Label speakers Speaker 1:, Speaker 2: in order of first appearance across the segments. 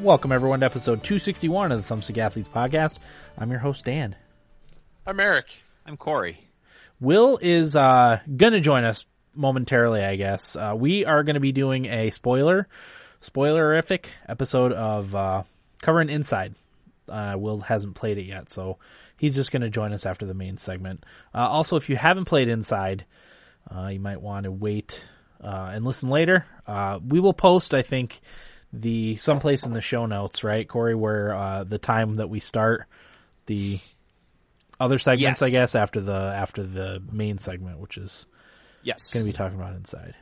Speaker 1: Welcome, everyone, to episode 261 of the Thumbstick Athletes Podcast. I'm your host, Dan.
Speaker 2: I'm Eric.
Speaker 3: I'm Corey.
Speaker 1: Will is uh, going to join us momentarily, I guess. Uh, we are going to be doing a spoiler, spoilerific episode of uh, Covering Inside. Uh, Will hasn't played it yet, so he's just going to join us after the main segment. Uh, also, if you haven't played Inside, uh, you might want to wait uh, and listen later. Uh, we will post, I think, the someplace in the show notes, right, Corey, where uh, the time that we start the other segments,
Speaker 3: Yes.
Speaker 1: I guess, after the after the main segment, which is
Speaker 3: Yes.
Speaker 1: going to be talking about inside.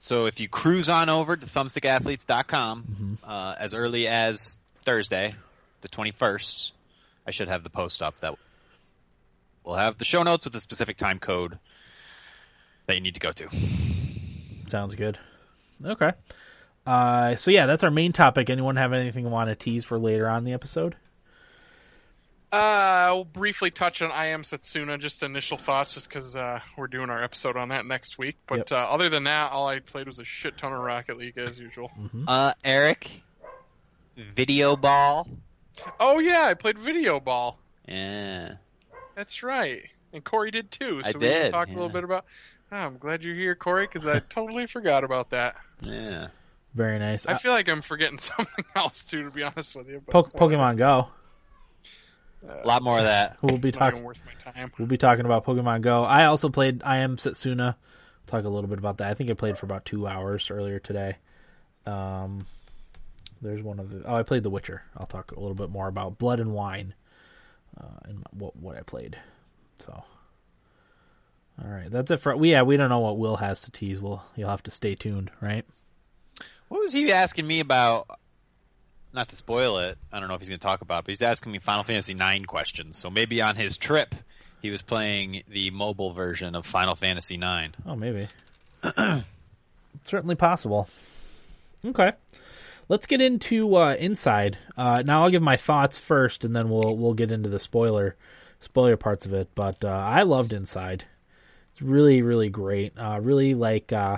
Speaker 3: So if you cruise on over to thumbstickathletes.com uh, as early as Thursday, the 21st, I should have the post up that will have the show notes with the specific time code that you need to go to.
Speaker 1: Sounds good. Okay. Uh, so yeah, that's our main topic. Anyone have anything you want to tease for later on in the episode?
Speaker 2: Uh, I'll briefly touch on I Am Setsuna, just initial thoughts, just because uh, we're doing our episode on that next week. But uh, other than that, all I played was a shit ton of Rocket League as usual.
Speaker 1: Mm.
Speaker 3: Uh, Eric, video ball.
Speaker 2: Oh yeah, I played Video Ball.
Speaker 3: Yeah.
Speaker 2: That's right, and Corey did too. So
Speaker 3: I
Speaker 2: we
Speaker 3: did,
Speaker 2: can talk a little
Speaker 3: yeah.
Speaker 2: bit about. Ah, I'm glad you're here, Corey, because I totally forgot about that.
Speaker 3: Yeah.
Speaker 1: Very nice.
Speaker 2: I
Speaker 1: Uh,
Speaker 2: feel like I'm forgetting something else too, to be honest with you. But, uh,
Speaker 1: po- Pokemon Go.
Speaker 3: A lot more of that.
Speaker 1: We'll be
Speaker 2: It's not even
Speaker 1: talking.
Speaker 2: worth my time.
Speaker 1: We'll be talking about Pokemon Go. I also played I Am Setsuna. Talk a little bit about that. I think I played for about two hours earlier today. Um, there's one of the. Oh, I played The Witcher. I'll talk a little bit more about Blood and Wine uh, and what what I played. So, all right, that's it for. We yeah, we don't know what Will has to tease. Will you'll have to stay tuned, right?
Speaker 3: What was he asking me about? Not to spoil it, I don't know if he's going to talk about, it, but he's asking me Final Fantasy IX questions. So maybe on his trip, he was playing the mobile version of Final Fantasy IX.
Speaker 1: Oh, maybe. Certainly possible. Okay. Let's get into uh, inside. Uh, now I'll give my thoughts first, and then we'll we'll get into the spoiler spoiler parts of it. But uh, I loved Inside. It's really really great. Uh, really like uh,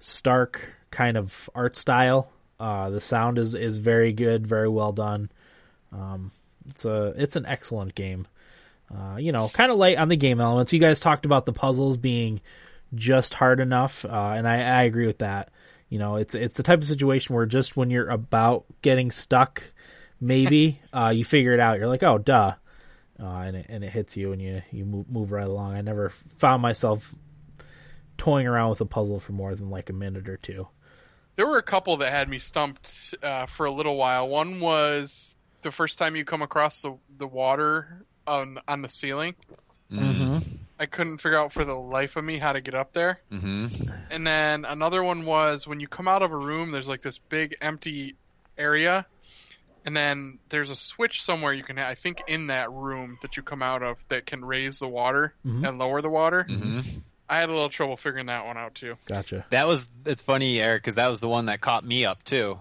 Speaker 1: stark kind of art style. Uh, the sound is is very good, very well done. Um, it's a it's an excellent game. Uh, you know, kind of light on the game elements. You guys talked about the puzzles being just hard enough, uh, and I, I agree with that. You know, it's it's the type of situation where just when you're about getting stuck, maybe uh, you figure it out. You're like, oh, duh, uh, and it, and it hits you, and you you move, move right along. I never found myself toying around with a puzzle for more than like a minute or two.
Speaker 2: There were a couple that had me stumped uh, for a little while. One was the first time you come across the the water on on the ceiling. I couldn't figure out for the life of me how to get up there.
Speaker 3: Mm-hmm.
Speaker 2: And then another one was when you come out of a room, there's like this big empty area, and then there's a switch somewhere you can ha- I think in that room that you come out of that can raise the water and lower the water.
Speaker 3: Mm-hmm.
Speaker 2: I had a little trouble figuring that one out too.
Speaker 1: Gotcha.
Speaker 3: That was it's funny, Eric, because that was the one that caught me up too.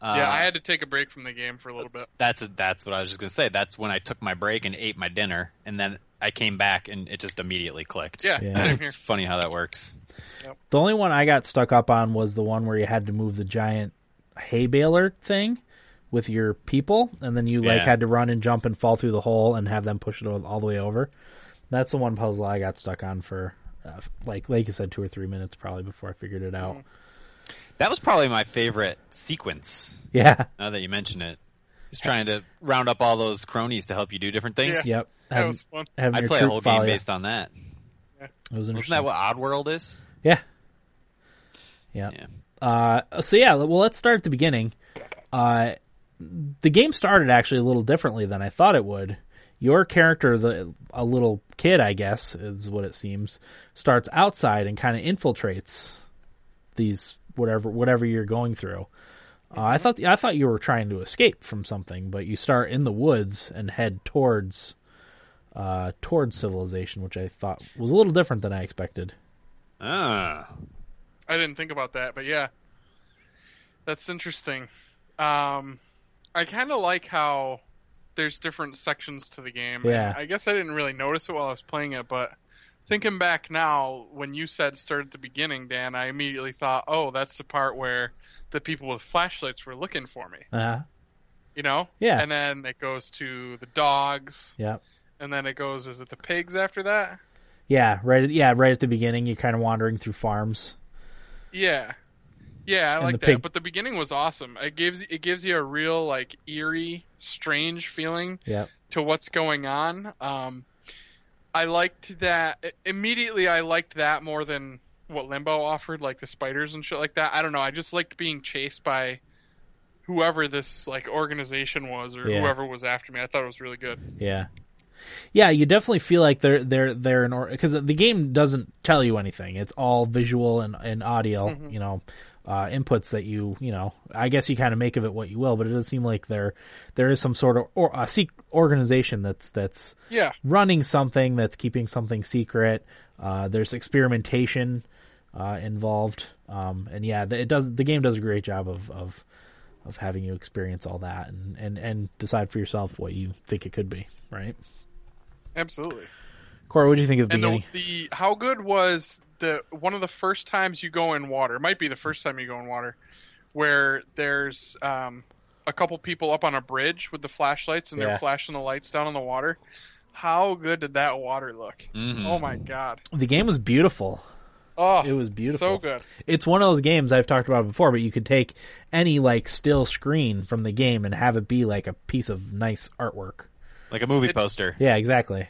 Speaker 3: Uh,
Speaker 2: yeah, I had to take a break from the game for a little bit.
Speaker 3: that's that's what I was just going to say. That's when I took my break and ate my dinner, and then I came back and it just immediately clicked.
Speaker 2: Yeah,
Speaker 1: Yeah.
Speaker 2: same here.
Speaker 3: it's funny how that works.
Speaker 1: The only one I got stuck up on was the one where you had to move the giant hay baler thing with your people, and then you like
Speaker 3: Yeah.
Speaker 1: had to run and jump and fall through the hole and have them push it all all the way over. That's the one puzzle I got stuck on for, uh, like like you said, two or three minutes probably before I figured it out.
Speaker 3: Mm-hmm. That was probably my favorite sequence.
Speaker 1: Yeah.
Speaker 3: Now that you mention it, he's trying to round up all those cronies to help you do different things.
Speaker 2: Yeah.
Speaker 1: Yep.
Speaker 2: That was fun.
Speaker 1: having
Speaker 3: I
Speaker 1: your
Speaker 3: play a
Speaker 1: troop
Speaker 3: whole game
Speaker 1: follow you.
Speaker 3: based on that.
Speaker 1: It was
Speaker 3: Isn't
Speaker 1: interesting.
Speaker 3: that what Oddworld is?
Speaker 1: yeah. Yeah.
Speaker 3: Yeah.
Speaker 1: Uh, so yeah, well, let's start at the beginning. Uh, the game started actually a little differently than I thought it would. Your character, the a little kid, I guess, is what it seems, starts outside and kind of infiltrates these whatever whatever you're going through. Uh, I thought I thought you were trying to escape from something, but you start in the woods and head towards uh, towards civilization, which I thought was a little different than I expected.
Speaker 3: Ah.
Speaker 2: I didn't think about that, but yeah, that's interesting. Um, I kind of like how there's different sections to the game.
Speaker 1: Yeah.
Speaker 2: I guess I didn't really notice it while I was playing it, but thinking back now, when you said start at the beginning, Dan, I immediately thought, oh, that's the part where the people with flashlights were looking for me.
Speaker 1: Uh,
Speaker 2: you know?
Speaker 1: Yeah.
Speaker 2: And then it goes to the dogs,
Speaker 1: Yeah.
Speaker 2: and then it goes, is it the pigs after that?
Speaker 1: Yeah, right. At, yeah, right at the beginning, you're kind of wandering through farms.
Speaker 2: Yeah. Yeah, I
Speaker 1: And
Speaker 2: like
Speaker 1: the
Speaker 2: that.
Speaker 1: pig-
Speaker 2: But the beginning was awesome. It gives it gives you a real like eerie, strange feeling
Speaker 1: Yeah,
Speaker 2: to what's going on. Um, I liked that i- immediately. I liked that more than what Limbo offered, like the spiders and shit like that. I don't know. I just liked being chased by whoever this like organization was or
Speaker 1: Yeah.
Speaker 2: whoever was after me. I thought it was really good.
Speaker 1: yeah, yeah. You definitely feel like they're they're they're an because the game doesn't tell you anything. It's all visual and and audio. You know. Uh, inputs that you you know I guess you kind of make of it what you will, but it does seem like there there is some sort of or, uh, sec- organization that's that's
Speaker 2: Yeah,
Speaker 1: running something that's keeping something secret. Uh, there's experimentation uh, involved, um, and yeah, th- it does. The game does a great job of of, of having you experience all that and, and and decide for yourself what you think it could be. Right,
Speaker 2: absolutely.
Speaker 1: Cora, what do you think of the
Speaker 2: And the,
Speaker 1: beginning?
Speaker 2: the how good was the one of the first times you go in water? It might be the first time you go in water, where there's um, a couple people up on a bridge with the flashlights and
Speaker 1: Yeah.
Speaker 2: they're flashing the lights down on the water. How good did that water look?
Speaker 3: Mhm.
Speaker 2: Oh my god!
Speaker 1: The, game was beautiful.
Speaker 2: Oh,
Speaker 1: It was beautiful.
Speaker 2: So good.
Speaker 1: It's one of those games I've talked about before, but you could take any like still screen from the game and have it be like a piece of nice artwork.
Speaker 3: Like a movie
Speaker 2: It's-
Speaker 3: poster.
Speaker 1: Yeah, exactly.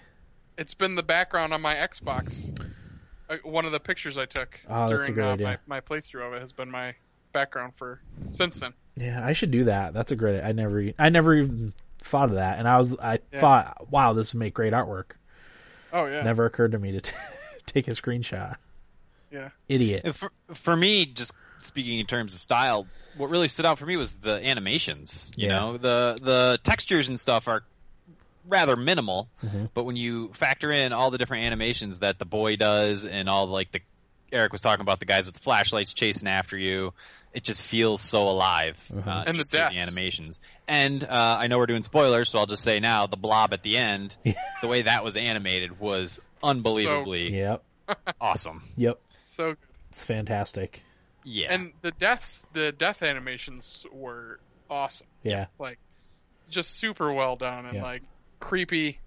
Speaker 2: It's been the background on my Xbox. Uh, One of the pictures I took
Speaker 1: Oh, that's a
Speaker 2: during
Speaker 1: good
Speaker 2: uh,
Speaker 1: idea.
Speaker 2: my, my playthrough of it has been my background for since then.
Speaker 1: Yeah, I should do that. That's a great. I never, I never even thought of that, and I was, I
Speaker 2: Yeah.
Speaker 1: thought, wow, this would make great artwork.
Speaker 2: Oh yeah,
Speaker 1: Never occurred to me to t- take a screenshot.
Speaker 2: yeah.
Speaker 1: Idiot.
Speaker 3: For, for me, just speaking in terms of style, what really stood out for me was the animations. You
Speaker 1: Yeah.
Speaker 3: know, the the textures and stuff are rather minimal, but when you factor in all the different animations that the boy does and all like the Eric was talking about the guys with the flashlights chasing after you, it just feels so alive. Uh,
Speaker 2: And the
Speaker 3: just through
Speaker 2: deaths.
Speaker 3: the animations, and uh, I know we're doing spoilers, so I'll just say now the blob at the end, the way that was animated was unbelievably
Speaker 1: Yep.
Speaker 3: awesome.
Speaker 1: Yep.
Speaker 2: So good.
Speaker 1: It's fantastic.
Speaker 3: Yeah,
Speaker 2: and the deaths the death animations were awesome
Speaker 1: Yeah.
Speaker 2: like just super well done and
Speaker 1: Yeah.
Speaker 2: like creepy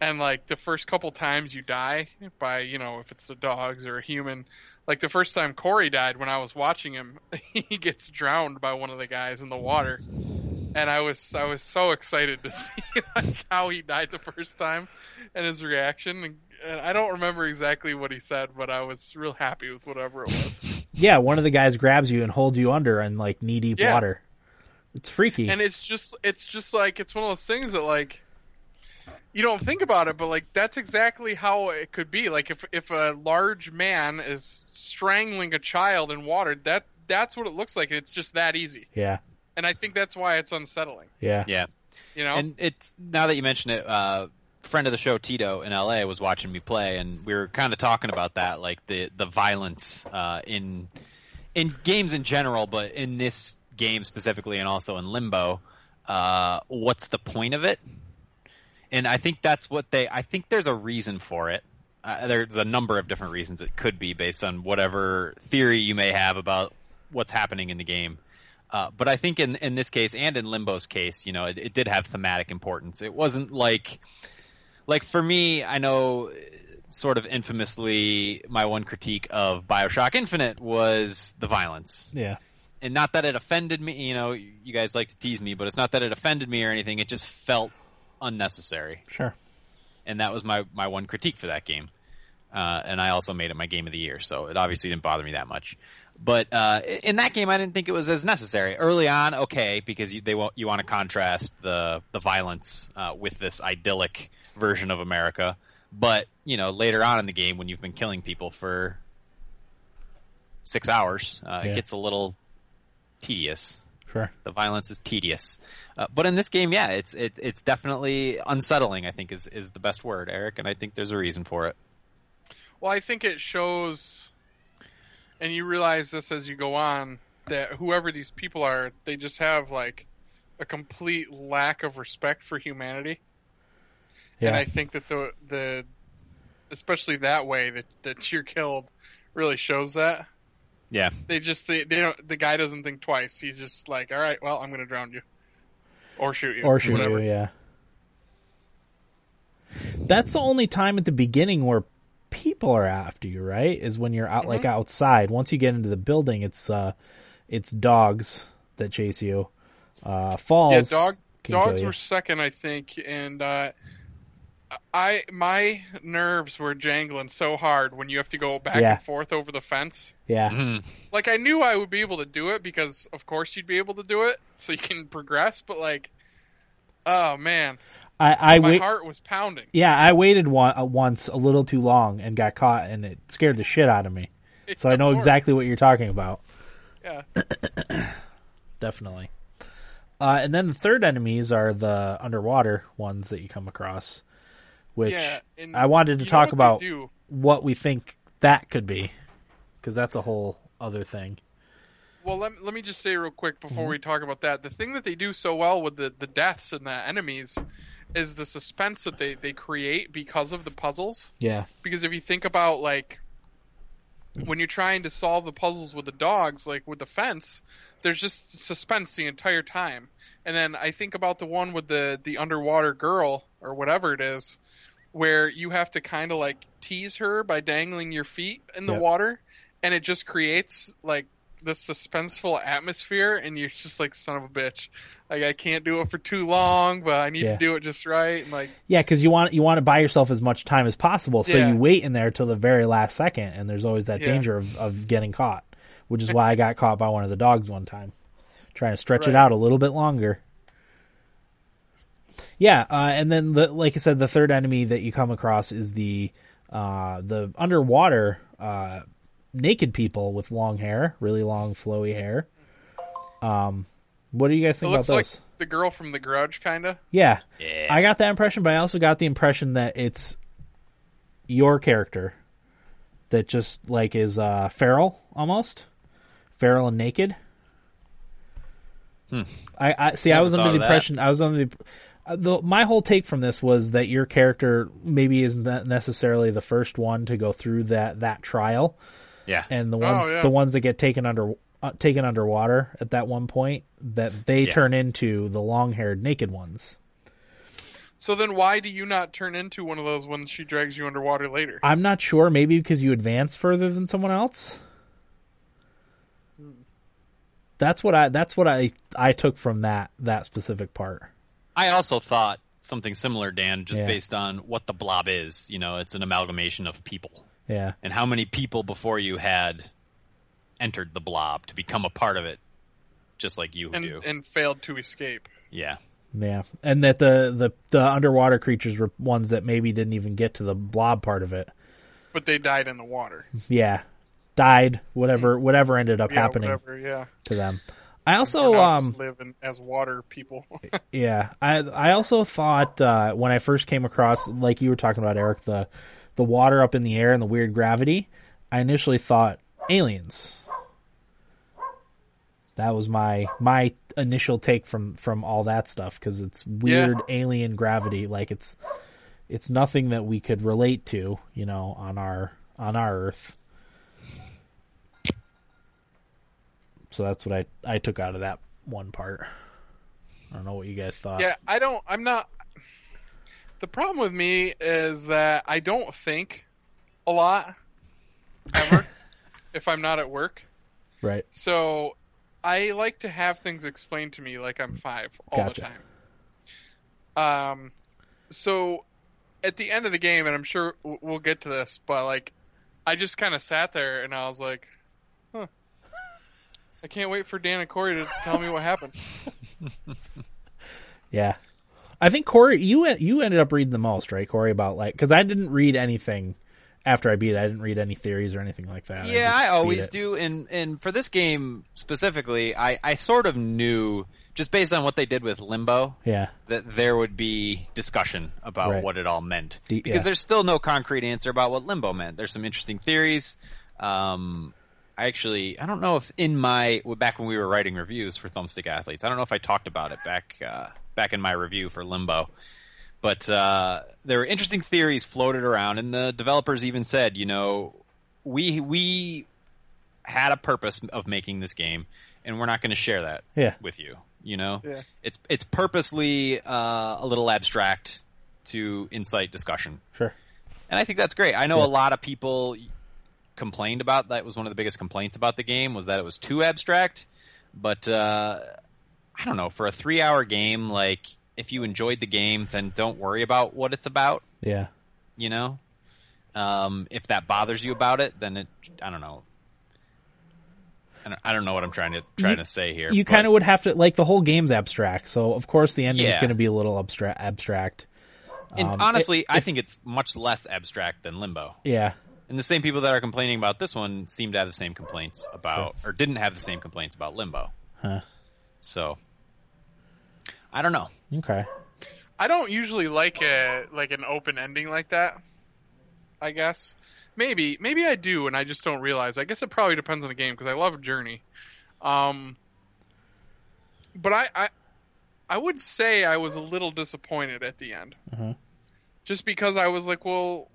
Speaker 2: and like the first couple times you die by you know if it's the dogs or a human like the first time corey died when i was watching him he gets drowned by one of the guys in the water and i was i was so excited to see like how he died the first time and his reaction and, and i don't remember exactly what he said but i was real happy with whatever it was
Speaker 1: Yeah. One of the guys grabs you and holds you under in like knee deep
Speaker 2: Yeah.
Speaker 1: water. It's freaky.
Speaker 2: and it's just it's just like it's one of those things that like you don't think about it but like that's exactly how it could be like if if a large man is strangling a child in water that that's what it looks like it's just that easy
Speaker 1: yeah.
Speaker 2: and i think that's why it's unsettling
Speaker 1: Yeah.
Speaker 3: yeah.
Speaker 2: you know
Speaker 3: And it's now that you mention it, uh, friend of the show Tito in LA was watching me play, and we were kind of talking about that, like the the violence uh, in in games in general, but in this game specifically, and also in Limbo. Uh, what's the point of it? And I think that's what they. I think there's a reason for it. Uh, there's a number of different reasons it could be based on whatever theory you may have about what's happening in the game. Uh, but I think in in this case and in Limbo's case, you know, it, it did have thematic importance. It wasn't like like for me, I know uh, sort of infamously my one critique of BioShock Infinite was the violence
Speaker 1: Yeah.
Speaker 3: and not that it offended me. You know, you guys like to tease me, but it's not that it offended me or anything. It just felt unnecessary,
Speaker 1: Sure.
Speaker 3: and that was my my one critique for that game. Uh, and I also made it my game of the year, so it obviously didn't bother me that much. But uh, in that game, I didn't think it was as necessary. Early on, okay, because you, they want you want to contrast the the violence uh, with this idyllic version of America. But you know, later on in the game, when you've been killing people for six hours, uh,
Speaker 1: Yeah.
Speaker 3: it gets a little tedious.
Speaker 1: Sure.
Speaker 3: The violence is tedious, uh, but in this game, yeah, it's it, it's definitely unsettling. I think is is the best word, Eric, and I think there's a reason for it.
Speaker 2: well i think it shows and you realize this as you go on that whoever these people are they just have like a complete lack of respect for humanity And
Speaker 1: Yeah.
Speaker 2: I think that the the especially that way that that you're killed really shows that.
Speaker 3: Yeah,
Speaker 2: They just they, they don't the guy doesn't think twice. He's just like, "All right, well, I'm going to drown you." or shoot you,
Speaker 1: or shoot
Speaker 2: whatever.
Speaker 1: you. Yeah, that's the only time at the beginning where people are after you, right? Is when you're out like outside. Once you get into the building, it's uh, it's dogs that chase you. Uh, falls.
Speaker 2: Yeah, dog
Speaker 1: can kill
Speaker 2: dogs
Speaker 1: you.
Speaker 2: were second, I think, and uh, I my nerves were jangling so hard when you have to go back
Speaker 1: Yeah.
Speaker 2: and forth over the fence.
Speaker 1: Yeah,
Speaker 2: Mm-hmm.
Speaker 3: Mhm.
Speaker 2: Like I knew I would be able to do it because, of course, you'd be able to do it, so you can progress. But like, oh man,
Speaker 1: I I
Speaker 2: my
Speaker 1: wait.
Speaker 2: heart was pounding.
Speaker 1: Yeah, I waited one, uh, once a little too long and got caught, and it scared the shit out of me. So I
Speaker 2: Of
Speaker 1: know
Speaker 2: course.
Speaker 1: exactly what you're talking about.
Speaker 2: Yeah.
Speaker 1: Definitely. Uh, and then the third enemies are the underwater ones that you come across, which
Speaker 2: yeah, and
Speaker 1: I wanted to
Speaker 2: you know
Speaker 1: talk
Speaker 2: what they
Speaker 1: about
Speaker 2: do.
Speaker 1: what we think that could be, because that's a whole other thing.
Speaker 2: Well, let, let me just say real quick
Speaker 1: Mm-hmm.
Speaker 2: before we talk about that. The thing that they do so well with the, the deaths and the enemies is the suspense that they, they create because of the puzzles.
Speaker 1: Yeah.
Speaker 2: Because if you think about, like, when you're trying to solve the puzzles with the dogs, like with the fence, there's just suspense the entire time. And then I think about the one with the, the underwater girl, or whatever it is, where you have to kind of, like, tease her by dangling your feet in the
Speaker 1: Yep.
Speaker 2: water, and it just creates, like, this suspenseful atmosphere, and you're just like, son of a bitch. Like, I can't do it for too long, but I need
Speaker 1: Yeah.
Speaker 2: to do it just right. And, like,
Speaker 1: Yeah, because you want you want to buy yourself as much time as possible, so
Speaker 2: Yeah.
Speaker 1: you wait in there till the very last second, and there's always that
Speaker 2: Yeah.
Speaker 1: danger of, of getting caught, which is why I got caught by one of the dogs one time, trying to stretch it
Speaker 2: Right.
Speaker 1: out a little bit longer. Yeah, uh, and then the, like I said, the third enemy that you come across is the uh, the underwater uh, naked people with long hair, really long flowy hair. Um, what do you guys
Speaker 2: It
Speaker 1: think about
Speaker 2: looks
Speaker 1: those?
Speaker 2: like the girl from The Grudge, kind of.
Speaker 1: Yeah.
Speaker 3: Yeah.
Speaker 1: I got that impression, but I also got the impression that it's your character that just like is uh feral almost. Feral and naked. I, I see I was
Speaker 3: Hmm. thought
Speaker 1: under
Speaker 3: of
Speaker 1: the
Speaker 3: that.
Speaker 1: impression I was under the, uh, the my whole take from this was that your character maybe isn't that necessarily the first one to go through that that trial
Speaker 3: Yeah.
Speaker 1: and the ones
Speaker 2: yeah.
Speaker 1: the ones that get taken under uh, taken underwater at that one point that they
Speaker 3: Yeah.
Speaker 1: turn into the long-haired naked ones.
Speaker 2: So then, why do you not turn into one of those when she drags you underwater later?
Speaker 1: I'm not sure. Maybe because you advance further than someone else. That's what I. That's what I. I took from that that specific part.
Speaker 3: I also thought something similar, Dan, just
Speaker 1: Yeah.
Speaker 3: based on what the blob is. You know, it's an amalgamation of people.
Speaker 1: Yeah.
Speaker 3: and how many people before you had entered the blob to become a part of it, just like you
Speaker 2: And
Speaker 3: do.
Speaker 2: and failed to escape.
Speaker 3: yeah,
Speaker 1: Yeah. And that the the the underwater creatures were ones that maybe didn't even get to the blob part of it.
Speaker 2: But they died in the water.
Speaker 1: Yeah. Died. Whatever. Whatever ended up
Speaker 2: Yeah,
Speaker 1: happening
Speaker 2: whatever, yeah.
Speaker 1: to them. I also
Speaker 2: We're not
Speaker 1: um
Speaker 2: just living as water people.
Speaker 1: Yeah, I I also thought uh, when I first came across, like you were talking about, Eric, the the water up in the air and the weird gravity. I initially thought aliens. That was my my initial take from from all that stuff because it's weird alien gravity. Like it's it's nothing that we could relate to, you know, on our on our Earth. So that's what I I took out of that one part. I don't know what you guys thought.
Speaker 2: yeah, I don't. I'm not. The problem with me is that I don't think a lot ever if I'm not at work.
Speaker 1: Right.
Speaker 2: So I like to have things explained to me like I'm five all
Speaker 1: Gotcha.
Speaker 2: the time. Um, so at the end of the game, and I'm sure w- we'll get to this, but like, I just kind of sat there and I was like, huh. I can't wait for Dan and Corey to tell me what happened.
Speaker 1: Yeah. I think Corey, you you ended up reading the most, right, Corey? About like because I didn't read anything after I beat it. I didn't read any theories or anything like that.
Speaker 3: yeah.
Speaker 1: just
Speaker 3: I
Speaker 1: beat
Speaker 3: always
Speaker 1: it.
Speaker 3: do, and and for this game specifically, I I sort of knew just based on what they did with Limbo
Speaker 1: Yeah.
Speaker 3: that there would be discussion about
Speaker 1: Right.
Speaker 3: what it all meant
Speaker 1: D-
Speaker 3: because
Speaker 1: yeah.
Speaker 3: there's still no concrete answer about what limbo meant. There's some interesting theories. Um, I actually I don't know if in my back when we were writing reviews for Thumbstick Athletes, I don't know if I talked about it back uh, back in my review for Limbo. But uh, there were interesting theories floated around, and the developers even said, you know, we we had a purpose of making this game, and we're not going to share that
Speaker 1: Yeah.
Speaker 3: with you. You know,
Speaker 2: Yeah.
Speaker 3: it's it's purposely uh, a little abstract to incite discussion,
Speaker 1: Sure.
Speaker 3: and I think that's great. I know
Speaker 1: Yeah.
Speaker 3: a lot of people complained about that was one of the biggest complaints about the game was that it was too abstract, but uh, I don't know for a three hour game like. If you enjoyed the game, then don't worry about what it's about
Speaker 1: Yeah.
Speaker 3: you know um, if that bothers you about it then it i don't know i don't, I don't know what i'm trying to trying
Speaker 1: You-
Speaker 3: to say here
Speaker 1: You
Speaker 3: but-
Speaker 1: kind of would have to like the whole game's abstract, so of course the ending is
Speaker 3: Yeah.
Speaker 1: going to be a little abstract. Abstract.
Speaker 3: and
Speaker 1: um,
Speaker 3: honestly i think it's much less abstract than limbo
Speaker 1: Yeah.
Speaker 3: and the same people that are complaining about this one seem to have the same complaints about or didn't have the same complaints about limbo
Speaker 1: Huh.
Speaker 3: so i don't know
Speaker 1: Okay.
Speaker 2: I don't usually like a like an open ending like that. I guess maybe maybe I do, and I just don't realize. I guess it probably depends on the game because I love Journey. Um, but I, I I would say I was a little disappointed at the end,
Speaker 1: Mhm.
Speaker 2: just because I was like, well,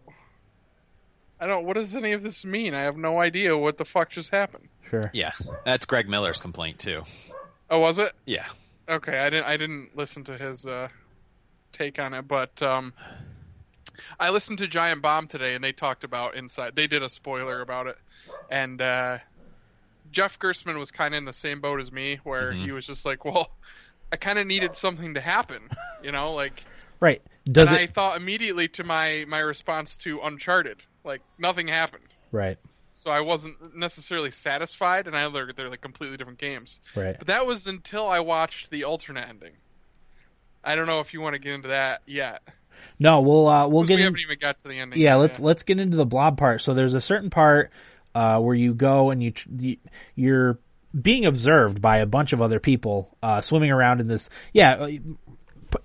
Speaker 2: I don't. What does any of this mean? I have no idea what the fuck just happened.
Speaker 1: Sure.
Speaker 3: yeah that's greg miller's complaint too
Speaker 2: Oh, was it?
Speaker 3: yeah
Speaker 2: Okay, I didn't I didn't listen to his uh, take on it, but um, I listened to Giant Bomb today, and they talked about Inside. They did a spoiler about it, and uh, Jeff Gerstmann was kind of in the same boat as me, where
Speaker 3: Mhm.
Speaker 2: he was just like, "Well, I kind of needed something to happen," you know, like.
Speaker 1: Right. Does
Speaker 2: and
Speaker 1: it?
Speaker 2: I thought immediately to my my response to Uncharted, like nothing happened.
Speaker 1: Right.
Speaker 2: So I wasn't necessarily satisfied, and I learned they're like completely different games.
Speaker 1: Right.
Speaker 2: But that was until I watched the alternate ending. I don't know if you want to get into that yet.
Speaker 1: No, we'll uh, we'll
Speaker 2: 'Cause
Speaker 1: get
Speaker 2: we
Speaker 1: in.
Speaker 2: haven't even got to the ending.
Speaker 1: yeah
Speaker 2: yet,
Speaker 1: let's let's get into the blob part so there's a certain part uh, where you go and you, tr- you you're being observed by a bunch of other people uh, swimming around in this yeah uh,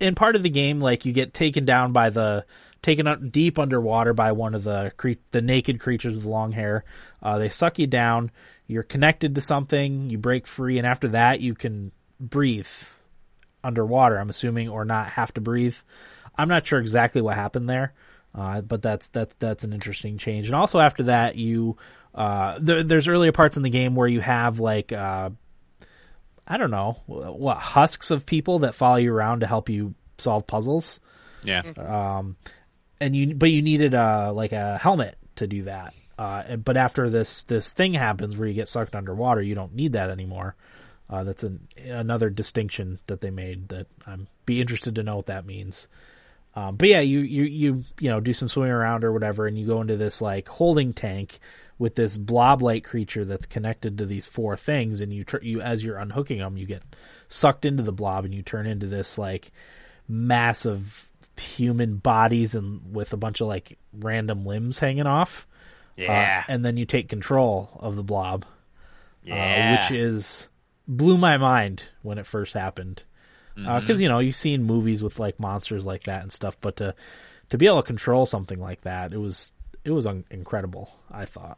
Speaker 1: in part of the game like you get taken down by the taken up deep underwater by one of the cre- the naked creatures with long hair uh, they suck you down you're connected to something you break free and after that you can breathe underwater, I'm assuming, or not have to breathe. I'm not sure exactly what happened there, uh, but that's that's that's an interesting change. And also after that, you uh, there, there's earlier parts in the game where you have like uh, I don't know wh- what husks of people that follow you around to help you solve puzzles,
Speaker 3: yeah
Speaker 1: Uh, and you but you needed uh, like a helmet to do that. Uh, and- but after this this thing happens where you get sucked underwater, you don't need that anymore. Uh, that's an, another distinction that they made that I'm be interested to know what that means. Um, but yeah, you, you you you know do some swimming around or whatever, and you go into this like holding tank with this blob-like creature that's connected to these four things, and you tr- you as you're unhooking them, you get sucked into the blob, and you turn into this like mass of human bodies and with a bunch of like random limbs hanging off. Uh,
Speaker 3: yeah
Speaker 1: and then you take control of the blob
Speaker 3: yeah
Speaker 1: uh, which is blew my mind when it first happened because you know you've seen movies with like monsters like that and stuff, but to to be able to control something like that, it was it was un- incredible. I thought,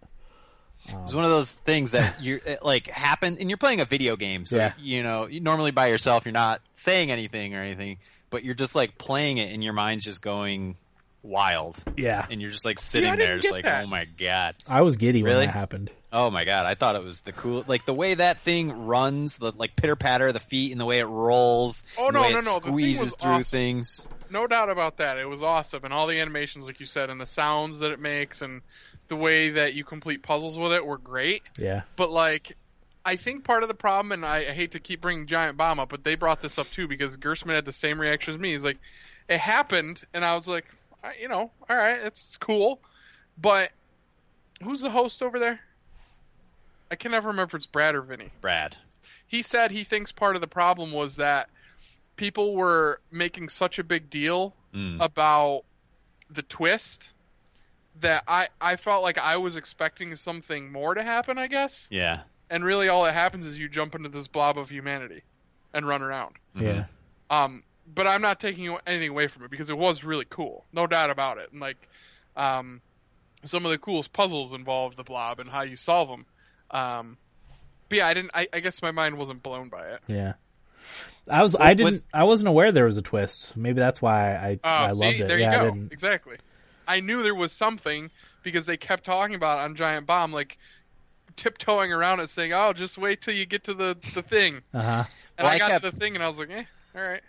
Speaker 3: It's one of those things that you it, like happen, and you're playing a video game, so
Speaker 1: Yeah.
Speaker 3: you know you, normally by yourself, you're not saying anything or anything, but you're just like playing it, and your mind's just going wild,
Speaker 1: yeah,
Speaker 3: and you're just like sitting
Speaker 2: I didn't
Speaker 3: there, just
Speaker 2: get
Speaker 3: like,
Speaker 2: that.
Speaker 3: oh my god,
Speaker 1: I was giddy when
Speaker 3: Really?
Speaker 1: that happened.
Speaker 3: oh my god. I thought it was the cool, like the way that thing runs, the like pitter patter of the feet, and the way it rolls,
Speaker 2: Oh,
Speaker 3: and the
Speaker 2: no,
Speaker 3: way
Speaker 2: no,
Speaker 3: it
Speaker 2: no, the thing
Speaker 3: squeezes
Speaker 2: was
Speaker 3: through
Speaker 2: awesome.
Speaker 3: things.
Speaker 2: yeah. No doubt about that. It was awesome, and all the animations, like you said, and the sounds that it makes, and the way that you complete puzzles with it were great.
Speaker 1: Yeah,
Speaker 2: But like, I think part of the problem, and I I hate to keep bringing Giant Bomb up, but they brought this up too because Gerstmann had the same reaction as me. He's like, it happened, and I was like, I, you know, all right, it's cool, but who's the host over there? I can never remember if it's Brad or Vinny.
Speaker 3: Brad,
Speaker 2: He said he thinks part of the problem was that people were making such a big deal
Speaker 3: Mm.
Speaker 2: about the twist that I, I felt like I was expecting something more to happen, I guess
Speaker 3: yeah,
Speaker 2: and really all that happens is you jump into this blob of humanity and run around.
Speaker 3: Mhm.
Speaker 1: yeah,
Speaker 2: Um, but I'm not taking anything away from it because it was really cool, no doubt about it. And like, um, some of the coolest puzzles involved the blob and how you solve them. Um, but yeah, I didn't. I, I guess my mind wasn't blown by it.
Speaker 1: yeah. I was I
Speaker 3: What-
Speaker 1: didn't I wasn't aware there was a twist. Maybe that's why I
Speaker 2: Oh,
Speaker 1: I
Speaker 2: see,
Speaker 1: loved it.
Speaker 2: there
Speaker 1: yeah,
Speaker 2: you go.
Speaker 1: I didn't.
Speaker 2: Exactly. I knew there was something because they kept talking about it on Giant Bomb, like tiptoeing around it, saying, "Oh, just wait till you get to the the thing."
Speaker 1: Uh huh.
Speaker 2: And
Speaker 3: Well,
Speaker 2: I
Speaker 3: I
Speaker 2: got
Speaker 3: kept-
Speaker 2: to the thing and I was like, eh, all right.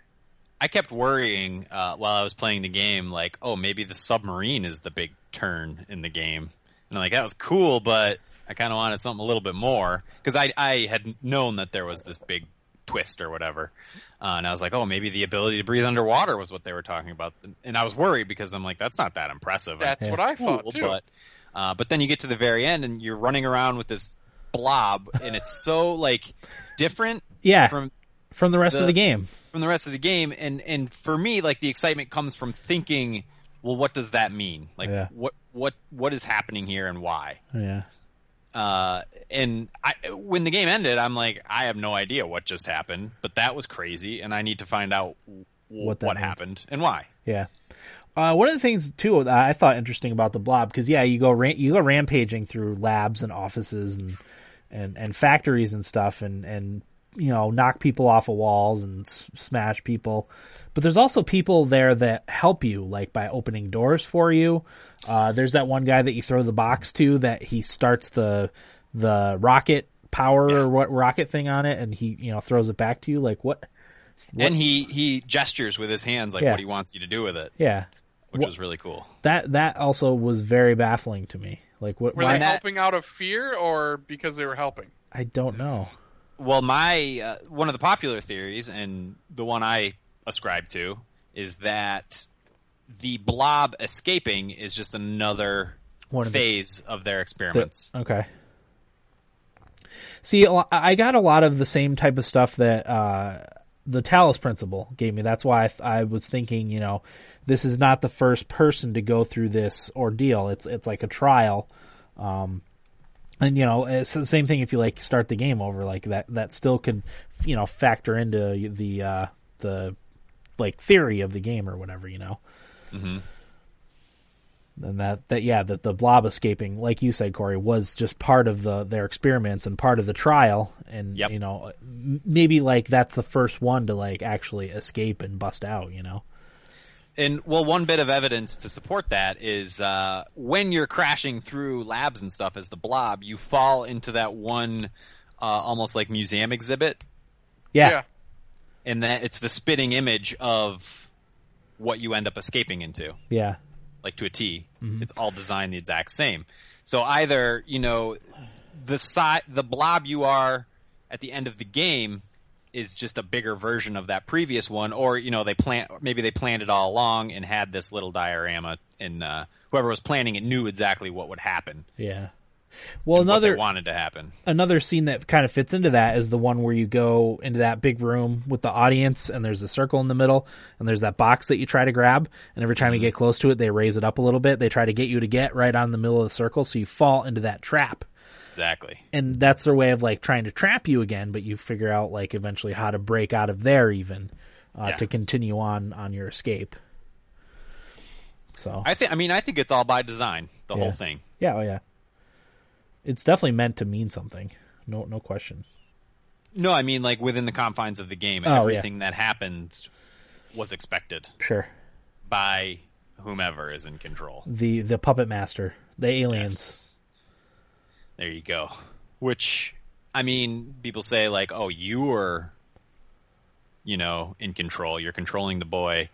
Speaker 3: I kept worrying uh, while I was playing the game, like, oh, maybe the submarine is the big turn in the game. And I'm like, that was cool, but I kind of wanted something a little bit more because I I had known that there was this big twist or whatever, uh, and I was like, oh, maybe the ability to breathe underwater was what they were talking about, and I was worried because I'm like, that's not that impressive.
Speaker 2: That's
Speaker 1: Yeah.
Speaker 2: what I
Speaker 3: cool,
Speaker 2: thought too.
Speaker 3: but uh, but then you get to the very end and you're running around with this blob, and it's so like different
Speaker 1: Yeah, from,
Speaker 3: from
Speaker 1: the rest of
Speaker 3: the-
Speaker 1: the game.
Speaker 3: from the rest of the game and and for me like the excitement comes from thinking well what does that mean like
Speaker 1: Yeah.
Speaker 3: what what what is happening here and why
Speaker 1: Yeah,
Speaker 3: uh and i when the game ended i'm like i have no idea what just happened but that was crazy and i need to find out w-
Speaker 1: What
Speaker 3: what
Speaker 1: that means.
Speaker 3: happened and why
Speaker 1: yeah. Uh, one of the things too that I thought interesting about the Blob because yeah, you go ran- you go rampaging through labs and offices and and and factories and stuff and and you know knock people off of walls and s- smash people. But there's also people there that help you, like by opening doors for you. Uh, there's that one guy that you throw the box to that he starts the the rocket power or what rocket thing on it, and he you know throws it back to you. Like what?
Speaker 3: and he he gestures with his hands like
Speaker 1: Yeah.
Speaker 3: what he wants you to do with it
Speaker 1: Yeah,
Speaker 3: which
Speaker 1: Wha-
Speaker 3: was really cool
Speaker 1: that that also was very baffling to me. Like what?
Speaker 2: Were
Speaker 1: Why?
Speaker 2: they
Speaker 3: And that-
Speaker 2: helping out of fear or because they were helping?
Speaker 1: I don't know.
Speaker 3: well my uh, one of the popular theories and the one i ascribe to is that the blob escaping is just another
Speaker 1: One of the-
Speaker 3: phase of their experiments
Speaker 1: Okay. See, a lo- I got a lot of the same type of stuff that uh, the Talus Principle gave me. That's why I, th- I was thinking, you know, this is not the first person to go through this ordeal. It's it's like a trial, um, and you know, it's the same thing. If you like start the game over, like that, that still could, you know, factor into the uh, the like theory of the game or whatever, you know.
Speaker 3: Mm-hmm.
Speaker 1: and that that yeah that the blob escaping like you said corey was just part of the their experiments and part of the trial and
Speaker 3: Yep.
Speaker 1: you know uh, m- maybe like that's the first one to like actually escape and bust out you know
Speaker 3: and well one bit of evidence to support that is uh, when you're crashing through labs and stuff as the blob you fall into that one uh, almost like museum exhibit
Speaker 1: yeah
Speaker 2: yeah.
Speaker 3: and that it's the spitting image of what you end up escaping into
Speaker 1: yeah
Speaker 3: like to a T.
Speaker 1: Mm-hmm.
Speaker 3: It's all designed the exact same. So either you know the si- the blob you are at the end of the game is just a bigger version of that previous one, or you know they plan maybe they planned it all along and had this little diorama, and uh, whoever was planning it knew exactly what would happen,
Speaker 1: yeah well
Speaker 3: what they
Speaker 1: another
Speaker 3: wanted to happen.
Speaker 1: another scene that kind of fits into that is the one where you go into that big room with the audience and there's a circle in the middle and there's that box that you try to grab and every
Speaker 3: Mm-hmm.
Speaker 1: time you get close to it they raise it up a little bit they try to get you to get right on the middle of the circle so you fall into that trap
Speaker 3: Exactly.
Speaker 1: and that's their way of like trying to trap you again but you figure out like eventually how to break out of there even uh,
Speaker 3: Yeah.
Speaker 1: to continue on on your escape so
Speaker 3: I think. I mean, I think it's all by design. The
Speaker 1: Yeah.
Speaker 3: whole thing.
Speaker 1: yeah oh yeah it's definitely meant to mean something no no question
Speaker 3: No, I mean like within the confines of the game,
Speaker 1: Oh, yeah.
Speaker 3: everything that happened was expected
Speaker 1: sure
Speaker 3: by whomever is in control.
Speaker 1: the the puppet master the aliens
Speaker 3: Yes. There you go. Which, I mean, people say like, "Oh, you were, you know, in control. You're controlling the boy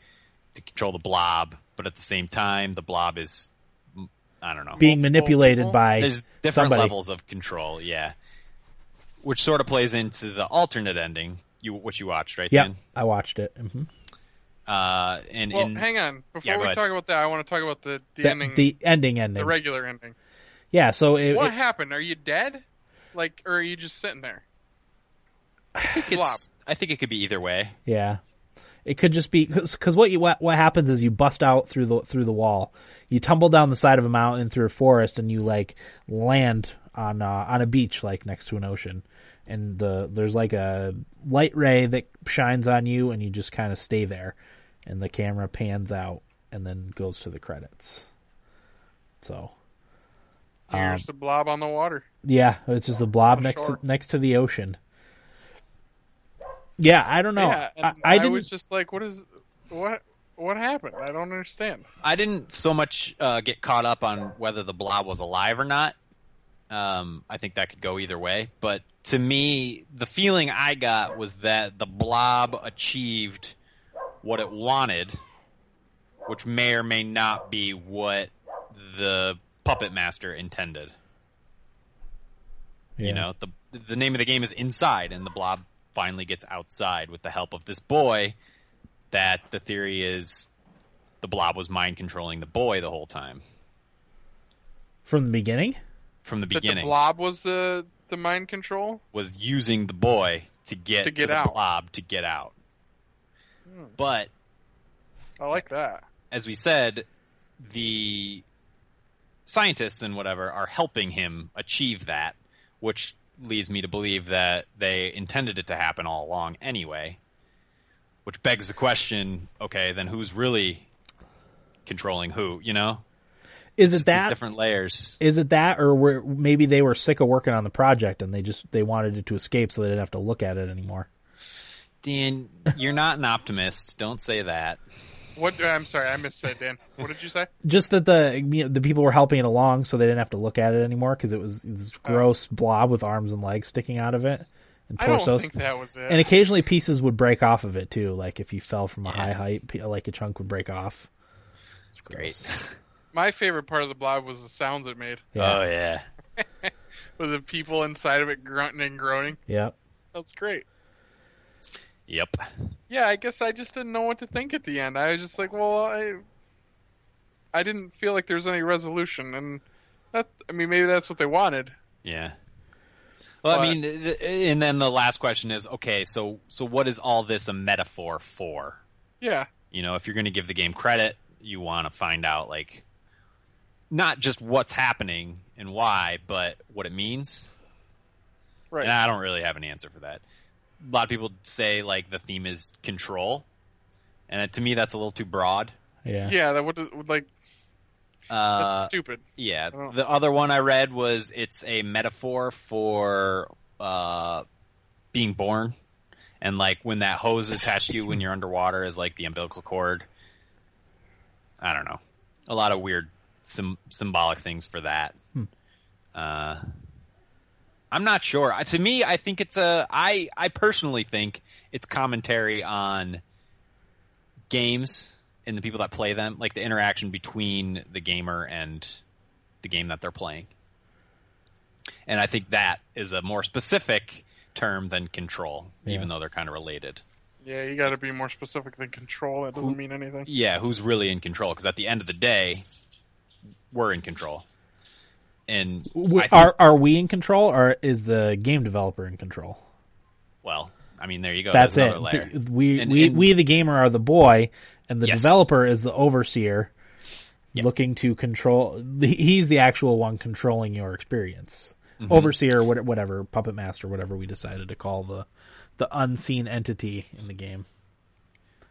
Speaker 3: to control the blob, but at the same time, the blob is, I don't know,
Speaker 1: being manipulated
Speaker 2: people?
Speaker 1: by
Speaker 3: there's different
Speaker 1: somebody
Speaker 3: levels of control. Yeah, which sort of plays into the alternate ending, you what you watched, right?
Speaker 1: yep
Speaker 3: Dan?
Speaker 1: i watched it hmm
Speaker 3: Uh, and
Speaker 2: Well,
Speaker 3: in,
Speaker 2: hang on. Before
Speaker 3: Yeah, go
Speaker 2: we
Speaker 3: ahead.
Speaker 2: talk about that, I want to talk about the, the,
Speaker 1: the
Speaker 2: ending, the,
Speaker 1: the ending ending
Speaker 2: regular ending.
Speaker 1: yeah so it,
Speaker 2: What
Speaker 1: it-
Speaker 2: happened? Are you dead? Like, or are you just sitting there?
Speaker 3: I think it's, I think it could be either way.
Speaker 1: Yeah, it could just be because what you what, what happens is you bust out through the through the wall, you tumble down the side of a mountain through a forest, and you like land on uh, on a beach like next to an ocean, and the there's like a light ray that shines on you, and you just kind of stay there, and the camera pans out and then goes to the credits. So
Speaker 2: You're
Speaker 1: Um,
Speaker 2: just a blob on the water.
Speaker 1: yeah, it's just a blob
Speaker 2: For
Speaker 1: next
Speaker 2: sure.
Speaker 1: to next to the ocean. Yeah, I don't know.
Speaker 2: yeah, and
Speaker 1: I, I didn't.
Speaker 2: was just like, what is, what, what happened? I don't understand.
Speaker 3: I didn't so much uh, get caught up on whether the blob was alive or not. Um, I think that could go either way. But to me, the feeling I got was that the blob achieved what it wanted, which may or may not be what the puppet master intended.
Speaker 1: Yeah.
Speaker 3: You know, the the name of the game is Inside, and the blob finally gets outside with the help of this boy. That the theory is the blob was mind controlling the boy the whole time
Speaker 1: from the beginning.
Speaker 3: from the
Speaker 2: That the
Speaker 3: beginning.
Speaker 2: blob was the the mind control.
Speaker 3: was using the boy to get
Speaker 2: To get
Speaker 3: the
Speaker 2: out. Hmm.
Speaker 3: blob to get out. But
Speaker 2: I like that.
Speaker 3: as we said, the scientists and whatever are helping him achieve that, which leads me to believe that they intended it to happen all along anyway. Which begs the question: Okay, then who's really controlling who? You know,
Speaker 1: Is it
Speaker 3: Just these
Speaker 1: that?
Speaker 3: different layers.
Speaker 1: Is it that, or were, maybe they were sick of working on the project and they just they wanted it to escape so they didn't have to look at it anymore?
Speaker 3: Dan, you're not an optimist. Don't say that.
Speaker 2: What? I'm sorry, I missed that, Dan. What did you say?
Speaker 1: Just that the you know, the people were helping it along so they didn't have to look at it anymore because it was this
Speaker 3: Oh.
Speaker 1: gross blob with arms and legs sticking out of it and
Speaker 2: I don't
Speaker 1: torsos.
Speaker 2: think that was it.
Speaker 1: and occasionally pieces would break off of it too, like if you fell from a
Speaker 3: Yeah.
Speaker 1: high height, pe- like a chunk would break off.
Speaker 3: It's great.
Speaker 2: My favorite part of the blob was the sounds it made,
Speaker 1: Yeah,
Speaker 3: Oh yeah.
Speaker 2: with the people inside of it grunting and groaning.
Speaker 1: yeah.
Speaker 2: That's great.
Speaker 3: Yep.
Speaker 2: Yeah, I guess I just didn't know what to think at the end. I was just like, well, I, I didn't feel like there was any resolution, and that I mean, maybe that's what they wanted.
Speaker 3: Yeah. Well, I
Speaker 2: But-
Speaker 3: mean, th- th- and then the last question is, okay, so so what is all this a metaphor for?
Speaker 2: Yeah,
Speaker 3: You know, if you're going to give the game credit, you want to find out like not just what's happening and why, but what it means.
Speaker 2: right.
Speaker 3: And I don't really have an answer for that. A lot of people say like the theme is control, and uh, to me that's a little too broad.
Speaker 1: yeah,
Speaker 2: Yeah, that would would, like that's
Speaker 3: Uh,
Speaker 2: stupid.
Speaker 3: Yeah,
Speaker 2: don't-
Speaker 3: the other one I read was it's a metaphor for uh, being born, and like when that hose attached to you when you're underwater is like the umbilical cord. I don't know, a lot of weird sym symbolic things for that. Uh, I'm not sure. I- To me, I think it's a. I I personally think it's commentary on games and the people that play them, like the interaction between the gamer and the game that they're playing. And I think that is a more specific term than control,
Speaker 1: Yeah.
Speaker 3: even though they're kind of related.
Speaker 2: Yeah, you got to be more specific than control. That doesn't mean anything.
Speaker 3: Yeah, who's really in control? Because at the end of the day, we're in control. And
Speaker 1: We-
Speaker 3: I think-
Speaker 1: are are we in control, or is the game developer in control?
Speaker 3: well, I mean, there you go.
Speaker 1: That's
Speaker 3: There's
Speaker 1: it.
Speaker 3: another layer.
Speaker 1: Th- We
Speaker 3: And-
Speaker 1: we
Speaker 3: and-
Speaker 1: we the gamer are the boy, and the
Speaker 3: Yes.
Speaker 1: developer is the overseer,
Speaker 3: Yeah.
Speaker 1: looking to control. the- He's the actual one controlling your experience.
Speaker 3: Mm-hmm.
Speaker 1: Overseer, what- whatever, puppet master, whatever we decided to call the the unseen entity in the game.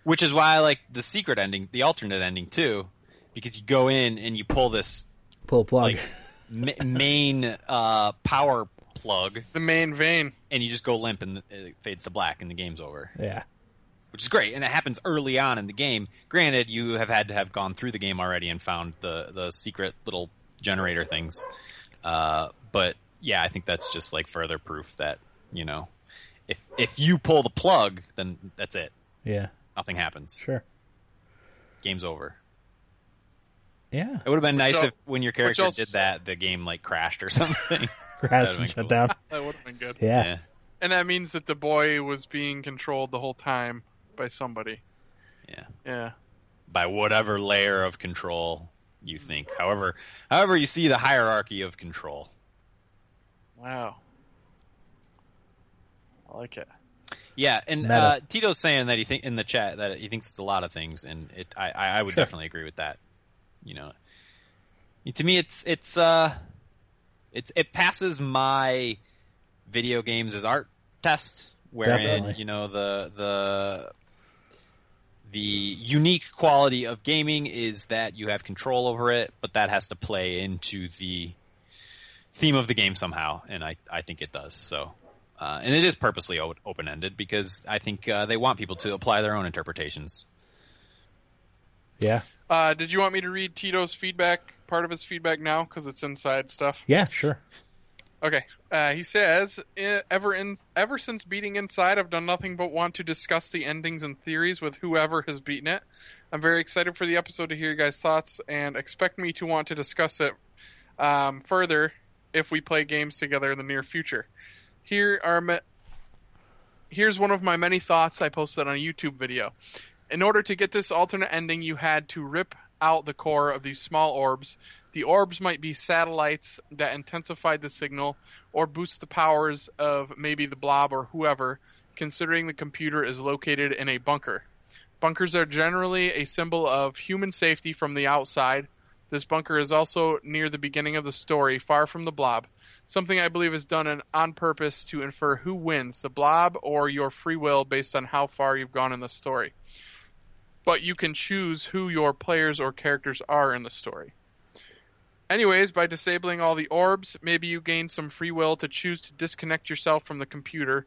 Speaker 3: Which is why I like the secret ending, the alternate ending too, because you go in and you pull this
Speaker 1: Pull a plug.
Speaker 3: like ma- main uh, power plug,
Speaker 2: The main vein.
Speaker 3: and you just go limp, and it fades to black, and the game's over.
Speaker 1: yeah,
Speaker 3: which is great, and it happens early on in the game. Granted, you have had to have gone through the game already and found the the secret little generator things, uh, but yeah, I think that's just like further proof that you know, if if you pull the plug, then that's it.
Speaker 1: yeah,
Speaker 3: Nothing happens.
Speaker 1: sure,
Speaker 3: Game's over.
Speaker 1: yeah.
Speaker 3: It would have been nice
Speaker 2: al-
Speaker 3: if when your character
Speaker 2: also-
Speaker 3: did that, the game like crashed or something.
Speaker 1: Crash and
Speaker 3: been
Speaker 1: shut
Speaker 3: cool.
Speaker 1: down.
Speaker 2: That would have been good.
Speaker 1: Yeah.
Speaker 3: yeah.
Speaker 2: And that means that the boy was being controlled the whole time by somebody.
Speaker 3: Yeah.
Speaker 2: Yeah.
Speaker 3: by whatever layer of control you think. However, however you see the hierarchy of control.
Speaker 2: Wow. I like it.
Speaker 3: Yeah, and
Speaker 1: meta.
Speaker 3: uh, Tito's saying that he think in the chat that he thinks it's a lot of things, and it I, I I would
Speaker 1: Sure.
Speaker 3: definitely agree with that. You know, to me, it's it's uh, it's it passes my video games as art test, wherein
Speaker 1: Definitely.
Speaker 3: you know the the the unique quality of gaming is that you have control over it, but that has to play into the theme of the game somehow, and I, I think it does. So, uh, and it is purposely open ended because I think uh, they want people to apply their own interpretations.
Speaker 1: Yeah.
Speaker 2: Uh, did you want me to read Tito's feedback, part of his feedback now, because it's inside stuff?
Speaker 1: Yeah. Sure.
Speaker 2: Okay. Uh, he says, "E- ever in ever since beating Inside, I've done nothing but want to discuss the endings and theories with whoever has beaten it. I'm very excited for the episode to hear your guys' thoughts and expect me to want to discuss it um, further if we play games together in the near future. Here are my, here's one of my many thoughts I posted on a YouTube video. In order to get this alternate ending, you had to rip out the core of these small orbs. The orbs might be satellites that intensified the signal or boost the powers of maybe the blob or whoever, considering the computer is located in a bunker. Bunkers are generally a symbol of human safety from the outside. This bunker is also near the beginning of the story, far from the blob. Something I believe is done in, on purpose to infer who wins, the blob or your free will, based on how far you've gone in the story. But you can choose who your players or characters are in the story. Anyways, by disabling all the orbs, maybe you gain some free will to choose to disconnect yourself from the computer.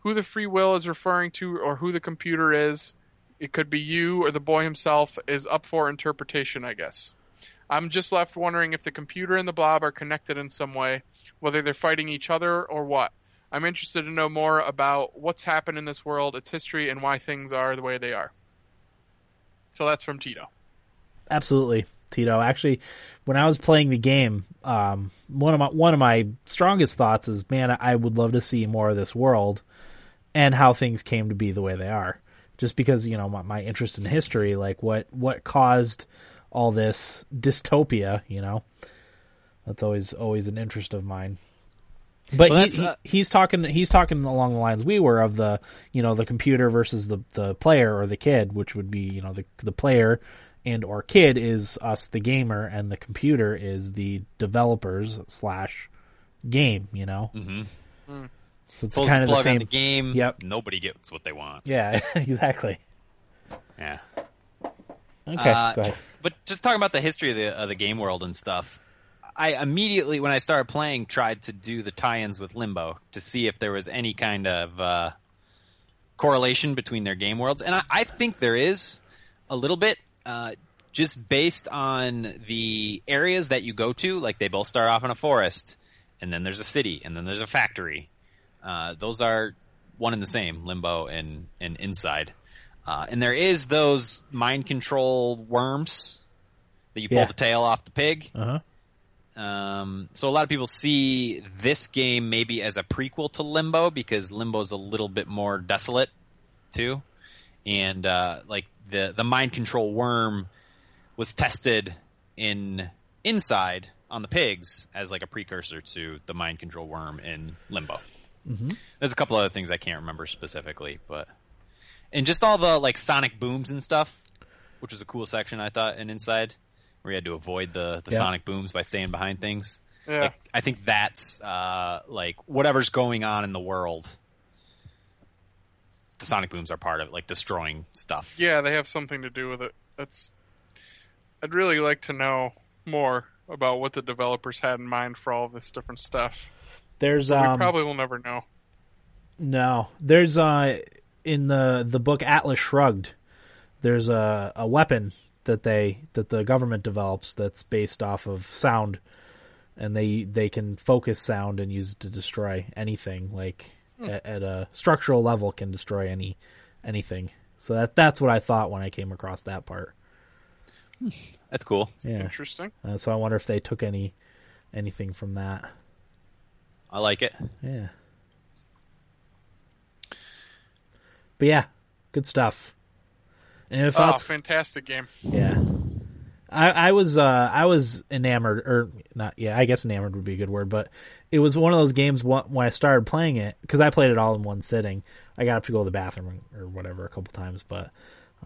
Speaker 2: Who the free will is referring to or who the computer is, it could be you or the boy himself, is up for interpretation, I guess. I'm just left wondering if the computer and the blob are connected in some way, whether they're fighting each other or what. I'm interested to know more about what's happened in this world, its history, and why things are the way they are. So that's from Tito.
Speaker 1: Absolutely, Tito. Actually, when I was playing the game, um, one of my one of my strongest thoughts is, man, I would love to see more of this world and how things came to be the way they are. Just because you know my, my interest in history, like what what caused all this dystopia, you know, that's always always an interest of mine. But
Speaker 3: Well,
Speaker 1: he-
Speaker 3: that's,
Speaker 1: he-
Speaker 3: uh,
Speaker 1: he's talking he's talking along the lines we were of the you know the computer versus the the player or the kid, which would be you know the the player and or kid is us the gamer and the computer is the developers slash game. You know, mm-hmm. so it's
Speaker 3: Pulls
Speaker 1: kind
Speaker 3: the
Speaker 1: of the
Speaker 3: plug on
Speaker 1: same.
Speaker 3: the game.
Speaker 1: Yep.
Speaker 3: Nobody gets what they want.
Speaker 1: Yeah, exactly.
Speaker 3: Yeah.
Speaker 1: Okay,
Speaker 3: Uh,
Speaker 1: go ahead.
Speaker 3: But just talking about the history of the of the game world and stuff, I immediately when I started playing tried to do the tie-ins with Limbo to see if there was any kind of uh, correlation between their game worlds, and I, I think there is a little bit, uh, just based on the areas that you go to. Like they both start off in a forest, and then there's a city, and then there's a factory. Uh, those are one and the same, Limbo and and Inside. Uh, and there is those mind control worms that you pull
Speaker 1: Yeah.
Speaker 3: the tail off the pig.
Speaker 1: Uh-huh.
Speaker 3: Um, so a lot of people see this game maybe as a prequel to Limbo because Limbo's a little bit more desolate too, and uh, like the the mind control worm was tested in Inside on the pigs as like a precursor to the mind control worm in Limbo. There's a couple other things I can't remember specifically, but and just all the like sonic booms and stuff, which was a cool section I thought in Inside, where you had to avoid the the
Speaker 1: Yeah.
Speaker 3: sonic booms by staying behind things.
Speaker 2: Yeah.
Speaker 3: Like, I think that's uh, like whatever's going on in the world. The sonic booms are part of it, like destroying stuff.
Speaker 2: Yeah, they have something to do with it. That's. I'd really like to know more about what the developers had in mind for all this different stuff.
Speaker 1: There's
Speaker 2: We
Speaker 1: um,
Speaker 2: probably will never know.
Speaker 1: No, there's uh in the the book Atlas Shrugged. There's a a weapon that they that the government develops that's based off of sound, and they they can focus sound and use it to destroy anything. Like
Speaker 2: Hmm.
Speaker 1: at, at a structural level, can destroy any anything. So that that's what I thought when I came across that part.
Speaker 3: That's cool.
Speaker 1: Yeah.
Speaker 2: Interesting.
Speaker 1: Uh, so I wonder if they took any anything from that.
Speaker 3: I like it.
Speaker 1: Yeah. But yeah, good stuff. Any other
Speaker 2: Oh,
Speaker 1: thoughts?
Speaker 2: fantastic game.
Speaker 1: yeah. I, I was uh, I was enamored, or not? Yeah, I guess enamored would be a good word, but it was one of those games wh- when I started playing it because I played it all in one sitting. I got up to go to the bathroom or whatever a couple times, but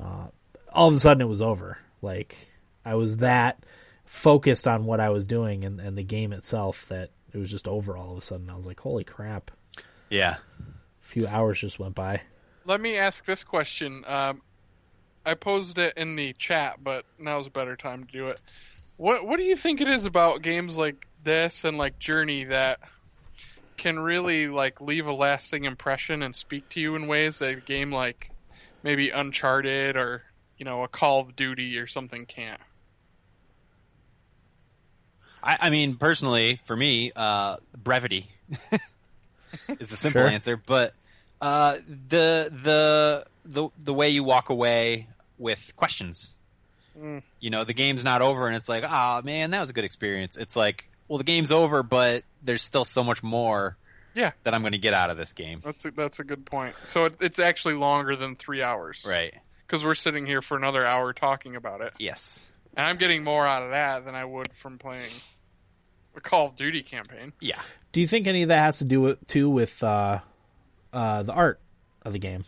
Speaker 1: uh, all of a sudden it was over. Like I was that focused on what I was doing and, and the game itself that it was just over all of a sudden. I was like, holy crap!
Speaker 3: Yeah.
Speaker 1: few hours just went by.
Speaker 2: Let me ask this question. Um, I posed it in the chat, but now's a better time to do it. What What do you think it is about games like this and like Journey that can really like leave a lasting impression and speak to you in ways that a game like maybe Uncharted or you know a Call of Duty or something can't?
Speaker 3: I, I mean, personally, for me, uh, brevity is the simple
Speaker 1: Sure.
Speaker 3: answer. But uh, the the the the way you walk away with questions, you know, the game's not over, and it's like, ah, man, that was a good experience. It's like, well, the game's over, but there's still so much more
Speaker 2: Yeah.
Speaker 3: that I'm going to get out of this game,
Speaker 2: That's a, that's a good point. So it, it's actually longer than three hours,
Speaker 3: right?
Speaker 2: Because we're sitting here for another hour talking about it,
Speaker 3: Yes.
Speaker 2: and I'm getting more out of that than I would from playing a Call of Duty campaign.
Speaker 3: Yeah.
Speaker 1: Do you think any of that has to do with, too with uh, uh, the art of the game,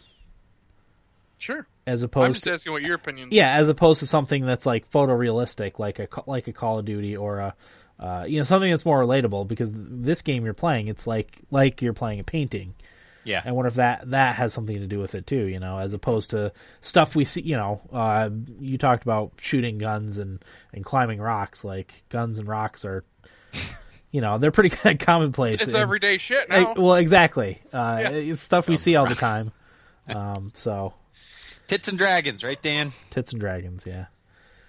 Speaker 2: Sure.
Speaker 1: as
Speaker 2: I'm
Speaker 1: opposed
Speaker 2: just
Speaker 1: to,
Speaker 2: asking what your opinion.
Speaker 1: yeah, as opposed to something that's like photorealistic, like a ca- like a Call of Duty or a uh, you know something that's more relatable? Because this game you're playing, it's like like you're playing a painting.
Speaker 3: Yeah.
Speaker 1: I wonder if that that has something to do with it too. You know, as opposed to stuff we see. You know, uh, you talked about shooting guns and and climbing rocks. Like guns and rocks are, you know, they're pretty kind of commonplace.
Speaker 2: It's
Speaker 1: And-
Speaker 2: everyday shit
Speaker 1: I-
Speaker 2: now.
Speaker 1: well, exactly. Uh,
Speaker 2: Yeah. Oh,
Speaker 1: It's stuff we see all the time.
Speaker 3: rocks.
Speaker 1: Um, so
Speaker 3: Tits and dragons, right, Dan?
Speaker 1: tits and dragons. Yeah.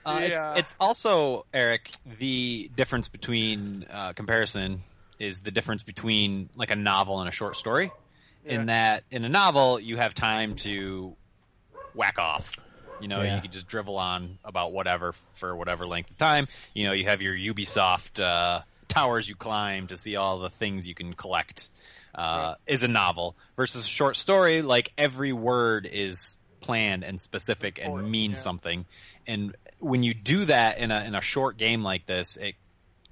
Speaker 3: Uh,
Speaker 2: Yeah.
Speaker 3: it's, it's also Eric. The difference between uh, comparison is the difference between like a novel and a short story.
Speaker 2: Yeah.
Speaker 3: In that, in a novel, you have time to whack off. You know,
Speaker 1: Yeah.
Speaker 3: you can just drivel on about whatever for whatever length of time. You know, you have your Ubisoft uh, towers you climb to see all the things you can collect. Uh, Is a novel versus a short story. Like every word is planned and specific and
Speaker 2: Or-
Speaker 3: means
Speaker 2: yeah.
Speaker 3: something. And when you do that in a in a short game like this, it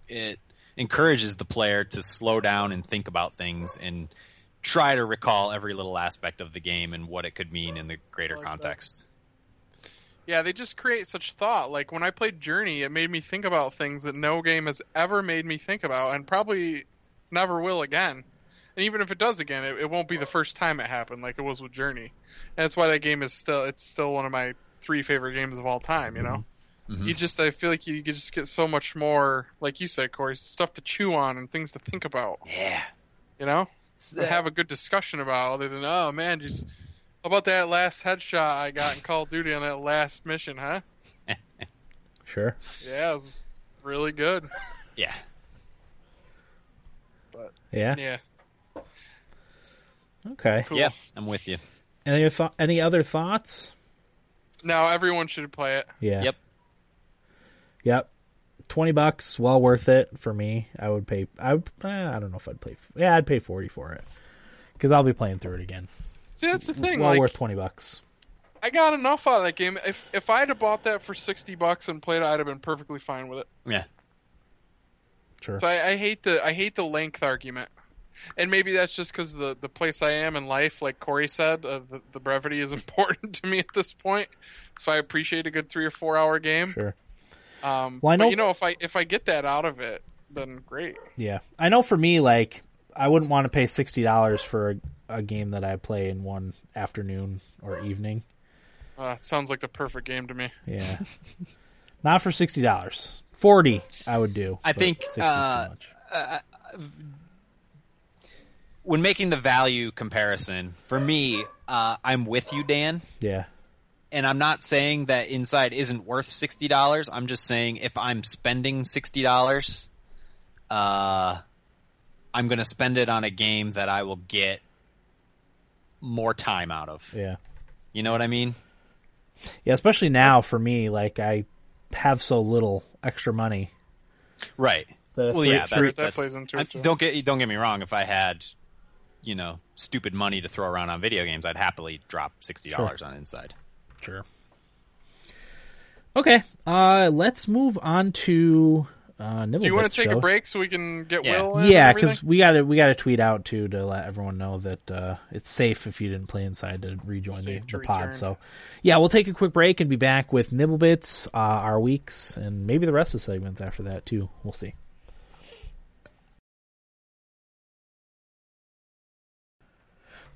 Speaker 3: it encourages the player to slow down and think about things and try to recall every little aspect of the game and what it could mean in the greater
Speaker 2: Like that.
Speaker 3: context.
Speaker 2: Yeah, they just create such thought. Like when I played Journey, it made me think about things that no game has ever made me think about, and probably never will again. And even if it does again, it, it won't be the first time it happened, like it was with Journey. And that's why that game is still it's still one of my three favorite games of all time. You know,
Speaker 3: Mhm.
Speaker 2: you just I feel like you, you just get so much more, like you said, Corey, stuff to chew on and things to think about.
Speaker 3: Yeah.
Speaker 2: You know,
Speaker 3: So-
Speaker 2: to have a good discussion about other than oh man, just how about that last headshot I got in Call of Duty on that last mission, huh?
Speaker 1: Sure.
Speaker 2: Yeah, it was really good.
Speaker 3: yeah.
Speaker 1: Yeah.
Speaker 2: Yeah,
Speaker 1: Okay.
Speaker 2: cool.
Speaker 3: Yeah, I'm with you.
Speaker 1: Any other thou- any other thoughts?
Speaker 2: Now everyone should play it.
Speaker 1: Yeah.
Speaker 3: Yep.
Speaker 1: Yep. Twenty bucks, well worth it for me. I would pay. I would- eh, I don't know if I'd pay. Yeah, I'd pay forty for it because I'll be playing through it again.
Speaker 2: See, that's the thing.
Speaker 1: well
Speaker 2: like,
Speaker 1: worth twenty bucks.
Speaker 2: I got enough out of that game. If if I'd have bought that for sixty bucks and played it, I'd have been perfectly fine with it.
Speaker 3: Yeah.
Speaker 1: Sure.
Speaker 2: So I, I hate the I hate the length argument, and maybe that's just because the the place I am in life, like Corey said, uh, the, the brevity is important to me at this point. So I appreciate a good three or four hour game.
Speaker 1: Sure.
Speaker 2: Um,
Speaker 1: Well, I
Speaker 2: but,
Speaker 1: know-
Speaker 2: you know if I if I get that out of it, then great.
Speaker 1: Yeah, I know for me, like I wouldn't want to pay sixty dollars for a, a game that I play in one afternoon or evening.
Speaker 2: Uh, it sounds like the perfect game to me.
Speaker 1: Yeah, not for sixty dollars. Forty, I would do.
Speaker 3: I
Speaker 1: but
Speaker 3: think,
Speaker 1: 60 's too
Speaker 3: uh,
Speaker 1: much.
Speaker 3: When making the value comparison, for me, uh, I'm with you, Dan.
Speaker 1: yeah,
Speaker 3: and I'm not saying that Inside isn't worth sixty dollars. I'm just saying if I'm spending sixty dollars, uh, I'm going to spend it on a game that I will get more time out of.
Speaker 1: yeah,
Speaker 3: You know what I mean?
Speaker 1: yeah. Especially now for me, like I have so little extra money.
Speaker 3: Right.
Speaker 1: That's
Speaker 3: well,
Speaker 1: right.
Speaker 3: yeah,
Speaker 1: Sure,
Speaker 3: that's,
Speaker 2: that
Speaker 3: that's-
Speaker 2: plays into it,
Speaker 3: I-
Speaker 2: too.
Speaker 3: don't get don't get me wrong. If I had, you know, stupid money to throw around on video games, I'd happily drop sixty dollars on Inside.
Speaker 1: Sure. Okay, uh, let's move on to uh,
Speaker 2: Do you want to take a break so we can get
Speaker 3: Yeah.
Speaker 2: Will? In and
Speaker 1: Yeah,
Speaker 2: everything?
Speaker 1: because we got to we got to tweet out too to let everyone know that uh, it's safe if you didn't play inside to rejoin the,
Speaker 2: Safe to
Speaker 1: the pod.
Speaker 2: return.
Speaker 1: So, yeah, we'll take a quick break and be back with Nibblebits, uh, our weeks, and maybe the rest of the segments after that too. We'll see.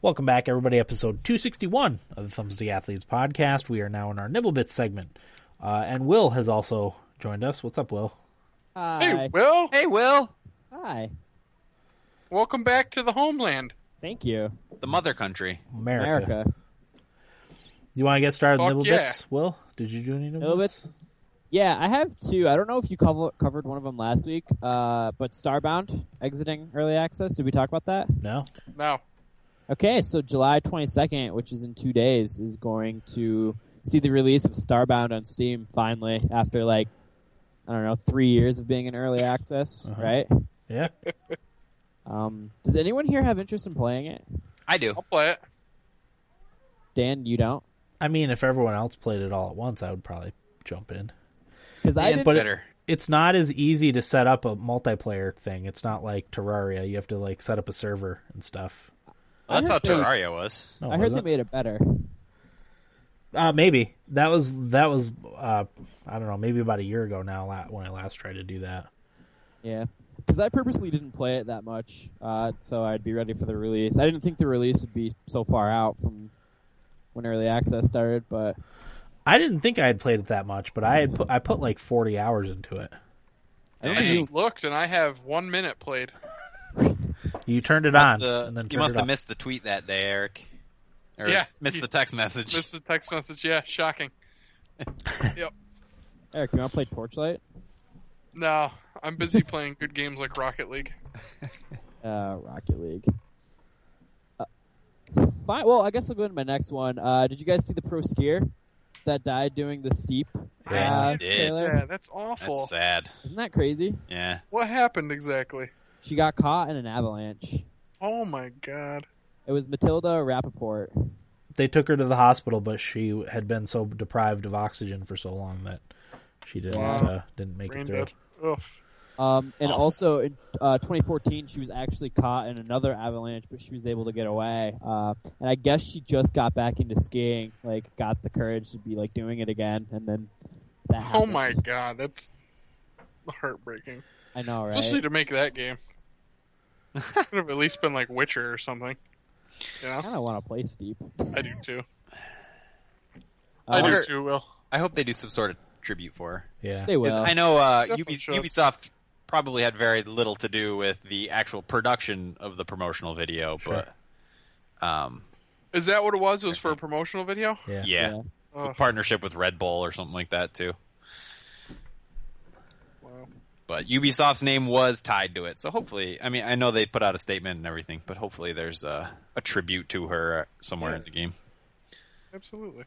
Speaker 1: Welcome back, everybody. Episode 261 of the Thumbs to Athletes podcast. We are now in our Nibblebits segment, uh, and Will has also joined us. What's up, Will?
Speaker 4: Hi.
Speaker 2: hey, Will,
Speaker 3: Hey, Will,
Speaker 4: Hi.
Speaker 2: welcome back to the homeland.
Speaker 4: Thank you.
Speaker 3: the mother country.
Speaker 4: America.
Speaker 1: You want to get started with
Speaker 2: Fuck
Speaker 1: Nibble
Speaker 2: yeah.
Speaker 1: Bits, Will? Did you do any Nibble
Speaker 4: Nibble
Speaker 1: Bits?
Speaker 4: Yeah, I have two. I don't know if you cover, covered one of them last week, uh, but Starbound exiting early access. Did we talk about that?
Speaker 1: No.
Speaker 2: No.
Speaker 4: Okay, so July 22nd, which is in two days, is going to see the release of Starbound on Steam finally after like I don't know three years of being in early access,
Speaker 1: Uh-huh.
Speaker 4: right?
Speaker 1: Yeah.
Speaker 4: Um, does anyone here have interest in playing it?
Speaker 3: I do.
Speaker 2: I'll play it.
Speaker 4: Dan, you don't,
Speaker 1: I mean, if everyone else played it all at once, I would probably jump in.
Speaker 4: because I
Speaker 3: Dan's
Speaker 4: did.
Speaker 1: But it-
Speaker 3: better.
Speaker 1: It's not as easy to set up a multiplayer thing. It's not like Terraria. You have to like set up a server and stuff.
Speaker 3: Well, that's how
Speaker 4: I heard
Speaker 3: Terraria was.
Speaker 1: No,
Speaker 4: I heard
Speaker 1: Oh, was
Speaker 4: they
Speaker 1: it?
Speaker 4: made it better.
Speaker 1: Uh, maybe that was that was uh, I don't know maybe about a year ago now la- when I last tried to do that.
Speaker 4: Yeah, because I purposely didn't play it that much, uh, so I'd be ready for the release. I didn't think the release would be so far out from when early access started, but
Speaker 1: I didn't think I had played it that much, but I had put, I put like forty hours into it.
Speaker 4: I don't
Speaker 2: I
Speaker 4: think
Speaker 3: Dang.
Speaker 4: you
Speaker 2: just looked and I have one minute played.
Speaker 1: You turned it on
Speaker 3: Must, uh,
Speaker 1: and then
Speaker 3: you
Speaker 1: turned
Speaker 3: must
Speaker 1: it
Speaker 3: have
Speaker 1: off.
Speaker 3: missed the tweet that day, Eric. Or
Speaker 2: Yeah.
Speaker 3: missed the text message.
Speaker 2: Missed the text message. Yeah, shocking.
Speaker 4: Eric, you want to play Torchlight?
Speaker 2: No, I'm busy playing good games like Rocket League.
Speaker 4: Uh, Rocket League. Uh, fine. Well, I guess I'll go into my next one. Uh, did you guys see the pro skier that died doing the steep?
Speaker 3: I
Speaker 4: uh,
Speaker 3: did.
Speaker 4: Trailer?
Speaker 2: Yeah, that's awful.
Speaker 3: That's sad.
Speaker 4: Isn't that crazy?
Speaker 3: Yeah.
Speaker 2: What happened exactly?
Speaker 4: She got caught in an avalanche.
Speaker 2: Oh my god.
Speaker 4: It was Matilda Rappaport.
Speaker 1: They took her to the hospital, but she had been so deprived of oxygen for so long that she didn't
Speaker 2: Wow.
Speaker 1: uh, didn't make
Speaker 2: Brain
Speaker 1: it through.
Speaker 2: dead. Ugh.
Speaker 4: Um, and
Speaker 3: Oh.
Speaker 4: also in uh, 2014, she was actually caught in another avalanche, but she was able to get away. Uh, and I guess she just got back into skiing, like got the courage to be like doing it again, and then that.
Speaker 2: Oh
Speaker 4: happened.
Speaker 2: my god, that's heartbreaking.
Speaker 4: I know, right?
Speaker 2: Especially to make that game. Could have at least been like Witcher or something.
Speaker 4: I
Speaker 2: Yeah,
Speaker 4: kind of want to play steep.
Speaker 2: I do too.
Speaker 3: I
Speaker 2: I
Speaker 4: Uh,
Speaker 2: do
Speaker 3: wonder-
Speaker 2: too, Will.
Speaker 3: I hope they do some sort of tribute for her.
Speaker 1: Yeah,
Speaker 4: They
Speaker 3: 'Cause
Speaker 4: will.
Speaker 3: I know uh,
Speaker 2: Definitely
Speaker 3: Ubi-
Speaker 2: should.
Speaker 3: Ubisoft probably had very little to do with the actual production of the promotional video,
Speaker 1: Sure.
Speaker 3: but um,
Speaker 2: Is that what it was? It was for a promotional video? Oh,
Speaker 1: yeah,
Speaker 3: yeah.
Speaker 4: Yeah.
Speaker 3: A
Speaker 2: Ugh,
Speaker 3: partnership with Red Bull or something like that too.
Speaker 2: wow.
Speaker 3: But Ubisoft's name was tied to it, so hopefully, I mean, I know they put out a statement and everything, but hopefully there's a, a tribute to her somewhere
Speaker 2: Yeah.
Speaker 3: in the game.
Speaker 2: Absolutely.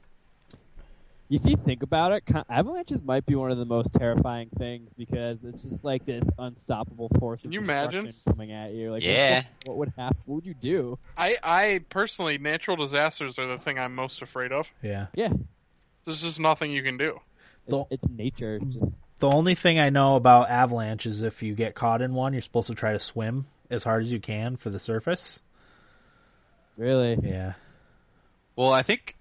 Speaker 4: If you think about it, con- avalanches might be one of the most terrifying things because it's just like this unstoppable force
Speaker 2: Can
Speaker 4: of
Speaker 2: you
Speaker 4: destruction
Speaker 2: imagine?
Speaker 4: coming at you. Like, what-
Speaker 3: Yeah.
Speaker 4: what, would happen? What would you do?
Speaker 2: I, I personally, natural disasters are the thing I'm most afraid of.
Speaker 1: yeah.
Speaker 4: Yeah,
Speaker 2: There's just nothing you can do.
Speaker 4: it's,
Speaker 1: The-
Speaker 4: it's nature. Just
Speaker 1: The only thing I know about avalanche is if you get caught in one, you're supposed to try to swim as hard as you can for the surface.
Speaker 4: really.
Speaker 1: Yeah,
Speaker 3: Well, I think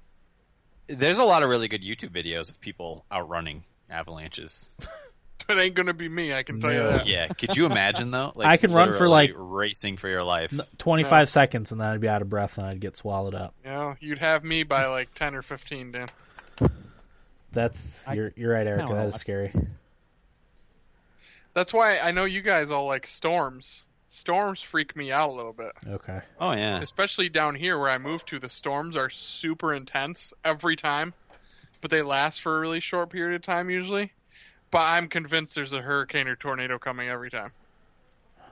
Speaker 3: there's a lot of really good YouTube videos of people outrunning avalanches.
Speaker 2: It ain't gonna be me, I can tell
Speaker 1: No.
Speaker 2: you that.
Speaker 3: Yeah, could you imagine though? Like,
Speaker 1: I can run for,
Speaker 3: literally
Speaker 1: like-
Speaker 3: racing for your life.
Speaker 1: twenty five seconds, and then I'd be out of breath and I'd get swallowed up.
Speaker 2: You know, you'd have me by like 10 or 15, Dan.
Speaker 1: That's
Speaker 4: I-
Speaker 1: you're you're right,
Speaker 4: I
Speaker 1: Erica.
Speaker 4: don't
Speaker 1: That
Speaker 4: know.
Speaker 1: is scary.
Speaker 2: That's why I know you guys all like storms. Storms freak me out a little bit.
Speaker 1: Okay.
Speaker 3: Oh yeah,
Speaker 2: Especially down here where I moved to, the storms are super intense every time, but they last for a really short period of time usually. But I'm convinced there's a hurricane or tornado coming every time.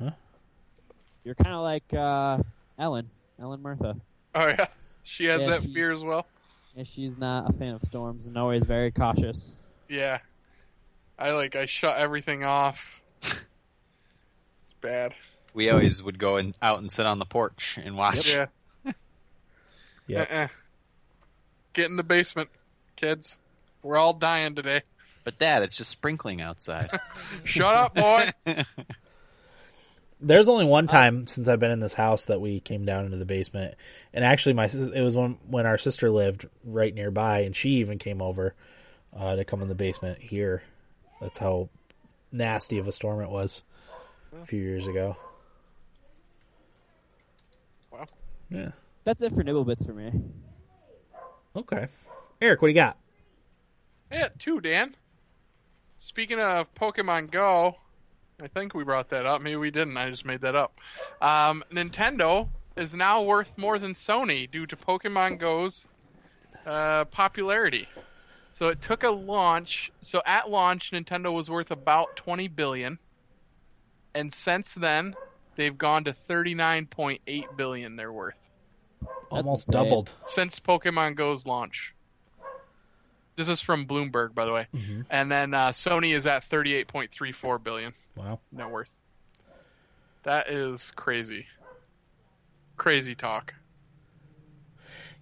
Speaker 4: You're kind of like uh, Ellen, Ellen Murtha.
Speaker 2: Oh yeah, she has
Speaker 4: Yeah,
Speaker 2: that
Speaker 4: she-
Speaker 2: fear as well.
Speaker 4: Yeah, she's not a fan of storms and always very cautious.
Speaker 2: Yeah, I like I shut everything off. it's bad.
Speaker 3: we always would go and out and sit on the porch and watch.
Speaker 2: Yeah.
Speaker 1: Yep.
Speaker 2: Uh-uh. Get in the basement, kids. We're all dying today.
Speaker 3: But Dad, it's just sprinkling outside.
Speaker 2: Shut up, boy.
Speaker 1: There's only one time since I've been in this house that we came down into the basement, and actually, my sis- it was when when our sister lived right nearby, and she even came over uh, to come in the basement here. That's how nasty of a storm it was a few years ago.
Speaker 2: Wow.
Speaker 1: Yeah.
Speaker 4: That's it for nibble bits for me.
Speaker 1: Okay. Eric, what do you got?
Speaker 2: Yeah, too, Dan. Speaking of Pokemon Go, I think we brought that up. Maybe we didn't. I just made that up. Um, Nintendo is now worth more than Sony due to Pokemon Go's uh, popularity. So it took a launch. So at launch, Nintendo was worth about 20 billion, and since then, they've gone to 39.8 billion. They're worth
Speaker 1: Almost
Speaker 4: insane.
Speaker 1: doubled.
Speaker 2: since Pokemon Go's launch. This is from Bloomberg, by the way.
Speaker 1: Mm-hmm.
Speaker 2: And then uh, Sony is at 38.34 billion
Speaker 1: Wow.
Speaker 2: net worth. That is crazy. Crazy talk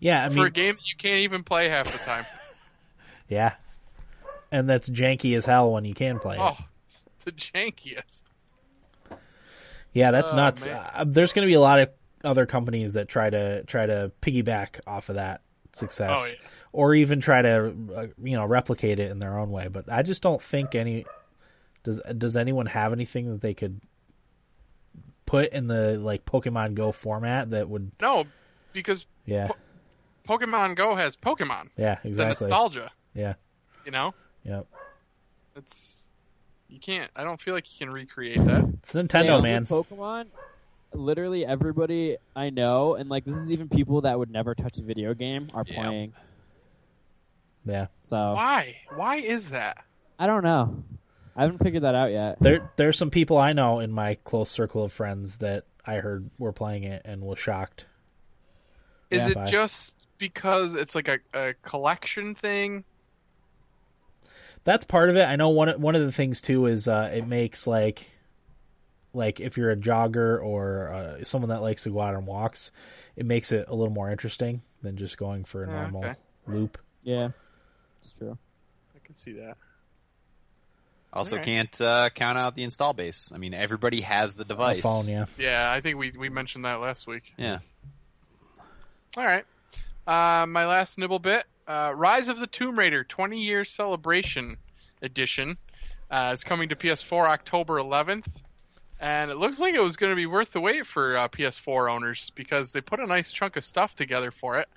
Speaker 1: Yeah, I
Speaker 2: for a
Speaker 1: mean,
Speaker 2: game that you can't even play half the time.
Speaker 1: yeah. And that's janky as hell when you can play it.
Speaker 2: Oh, it's the jankiest.
Speaker 1: Yeah, that's
Speaker 2: Oh,
Speaker 1: nuts.
Speaker 2: man.
Speaker 1: Uh, there's going to be a lot of other companies that try to try to piggyback off of that success,
Speaker 2: Oh, yeah.
Speaker 1: or even try to uh, you know replicate it in their own way. But I just don't think any does does anyone have anything that they could put in the like Pokemon Go format that would
Speaker 2: No, because
Speaker 1: yeah
Speaker 2: Pokemon Go has Pokemon.
Speaker 1: yeah
Speaker 2: It's
Speaker 1: exactly
Speaker 2: a nostalgia,
Speaker 1: yeah
Speaker 2: you know?
Speaker 1: yeah
Speaker 2: It's you can't I don't feel like you can recreate that.
Speaker 1: it's Nintendo
Speaker 4: Yeah,
Speaker 1: man
Speaker 4: with Pokemon. Literally everybody I know, and like this is even people that would never touch a video game are
Speaker 3: Yeah.
Speaker 4: playing.
Speaker 1: yeah
Speaker 4: So
Speaker 2: Why? Why is that?
Speaker 4: I don't know. I haven't figured that out yet.
Speaker 1: there there's some people I know in my close circle of friends that I heard were playing it and was shocked
Speaker 2: Is
Speaker 1: Yeah,
Speaker 2: it
Speaker 1: bye.
Speaker 2: just because it's like a, a collection thing?
Speaker 1: that's part of it. I know one one of the things too is uh, it makes like like if you're a jogger or uh, someone that likes to go out on walks, it makes it a little more interesting than just going for a
Speaker 2: Yeah,
Speaker 1: normal
Speaker 2: Ah, okay.
Speaker 1: loop.
Speaker 4: Yeah, it's true.
Speaker 2: I can see that.
Speaker 3: Also,
Speaker 2: Alright.
Speaker 3: can't uh, count out the install base. I mean, everybody has the
Speaker 1: A
Speaker 3: device.
Speaker 1: phone, yeah.
Speaker 2: Yeah, I think we, we mentioned that last week.
Speaker 3: Yeah.
Speaker 2: All right. Uh, my last nibble bit uh, Rise of the Tomb Raider 20 year celebration edition uh, is coming to PS4 October 11th. And it looks like it was going to be worth the wait for uh, PS4 owners because they put a nice chunk of stuff together for it.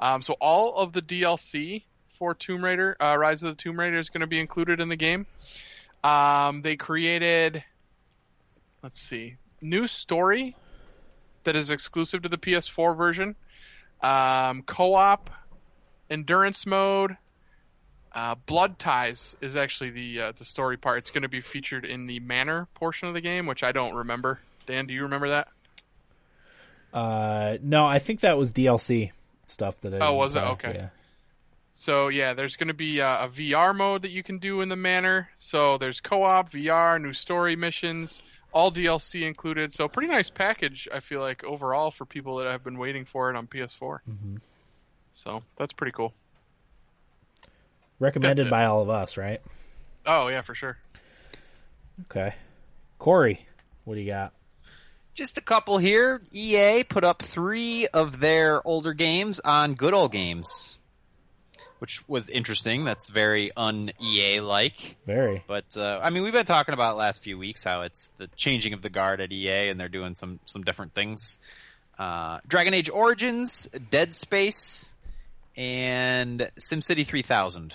Speaker 2: Um, so all of the DLC for Tomb Raider, uh, Rise of the Tomb Raider, is going to be included in the game. Um, they created, let's see, new story that is exclusive to the PS4 version um, co-op, endurance mode, uh, blood ties is actually the uh, the story part. It's going to be featured in the manor portion of the game, which I don't remember. Dan, do you remember that?
Speaker 1: Uh, no, I think that was DLC stuff that I didn't
Speaker 2: Oh, was it?
Speaker 1: play,
Speaker 2: Okay.
Speaker 1: yeah.
Speaker 2: So yeah, there's going to be uh, a VR mode that you can do in the manor. So there's co-op, VR, new story missions, all DLC included. So pretty nice package, I feel like overall for people that have been waiting for it on PS4.
Speaker 4: Mm-hmm.
Speaker 2: So that's pretty cool.
Speaker 1: Recommended
Speaker 2: it.
Speaker 1: by all of us, right?
Speaker 2: Oh yeah, for sure.
Speaker 1: Okay. Corey, what do you got?
Speaker 3: Just a couple here. EA put up three of their older games on Good Old Games, which was interesting. That's very un EA like.
Speaker 1: Very.
Speaker 3: But uh, I mean, we've been talking about last few weeks how it's the changing of the guard at EA, and they're doing some some different things. Uh, Dragon Age Origins, Dead Space, and SimCity 3000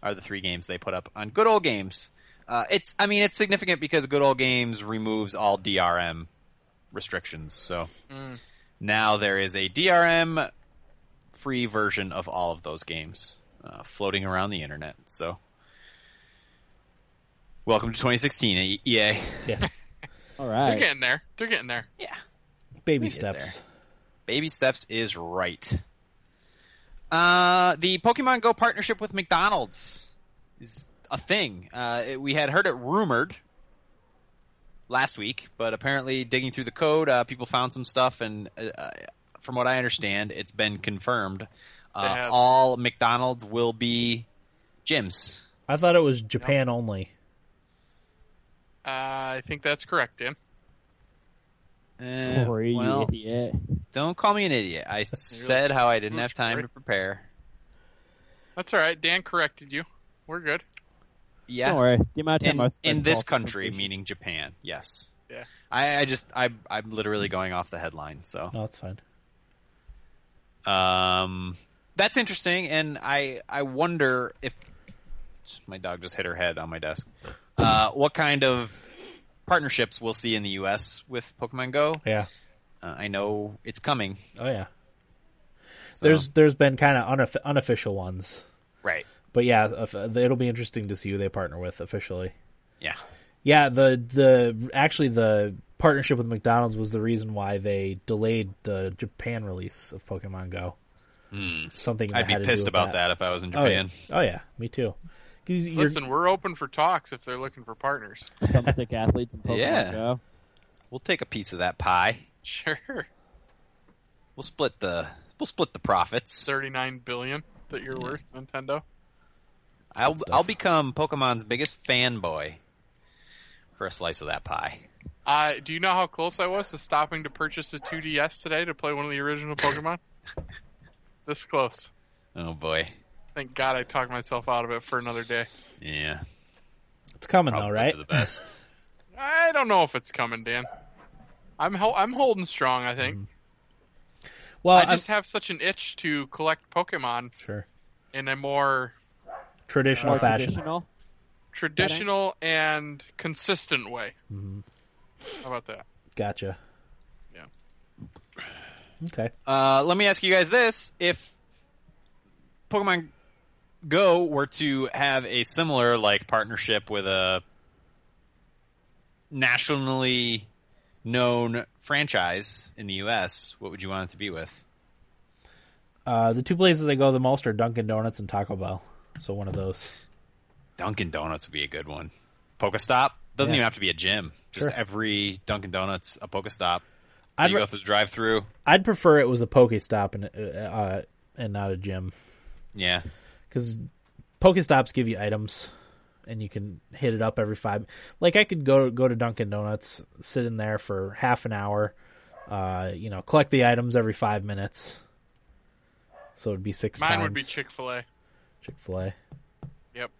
Speaker 3: are the three games they put up on Good Old Games. Uh, it's I mean, it's significant because Good Old Games removes all DRM restrictions, so now there is a DRM free version of all of those games uh, floating around the internet. So. Welcome to 2016, E- EA.
Speaker 1: Yeah.
Speaker 4: All
Speaker 2: They're
Speaker 4: right.
Speaker 2: getting there. They're getting there.
Speaker 3: Yeah.
Speaker 1: Baby
Speaker 3: get
Speaker 1: steps.
Speaker 3: Baby steps is right. Uh, the Pokemon Go partnership with McDonald's is a thing. Uh, it- we had heard it rumored last week, but apparently, digging through the code, uh, people found some stuff, and uh, uh, from what I understand, it's been confirmed.
Speaker 2: They
Speaker 3: Uh,
Speaker 2: have.
Speaker 3: all McDonald's will be gyms.
Speaker 1: I thought it was Japan only.
Speaker 2: Uh, I think that's correct, Dan.
Speaker 3: Uh,
Speaker 4: Corey,
Speaker 3: well,
Speaker 4: you idiot.
Speaker 3: Don't call me an idiot. I said how I didn't have time to prepare.
Speaker 2: That's all right. Dan corrected you. We're good.
Speaker 3: Yeah.
Speaker 4: Don't worry. The amount of time
Speaker 3: In,
Speaker 4: I've spent
Speaker 3: in this
Speaker 4: false
Speaker 3: country,
Speaker 4: information-
Speaker 3: meaning Japan, yes.
Speaker 2: Yeah.
Speaker 3: I, I just I I'm literally going off the headline, so
Speaker 1: No, it's fine.
Speaker 3: um that's interesting and I I wonder if my dog just hit her head on my desk. Uh what kind of partnerships we'll see in the US with Pokemon Go?
Speaker 1: Yeah.
Speaker 3: Uh, I know it's coming.
Speaker 1: Oh yeah.
Speaker 3: so-
Speaker 1: There's there's been kind of unof- unofficial ones
Speaker 3: right.
Speaker 1: But yeah, if- uh, it'll be interesting to see who they partner with officially.
Speaker 3: Yeah.
Speaker 1: Yeah, the the actually the partnership with McDonald's was the reason why they delayed the Japan release of Pokemon Go. Something that
Speaker 3: Hmm. I'd be
Speaker 1: had to do
Speaker 3: pissed
Speaker 1: with
Speaker 3: about that. if I was in
Speaker 1: Oh yeah.
Speaker 3: Japan.
Speaker 1: oh yeah, me too. 'Cause you're-
Speaker 2: Listen, we're open for talks if they're looking for partners.
Speaker 4: thumbstick athletes and Pokemon
Speaker 3: Yeah.
Speaker 4: Go.
Speaker 3: We'll take a piece of that pie.
Speaker 2: Sure.
Speaker 3: We'll split the we'll split the profits.
Speaker 2: 39 billion that you're worth, Nintendo.
Speaker 3: I'll
Speaker 1: stuff.
Speaker 3: I'll become Pokemon's biggest fanboy for a slice of that pie.
Speaker 2: Uh, do you know how close I was to stopping to purchase a 2DS today to play one of the original Pokemon? this close.
Speaker 3: Oh boy.
Speaker 2: Thank God I talked myself out of it for another day.
Speaker 3: Yeah.
Speaker 1: it's coming though,
Speaker 3: Probably
Speaker 1: right?
Speaker 3: for the best.
Speaker 2: I don't know if it's coming, Dan. I'm ho- I'm holding strong. I think
Speaker 1: Mm-hmm. Well,
Speaker 2: I
Speaker 1: I'm-
Speaker 2: just have such an itch to collect Pokemon
Speaker 1: sure
Speaker 2: in a more
Speaker 1: traditional
Speaker 4: More
Speaker 1: fashion.
Speaker 4: traditional.
Speaker 2: traditional and consistent way.
Speaker 1: Mhm.
Speaker 2: How about that?
Speaker 1: Gotcha.
Speaker 2: Yeah.
Speaker 1: Okay.
Speaker 3: Uh, let me ask you guys this: If Pokemon Go were to have a similar like partnership with a nationally known franchise in the U.S., what would you want it to be with?
Speaker 1: Uh, the two places I go the most are Dunkin' Donuts and Taco Bell. So one of those.
Speaker 3: Dunkin' Donuts would be a good one. Pokestop doesn't
Speaker 1: Yeah.
Speaker 3: even have to be a gym; just
Speaker 1: Sure.
Speaker 3: every Dunkin' Donuts a Pokestop. So
Speaker 1: I'd
Speaker 3: you
Speaker 1: re-
Speaker 3: go through the drive-through.
Speaker 1: I'd prefer it was a Pokestop and uh, uh, and not a gym
Speaker 3: Yeah,
Speaker 1: because Pokestops give you items and you can hit it up every five. Like I could go go to Dunkin' Donuts, sit in there for half an hour, uh, you know, collect the items every five minutes. So it'd be six.
Speaker 2: Mine would be
Speaker 1: Chick
Speaker 2: Chick Fil A.
Speaker 1: Fil A.
Speaker 2: Yep.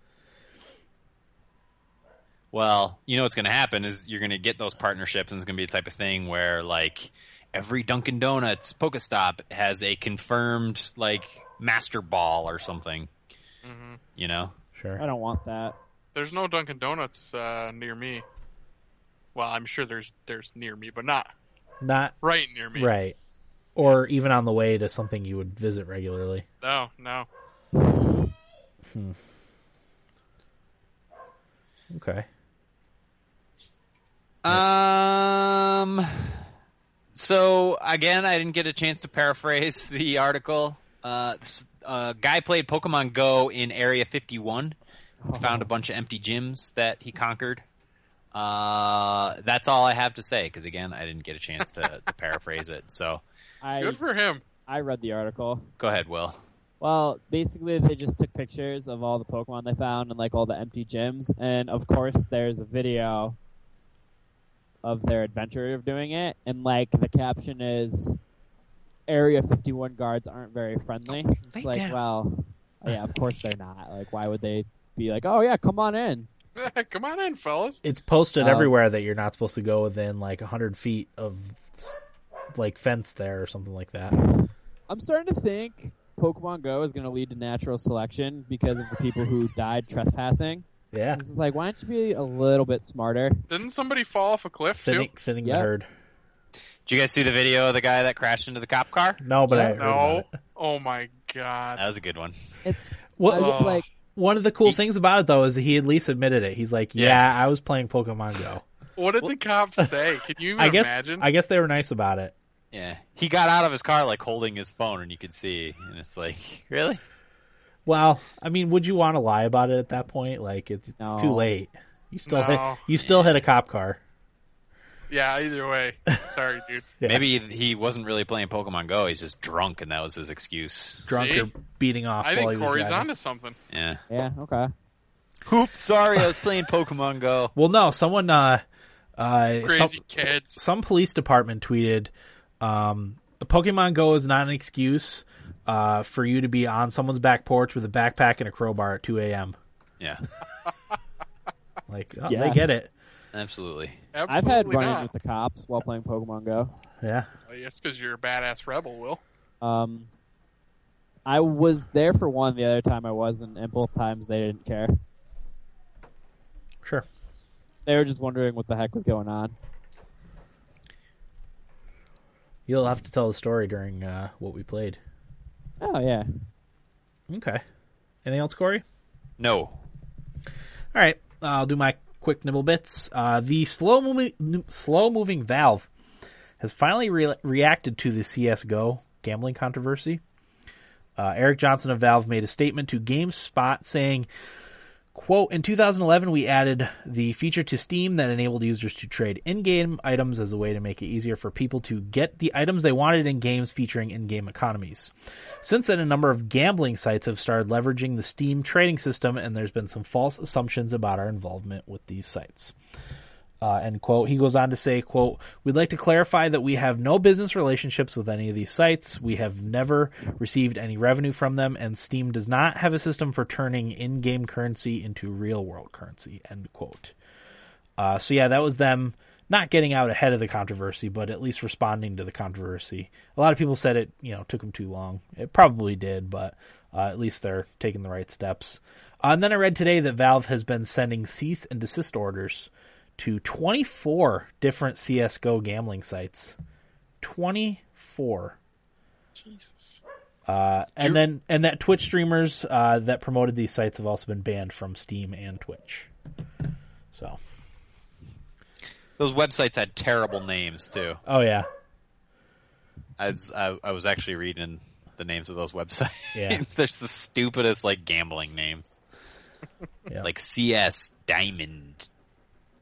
Speaker 3: Well, you know what's going to happen is you're going to get those partnerships, and it's going to be the type of thing where like every Dunkin' Donuts Pokestop has a confirmed like Master Ball or something. You know,
Speaker 1: Sure.
Speaker 4: I don't want that.
Speaker 2: There's no Dunkin' Donuts uh, near me. Well, I'm sure there's there's near me, but not
Speaker 1: Not
Speaker 2: right near me.
Speaker 1: right, or even on the way to something you would visit regularly.
Speaker 2: No, no.
Speaker 1: Okay.
Speaker 3: Um. So again, I didn't get a chance to paraphrase the article. Uh, s- a guy played Pokemon Go in Area 51, found a bunch of empty gyms that he conquered. Uh, that's all I have to say because again, I didn't get a chance to, to paraphrase it. So
Speaker 4: I
Speaker 2: Good for him.
Speaker 4: I read the article.
Speaker 3: go ahead, Will.
Speaker 4: Well, basically, they just took pictures of all the Pokemon they found and like all the empty gyms, and of course, there's a video of their adventure of doing it, and like the caption is, "Area 51 guards aren't very friendly." It's like,
Speaker 3: down.
Speaker 4: well, yeah, of course they're not. Like, why would they be like, "Oh yeah, come on in"?
Speaker 2: Come on in, fellas.
Speaker 1: it's posted
Speaker 4: Um,
Speaker 1: everywhere that you're not supposed to go within like 100 feet of like fence there or something like that
Speaker 4: I'm starting to think Pokemon Go is going to lead to natural selection because of the people who died trespassing.
Speaker 1: yeah
Speaker 4: This is like, why don't you be a little bit smarter?
Speaker 2: Didn't somebody fall off a cliff too?
Speaker 1: thinning, thinning the
Speaker 4: Yeah.
Speaker 1: herd
Speaker 3: Did you guys see the video of the guy that crashed into the cop car?
Speaker 1: no but
Speaker 4: Yeah.
Speaker 1: I heard about
Speaker 2: No.
Speaker 1: it. Uh,
Speaker 2: Oh my god.
Speaker 3: That was a good one.
Speaker 4: It's I
Speaker 1: What,
Speaker 4: was
Speaker 2: Oh.
Speaker 4: like,
Speaker 1: one of the cool things about it though is that he at least admitted it he's like yeah,
Speaker 3: Yeah.
Speaker 1: i was playing pokemon go
Speaker 2: What did the cops say? Can you even
Speaker 1: i guess
Speaker 2: imagine?
Speaker 1: i guess they were nice about it
Speaker 3: Yeah, he got out of his car like holding his phone, and you could see, and it's like, really?
Speaker 1: well i mean would you want to lie about it at that point like it's, it's too
Speaker 4: No.
Speaker 1: late you still
Speaker 2: No.
Speaker 1: hit, you still hit a cop car
Speaker 2: Yeah, either way. Sorry, dude.
Speaker 1: Yeah.
Speaker 3: Maybe he wasn't really playing Pokemon Go. He's just drunk, and that was his excuse.
Speaker 1: drunk
Speaker 2: See?
Speaker 1: or beating off
Speaker 2: I
Speaker 1: while
Speaker 2: think
Speaker 1: he was
Speaker 2: Corey's
Speaker 1: driving.
Speaker 2: onto something.
Speaker 3: Yeah.
Speaker 4: yeah, okay.
Speaker 3: Oops, sorry, I was playing Pokemon Go.
Speaker 1: well no someone uh uh
Speaker 2: Crazy
Speaker 1: some-
Speaker 2: kids.
Speaker 1: some police department tweeted, um, "Pokemon Go is not an excuse uh, for you to be on someone's back porch with a backpack and a crowbar at 2 a.m."
Speaker 3: Yeah,
Speaker 1: Like oh,
Speaker 4: Yeah.
Speaker 1: they get it.
Speaker 3: absolutely.
Speaker 4: I've
Speaker 2: Absolutely
Speaker 4: had run-ins
Speaker 2: not.
Speaker 4: with the cops while playing Pokemon Go.
Speaker 1: Yeah,
Speaker 2: That's because you're a badass rebel, Will.
Speaker 4: Um, I was there for one the other time I wasn't, and both times they didn't care.
Speaker 1: sure.
Speaker 4: They were just wondering what the heck was going on.
Speaker 1: You'll have to tell the story during uh, what we played.
Speaker 4: Oh yeah,
Speaker 1: Okay. Anything else, Corey?
Speaker 3: No.
Speaker 1: All right, I'll do my quick nibble bits. Uh, the slow moving slow moving Valve has finally re- reacted to the CS:GO gambling controversy. Uh, Eric Johnson of Valve made a statement to GameSpot saying, "Quote: In 2011, we added the feature to Steam that enabled users to trade in-game items as a way to make it easier for people to get the items they wanted in games featuring in-game economies." Since then, a number of gambling sites have started leveraging the Steam trading system, and there's been some false assumptions about our involvement with these sites. Uh, end quote. He goes on to say, quote, We'd like to clarify that we have no business relationships with any of these sites. We have never received any revenue from them, and Steam does not have a system for turning in game currency into real world currency, end quote. Uh, so, yeah, that was them not getting out ahead of the controversy, but at least responding to the controversy. A lot of people said it, you know, took them too long. It probably did, but uh, at least they're taking the right steps. Uh, and then I read today that Valve has been sending cease and desist orders to 24 different CS:GO gambling sites. 24.
Speaker 2: Jesus.
Speaker 1: Uh, and
Speaker 3: Ju-
Speaker 1: then and that Twitch streamers uh, that promoted these sites have also been banned from Steam and Twitch. So,
Speaker 3: Those websites had terrible names too.
Speaker 1: oh yeah.
Speaker 3: As I, I was actually reading the names of those websites.
Speaker 1: Yeah.
Speaker 3: There's the stupidest like gambling names.
Speaker 1: Yeah.
Speaker 3: Like CS Diamond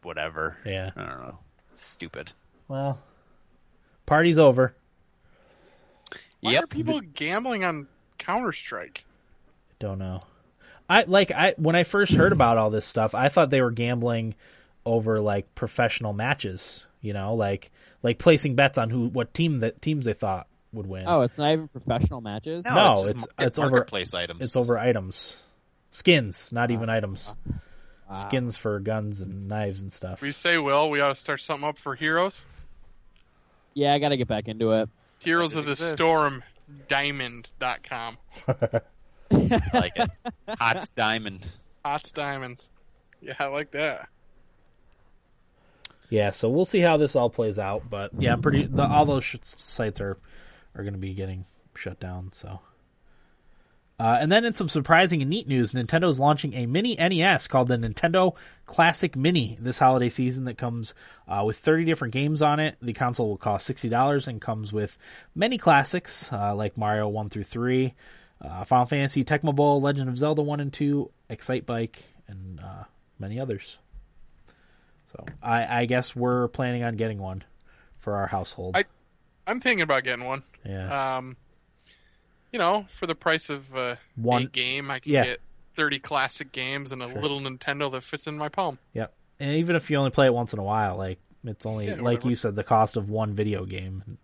Speaker 3: whatever.
Speaker 1: Yeah.
Speaker 3: I don't know. Stupid.
Speaker 1: Well, party's over.
Speaker 2: Why
Speaker 3: Yep.
Speaker 2: are people gambling on Counter Strike?
Speaker 1: Don't know. I like I when I first heard about all this stuff, I thought they were gambling over like professional matches, you know, like like placing bets on who what team that teams they thought would win.
Speaker 4: Oh, it's not even professional matches.
Speaker 1: No, it's-
Speaker 3: market-
Speaker 1: it's over-
Speaker 3: marketplace items.
Speaker 1: It's over items. Skins, not even items. Skins for guns and knives and stuff.
Speaker 2: We say, Will, we ought to start something up for Heroes.
Speaker 4: Yeah, I gotta get back into it.
Speaker 2: Heroes
Speaker 3: That
Speaker 2: of the
Speaker 3: exists.
Speaker 2: Storm Diamond.com.
Speaker 3: I like it. Hot Diamond.
Speaker 2: Hots Diamonds. Yeah, I like that.
Speaker 1: Yeah, so we'll see how this all plays out, but yeah, I'm pretty the, all those sh- sites are are going to be getting shut down, so uh, and then in some surprising and neat news, Nintendo is launching a mini NES called the Nintendo Classic Mini this holiday season that comes uh, with 30 different games on it. The console will cost $60 and comes with many classics uh, like Mario 1 through 3, uh, Final Fantasy, Tecmo Bowl, Legend of Zelda 1 and 2, Excite Bike, and uh, many others. So I, I guess we're planning on getting one for our household.
Speaker 2: I- I'm thinking about getting one.
Speaker 1: yeah.
Speaker 2: Um, you know, for the price of uh,
Speaker 1: One-
Speaker 2: a game, I can
Speaker 1: yeah.
Speaker 2: get 30 classic games and a
Speaker 1: Sure.
Speaker 2: little Nintendo that fits in my palm.
Speaker 1: Yep. And even if you only play it once in a while, like it's only
Speaker 2: Yeah,
Speaker 1: like
Speaker 2: whatever.
Speaker 1: you said, the cost of one video game.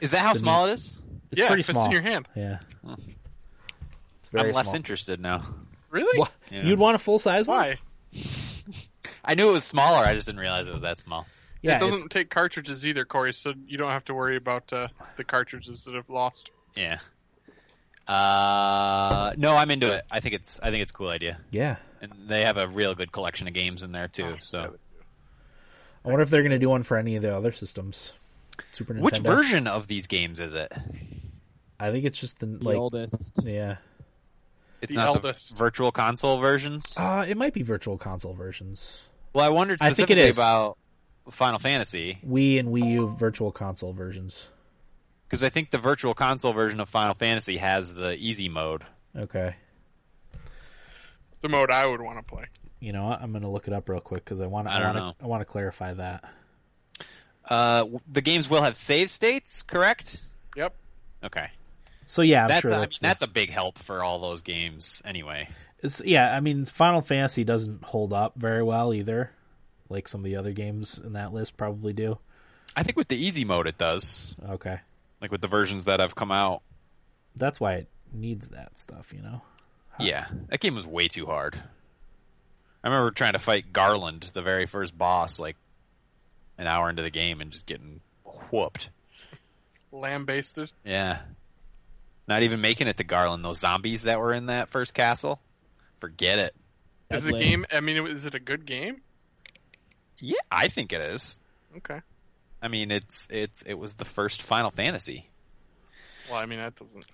Speaker 3: Is that how small it is?
Speaker 1: It's
Speaker 2: yeah,
Speaker 1: pretty
Speaker 2: it fits
Speaker 1: small.
Speaker 2: in your hand.
Speaker 1: Yeah. It's
Speaker 3: I'm less
Speaker 1: small.
Speaker 3: interested now.
Speaker 2: Really?
Speaker 1: Wha-
Speaker 3: Yeah.
Speaker 1: You'd want a full size one?
Speaker 2: Why?
Speaker 3: I knew it was smaller. I just didn't realize it was that small.
Speaker 1: Yeah.
Speaker 2: it
Speaker 1: it's-
Speaker 2: doesn't take cartridges either, Corey, so you don't have to worry about uh, the cartridges that have lost.
Speaker 3: Yeah. Uh, no, I'm into it. I think it's I think it's a cool idea,
Speaker 1: Yeah.
Speaker 3: and they have a real good collection of games in there
Speaker 2: Oh,
Speaker 3: too. So,
Speaker 1: I wonder if they're going to do one for any of the other systems. Super Nintendo.
Speaker 3: which version of these games is it?
Speaker 1: I think it's just the
Speaker 4: The
Speaker 1: like.
Speaker 4: oldest.
Speaker 1: Yeah.
Speaker 3: It's
Speaker 2: The
Speaker 3: not the
Speaker 2: eldest.
Speaker 3: virtual console versions.
Speaker 1: Uh, it might be virtual console versions.
Speaker 3: Well, I wondered
Speaker 1: I think
Speaker 3: specifically
Speaker 1: it is.
Speaker 3: about Final Fantasy
Speaker 1: Wii and Wii U virtual console versions.
Speaker 3: because I think the virtual console version of Final Fantasy has the easy mode.
Speaker 1: Okay.
Speaker 2: The mode I would want to play.
Speaker 1: You know what? I'm going to look it up real quick because I want to.
Speaker 3: I don't
Speaker 1: wanna, I want to clarify that.
Speaker 3: Uh, w- the games will have save states, correct?
Speaker 2: Yep.
Speaker 3: Okay,
Speaker 1: So yeah, I'm
Speaker 3: that's
Speaker 1: sure
Speaker 3: a, I
Speaker 1: that's
Speaker 3: mean, that's a big help for all those games anyway.
Speaker 1: It's, yeah, I mean, Final Fantasy doesn't hold up very well either. Like some of the other games in that list probably do.
Speaker 3: I think with the easy mode it does.
Speaker 1: Okay.
Speaker 3: Like with the versions that have come out.
Speaker 1: That's why it needs that stuff, you know?
Speaker 3: Yeah. That game was way too hard. I remember trying to fight Garland, the very first boss, like an hour into the game and just getting whooped.
Speaker 2: Lambasted.
Speaker 3: Yeah. Not even making it to Garland. Those zombies that were in that first castle. Forget it.
Speaker 2: Is the
Speaker 1: Deadly.
Speaker 2: game, I mean, is it a good game?
Speaker 3: Yeah, I think it is.
Speaker 2: Okay.
Speaker 3: I mean, it's it's it was the first Final Fantasy.
Speaker 2: Well, I mean, that doesn't,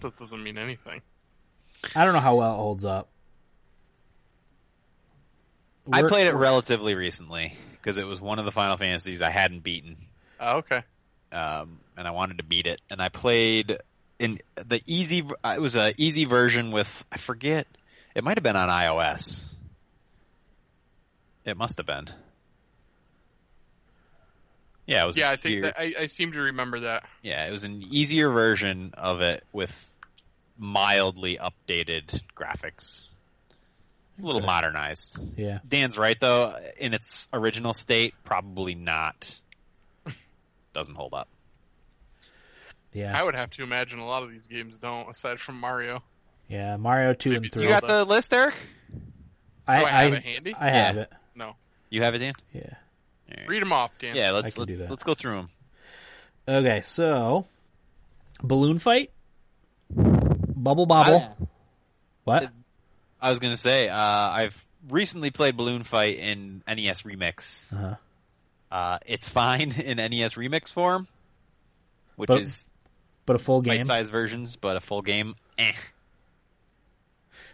Speaker 2: that doesn't mean anything.
Speaker 1: I don't know how well it holds up.
Speaker 3: I
Speaker 1: we're-
Speaker 3: played it relatively recently because it was one of the Final Fantasies I hadn't beaten,
Speaker 2: Oh, okay.
Speaker 3: um, and I wanted to beat it. And I played in the easy. It was a easy version with I forget. It might have been on iOS. It must have been. Yeah, it was.
Speaker 2: Yeah,
Speaker 3: an
Speaker 2: I think
Speaker 3: easier-
Speaker 2: that, I, I seem to remember that.
Speaker 3: yeah, it was an easier version of it with mildly updated graphics, a little
Speaker 1: Okay.
Speaker 3: modernized.
Speaker 1: Yeah.
Speaker 3: Dan's right though. In its original state, probably not. Doesn't hold up.
Speaker 1: Yeah.
Speaker 2: I would have to imagine a lot of these games don't, aside from Mario.
Speaker 1: Yeah. Mario 2 and
Speaker 2: Maybe
Speaker 1: 3.
Speaker 2: You got the
Speaker 3: list, Eric?
Speaker 2: Do
Speaker 3: oh,
Speaker 2: I have it handy?
Speaker 1: I have
Speaker 3: Yeah.
Speaker 1: it.
Speaker 2: No.
Speaker 3: You have it, Dan?
Speaker 1: Yeah.
Speaker 2: Read them off, Dan.
Speaker 3: Yeah,
Speaker 1: I
Speaker 3: let's
Speaker 1: can do
Speaker 3: let's
Speaker 1: that.
Speaker 3: let's go through them.
Speaker 1: Okay, so balloon fight, bubble bobble.
Speaker 4: Yeah.
Speaker 1: what?
Speaker 3: I was gonna say uh, I've recently played Balloon Fight in NES Remix.
Speaker 1: Uh-huh.
Speaker 3: Uh, it's fine in NES Remix form, which
Speaker 1: But-
Speaker 3: is
Speaker 1: But a full game.
Speaker 3: bite-sized versions, but a full game. Eh.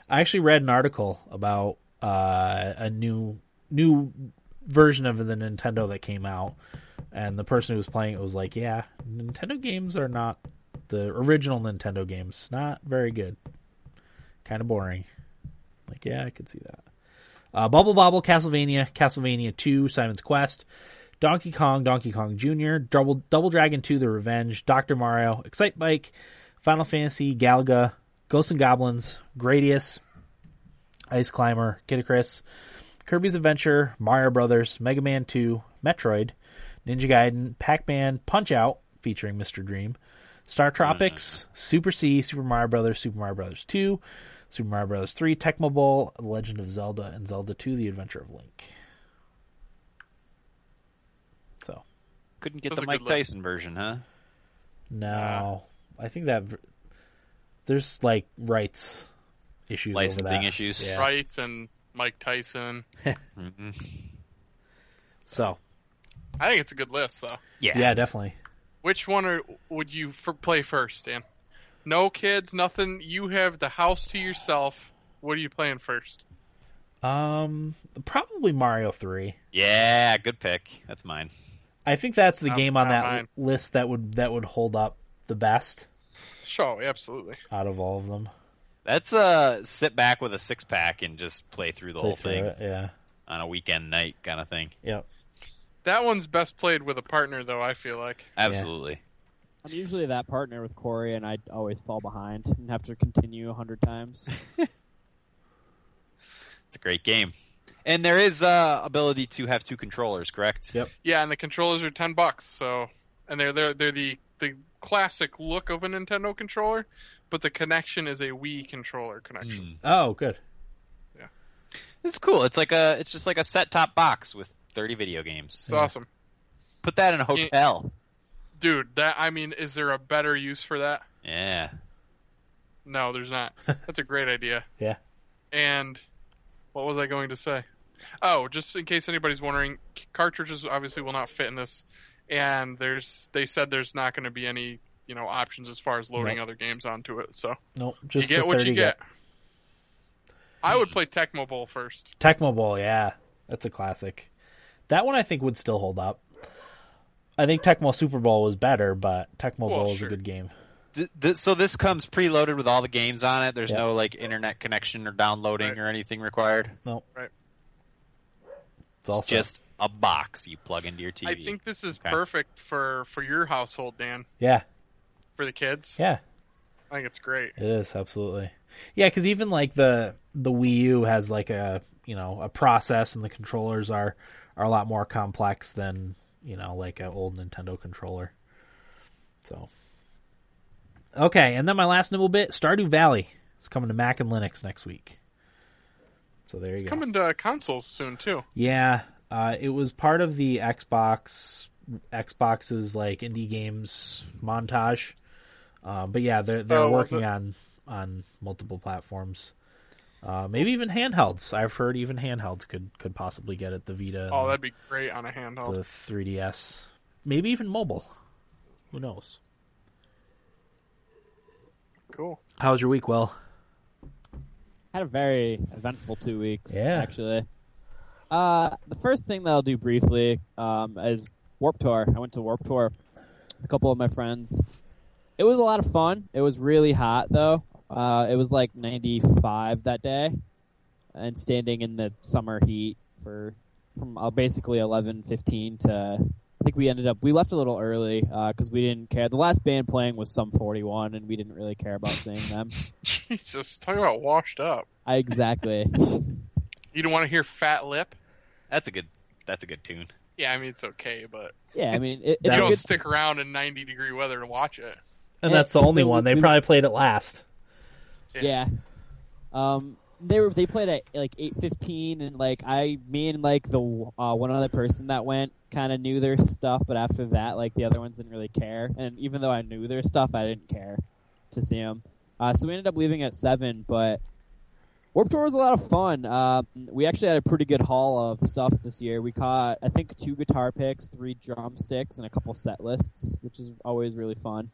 Speaker 1: I actually read an article about uh, a new new version of the Nintendo that came out, and the person who was playing it was like, "Yeah, Nintendo games are not the original Nintendo games. Not very good. Kind of boring." Like, yeah, I could see that. Uh, Bubble Bobble, Castlevania, Castlevania Two, Simon's Quest. Donkey Kong, Donkey Kong Jr., Double Double Dragon 2: The Revenge, Doctor Mario, Excite Bike, Final Fantasy, Galaga, Ghosts and Goblins, Gradius, Ice Climber, Kid Icarus, Kirby's Adventure, Mario Brothers, Mega Man 2, Metroid, Ninja Gaiden, Pac-Man, Punch-Out featuring Mr. Dream, Star Tropics,
Speaker 3: Mm.
Speaker 1: Super C, Super Mario Brothers, Super Mario Brothers 2, Super Mario Brothers 3, Tecmo Bowl, The Legend of Zelda, and Zelda 2: The Adventure of Link. So,
Speaker 3: Couldn't get
Speaker 2: That's
Speaker 3: the
Speaker 2: a good
Speaker 3: Mike
Speaker 2: list.
Speaker 3: Tyson version, huh?
Speaker 1: no,
Speaker 3: Ah.
Speaker 1: I think that v- there's like rights issues, over
Speaker 3: Licensing
Speaker 1: that.
Speaker 3: issues.
Speaker 1: Yeah.
Speaker 2: Wrights and Mike Tyson.
Speaker 1: So,
Speaker 2: I think it's a good list, though.
Speaker 3: Yeah.
Speaker 1: yeah, definitely.
Speaker 2: Which one are, would you f play first, Dan? No kids, nothing. You have the house to yourself. What are you playing first?
Speaker 1: Um, probably Mario Three.
Speaker 3: Yeah, good pick. That's mine.
Speaker 1: I think that's the
Speaker 2: Not-
Speaker 1: game on
Speaker 2: not
Speaker 1: that
Speaker 2: mine.
Speaker 1: l- list that would that would hold up the best
Speaker 2: Sure, absolutely.
Speaker 1: out of all of them.
Speaker 3: That's uh sit back with a six pack and just play through the
Speaker 1: Play
Speaker 3: whole
Speaker 1: through
Speaker 3: thing
Speaker 1: it, Yeah,
Speaker 3: on a weekend night kind of thing.
Speaker 1: yep.
Speaker 2: That one's best played with a partner, though. I feel like.
Speaker 3: Absolutely.
Speaker 4: I'm usually that partner with Corey, and I always fall behind and have to continue a hundred times.
Speaker 3: It's a great game. And there is uh ability to have two controllers, correct?
Speaker 1: Yep.
Speaker 2: Yeah, and the controllers are ten bucks. So, and they're they're they're the the classic look of a Nintendo controller, but the connection is a Wii controller connection.
Speaker 3: Mm.
Speaker 1: Oh, good.
Speaker 3: It's cool. It's like a it's just like a set top box with 30 video games.
Speaker 2: It's
Speaker 1: Yeah.
Speaker 2: awesome,
Speaker 3: Put that in a hotel.
Speaker 2: dude. That I mean, is there a better use for that?
Speaker 3: Yeah.
Speaker 2: No, there's not. That's a great idea.
Speaker 1: Yeah.
Speaker 2: And what was I going to say? Oh, just in case anybody's wondering, c- cartridges obviously will not fit in this, and there's they said there's not going to be any you know options as far as loading
Speaker 1: Nope.
Speaker 2: other games onto it. So
Speaker 1: Nope. Just
Speaker 2: you
Speaker 1: the
Speaker 2: get what
Speaker 1: 30
Speaker 2: you get. I would play Tecmo Bowl first.
Speaker 1: Tecmo Bowl. Yeah, that's a classic. That one I think would still hold up. I think Tecmo Super Bowl was better, but Tecmo
Speaker 2: Well,
Speaker 1: Bowl is
Speaker 2: sure.
Speaker 1: a good game.
Speaker 3: Th- th- so this comes preloaded with all the games on it. There's
Speaker 1: Yep.
Speaker 3: no like internet connection or downloading
Speaker 2: Right.
Speaker 3: or anything required.
Speaker 1: Nope.
Speaker 2: Right.
Speaker 1: It's also
Speaker 3: Just a box you plug into your TV.
Speaker 2: I think this is
Speaker 3: Okay.
Speaker 2: perfect for for your household, Dan,
Speaker 1: yeah,
Speaker 2: for the kids.
Speaker 1: yeah.
Speaker 2: I think it's great.
Speaker 1: It is absolutely, yeah. Because even like the the Wii U has like a you know a process, and the controllers are are a lot more complex than you know like an old Nintendo controller. So, okay, and then my last nibble bit: Stardew Valley is coming to Mac and Linux next week. So there you go.
Speaker 2: Coming to consoles soon too.
Speaker 1: Yeah, uh, it was part of the Xbox Xbox's like indie games montage. Uh, but yeah, they're they're
Speaker 2: Oh, was
Speaker 1: working
Speaker 2: it?
Speaker 1: on on multiple platforms. Uh, maybe even handhelds. I've heard even handhelds could could possibly get it. The Vita,
Speaker 2: Oh,
Speaker 1: and
Speaker 2: that'd be great on a handheld.
Speaker 1: the 3DS, maybe even mobile. Who knows?
Speaker 2: Cool.
Speaker 1: How was your week, Will?
Speaker 4: Had a very eventful two weeks.
Speaker 1: Yeah.
Speaker 4: actually. Uh, the first thing that I'll do briefly um, is Warp Tour. I went to Warp Tour with a couple of my friends. It was a lot of fun. It was really hot though. Uh, it was like 95 that day, and standing in the summer heat for from uh, basically 11:15 to I think we ended up we left a little early because we didn't care. The last band playing was some 41, and we didn't really care about seeing them.
Speaker 2: Jesus, talk about washed up.
Speaker 4: I, exactly.
Speaker 2: You don't want to hear Fat Lip?
Speaker 3: That's a good. That's a good tune.
Speaker 2: Yeah, I mean it's okay, but
Speaker 4: Yeah, I mean, it,
Speaker 1: That
Speaker 2: you
Speaker 4: it's a
Speaker 2: don't
Speaker 4: good
Speaker 2: stick around in 90 degree weather to watch it.
Speaker 1: And
Speaker 4: Yeah,
Speaker 1: that's the only
Speaker 4: so
Speaker 1: one. They
Speaker 4: we-
Speaker 1: probably played it last.
Speaker 4: Yeah. Um, they were they played at like eight fifteen, and like I, me and like the uh, one other person that went kind of knew their stuff, but after that, like the other ones didn't really care. And even though I knew their stuff, I didn't care to see them. Uh, so we ended up leaving at seven, but Warp Tour was a lot of fun. Um, we actually had a pretty good haul of stuff this year. We caught, I think, two guitar picks, three drumsticks, and a couple set lists, which is always really fun.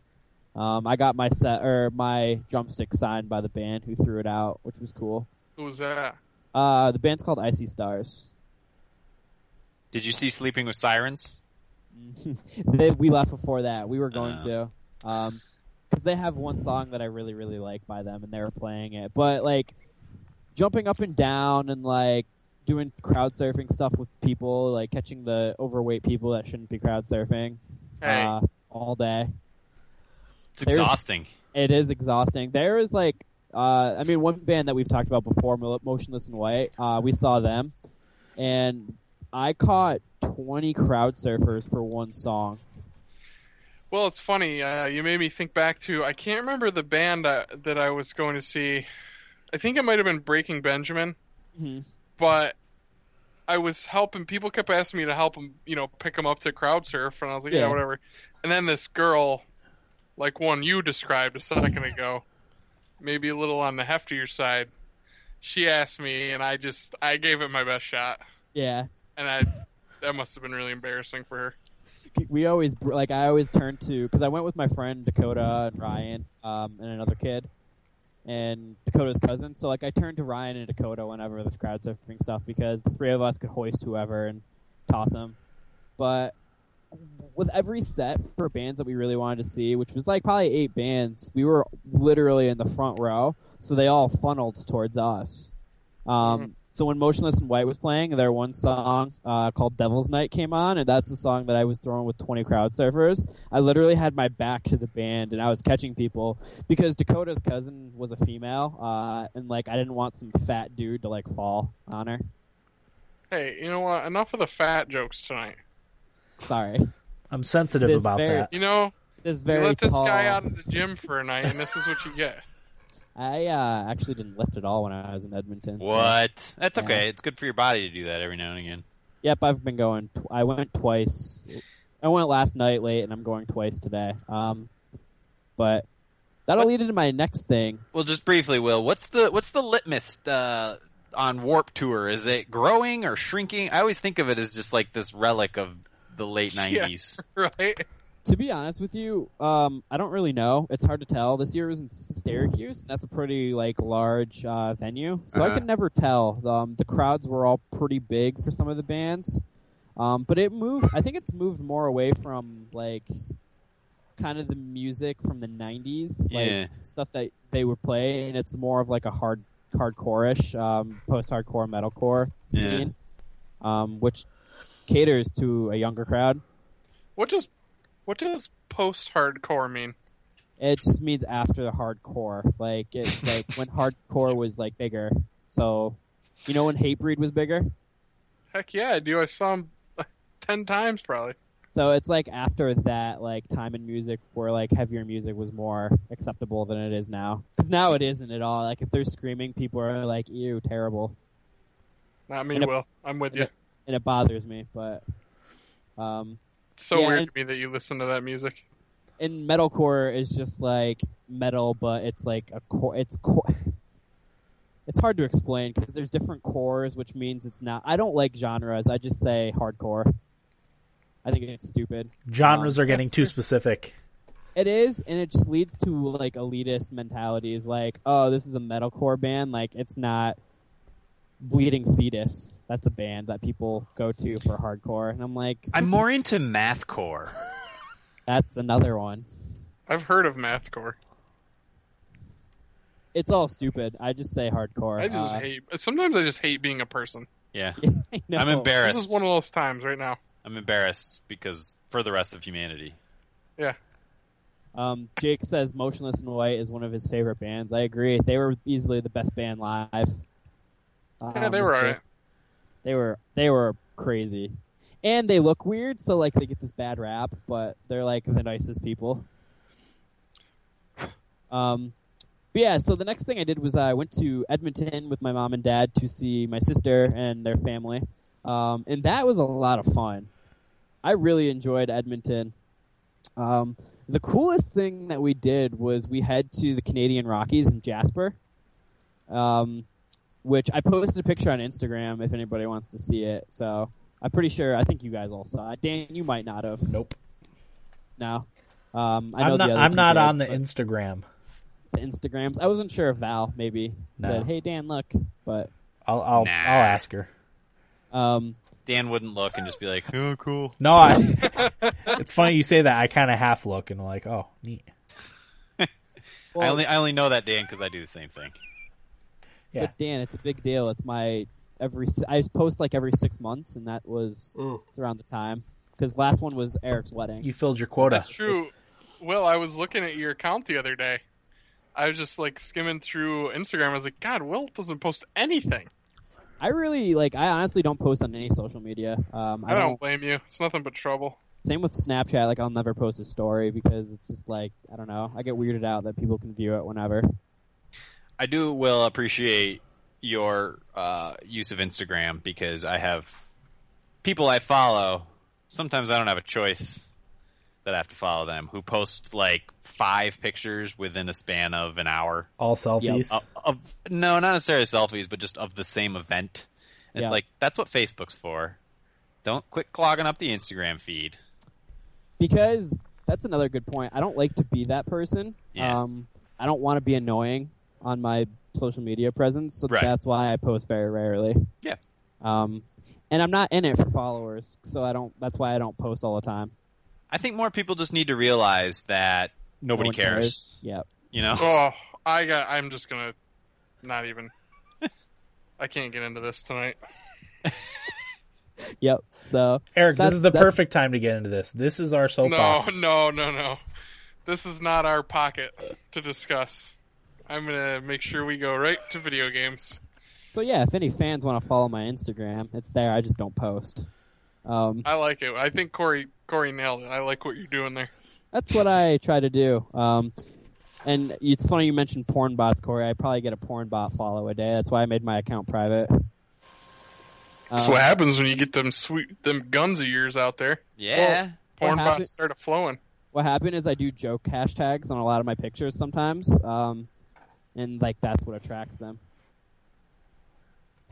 Speaker 4: Um, I got my set or my drumstick signed by the band who threw it out, which was cool.
Speaker 2: Who was that?
Speaker 4: Uh, the band's called Icy Stars.
Speaker 3: Did you see Sleeping with Sirens?
Speaker 4: they, we left before that. We were going
Speaker 3: Ah.
Speaker 4: to. Um 'cause they have one song that I really, really like by them, and they were playing it. But like jumping up and down and like doing crowd surfing stuff with people, like catching the overweight people that shouldn't be crowd surfing
Speaker 2: Hey,
Speaker 4: uh, all day.
Speaker 3: It's
Speaker 4: There's-
Speaker 3: exhausting.
Speaker 4: It is exhausting. There is like, uh, I mean, one band that we've talked about before, Mo- Motionless in White. Uh, we saw them, and I caught twenty crowd surfers for one song.
Speaker 2: well, it's funny. Uh, you made me think back to I can't remember the band uh, that I was going to see. I think it might have been Breaking Benjamin.
Speaker 4: Mhm.
Speaker 2: but I was helping. People kept asking me to help them, you know, pick them up to crowd surf, and I was like, yeah,
Speaker 4: Yeah.
Speaker 2: whatever. And then this girl, like one you described a second ago, maybe a little on the heftier side, she asked me, and I just I gave it my best shot,
Speaker 4: Yeah,
Speaker 2: and I that must have been really embarrassing for her.
Speaker 4: we always br- like I always turn to because I went with my friend Dakota and Ryan um, and another kid and Dakota's cousin. So like I turned to Ryan and Dakota whenever the crowd surfing stuff because the three of us could hoist whoever and toss them. But with every set for bands that we really wanted to see, which was like probably eight bands, we were literally in the front row, so they all funneled towards us. Um,
Speaker 2: Mhm.
Speaker 4: So when Motionless in White was playing, their one song uh, called "Devil's Night" came on, and that's the song that I was throwing with 20 crowd surfers. I literally had my back to the band, and I was catching people because Dakota's cousin was a female, uh, and like I didn't want some fat dude to like fall on her.
Speaker 2: Hey, you know what? Enough of the fat jokes tonight.
Speaker 4: Sorry,
Speaker 1: I'm sensitive
Speaker 4: This
Speaker 1: about
Speaker 4: very-
Speaker 1: that.
Speaker 2: You know,
Speaker 4: this
Speaker 2: you
Speaker 4: very
Speaker 2: let this
Speaker 4: tall.
Speaker 2: guy out of the gym for a night, and this is what you get.
Speaker 4: I uh, actually didn't lift at all when I was in Edmonton.
Speaker 3: What? That's
Speaker 4: Yeah.
Speaker 3: okay. It's good for your body to do that every now and again.
Speaker 4: Yep, I've been going. Tw- I went twice. I went last night late, and I'm going twice today. Um, but that'll lead into my next thing.
Speaker 3: Well, just briefly, Will. What's the what's the litmus uh, on Warp Tour? Is it growing or shrinking? I always think of it as just like this relic of the late
Speaker 2: Yeah.
Speaker 3: nineties.
Speaker 2: Right?
Speaker 4: To be honest with you, um, I don't really know. It's hard to tell. This year was in Syracuse, and that's a pretty like large uh, venue, so
Speaker 3: Uh-huh.
Speaker 4: I could never tell. Um, the crowds were all pretty big for some of the bands, um, but it moved. I think it's moved more away from like kind of the music from the '90s, like
Speaker 3: Yeah.
Speaker 4: stuff that they would play, and it's more of like a hard hardcore-ish, um, post-hardcore metalcore
Speaker 3: Yeah.
Speaker 4: scene, um, which caters to a younger crowd.
Speaker 2: What does what does post hardcore mean?
Speaker 4: It just means after the hardcore. Like it's like when hardcore was like bigger. So you know when Hatebreed was bigger?
Speaker 2: Heck yeah, I do. I saw him ten times probably.
Speaker 4: So it's like after that like time in music where like heavier music was more acceptable than it is now. Cuz now it isn't at all. Like if they're screaming people are like ew terrible
Speaker 2: Not me,
Speaker 4: And a-
Speaker 2: Will. I'm with
Speaker 4: and
Speaker 2: you.
Speaker 4: a- and it bothers me, but um
Speaker 2: It's so
Speaker 4: yeah,
Speaker 2: weird
Speaker 4: and-
Speaker 2: to me that you listen to that music.
Speaker 4: and metalcore is just like metal, but it's like a core. It's core. It's hard to explain because there's different cores, which means it's not. I don't like genres. I just say hardcore. I think it's stupid.
Speaker 1: Genres are getting too specific.
Speaker 4: It is, and it just leads to like elitist mentalities. Like, oh, this is a metalcore band. Like, it's not Bleeding Fetus. That's a band that people go to for hardcore, and I'm like,
Speaker 3: I'm more into mathcore.
Speaker 4: that's another one.
Speaker 2: I've heard of mathcore.
Speaker 4: It's all stupid. I just say hardcore.
Speaker 2: I just
Speaker 4: Uh,
Speaker 2: hate. Sometimes I just hate being a person.
Speaker 3: Yeah,
Speaker 4: I know.
Speaker 3: I'm embarrassed.
Speaker 2: This is one of those times right now.
Speaker 3: I'm embarrassed because for the rest of humanity.
Speaker 4: Um, Jake says Motionless in White is one of his favorite bands. I agree. They were easily the best band live.
Speaker 2: Yeah,
Speaker 4: Um,
Speaker 2: they were alright.
Speaker 4: They were they were crazy, and they look weird. So like they get this bad rap, but they're like the nicest people. Um, but yeah. So the next thing I did was I went to Edmonton with my mom and dad to see my sister and their family, um, and that was a lot of fun. I really enjoyed Edmonton. Um, the coolest thing that we did was we head to the Canadian Rockies in Jasper, um, which I posted a picture on Instagram if anybody wants to see it. So I'm pretty sure I think you guys all saw it. Dan, you might not have.
Speaker 1: Nope.
Speaker 4: No. Um, I
Speaker 1: I'm
Speaker 4: know the
Speaker 1: not.
Speaker 4: other
Speaker 1: I'm
Speaker 4: two
Speaker 1: not
Speaker 4: did,
Speaker 1: on the
Speaker 4: but-
Speaker 1: Instagram.
Speaker 4: the Instagrams. I wasn't sure if Val maybe
Speaker 1: No.
Speaker 4: said, "Hey Dan, look," but
Speaker 1: I'll. I'll,
Speaker 3: Nah.
Speaker 1: I'll ask her.
Speaker 4: um,
Speaker 3: Dan wouldn't look and just be like, "Oh, cool."
Speaker 1: No, I. it's funny you say that. I kind of half look and like, oh, neat.
Speaker 3: I
Speaker 4: well,
Speaker 3: only I only know that Dan because I do the same thing.
Speaker 1: Yeah.
Speaker 4: but Dan, it's a big deal. It's my every s- I post like every six months, and that was
Speaker 2: Mm.
Speaker 4: it's around the time because last one was Eric's wedding.
Speaker 1: You filled your quota.
Speaker 2: That's true. Will, I was looking at your account the other day. I was just like skimming through Instagram. I was like, God, Will doesn't post anything.
Speaker 4: I really like. I honestly don't post on any social media. Um,
Speaker 2: I don't blame you. It's nothing but trouble.
Speaker 4: Same with Snapchat. Like, I'll never post a story because it's just like I don't know. I get weirded out that people can view it whenever.
Speaker 3: I do will appreciate your uh, use of Instagram because I have people I follow. Sometimes I don't have a choice that I have to follow them who post like five pictures within a span of an hour.
Speaker 1: All selfies.
Speaker 3: Of, of- no, not necessarily selfies, but just of the same event. And It's
Speaker 4: Yeah.
Speaker 3: like that's what Facebook's for. Don't quit clogging up the Instagram feed.
Speaker 4: because that's another good point. I don't like to be that person.
Speaker 3: Yeah.
Speaker 4: Um, I don't want to be annoying on my social media presence, so
Speaker 3: Right.
Speaker 4: that's why I post very rarely.
Speaker 3: Yeah.
Speaker 4: Um, and I'm not in it for followers, so I don't. That's why I don't post all the time.
Speaker 3: I think more people just need to realize that nobody
Speaker 4: one
Speaker 3: cares.
Speaker 4: Yeah.
Speaker 3: You know,
Speaker 2: Oh, I got. I'm just gonna not even. I can't get into this tonight.
Speaker 4: Yep. So
Speaker 1: Eric, this
Speaker 4: That's-
Speaker 1: is the
Speaker 4: that's-
Speaker 1: perfect time to get into this. This is our
Speaker 2: No,
Speaker 1: soapbox.
Speaker 2: no, no, no. This is not our pocket to discuss. I'm gonna make sure we go right to video games.
Speaker 4: so yeah. If any fans want to follow my Instagram, it's there. I just don't post. Um,
Speaker 2: I like it. I think Corey Corey nailed it. I like what you're doing there.
Speaker 4: That's what I try to do. Um, and it's funny you mentioned porn bots, Corey. I probably get a porn bot follow a day. That's why I made my account private.
Speaker 2: That's
Speaker 4: Um,
Speaker 2: what happens when you get them sweet them guns of yours out there.
Speaker 3: yeah.
Speaker 2: Porn
Speaker 4: What
Speaker 2: bots
Speaker 4: happens-
Speaker 2: started flowing.
Speaker 4: what happened is I do joke hashtags on a lot of my pictures sometimes, um, and like that's what attracts them.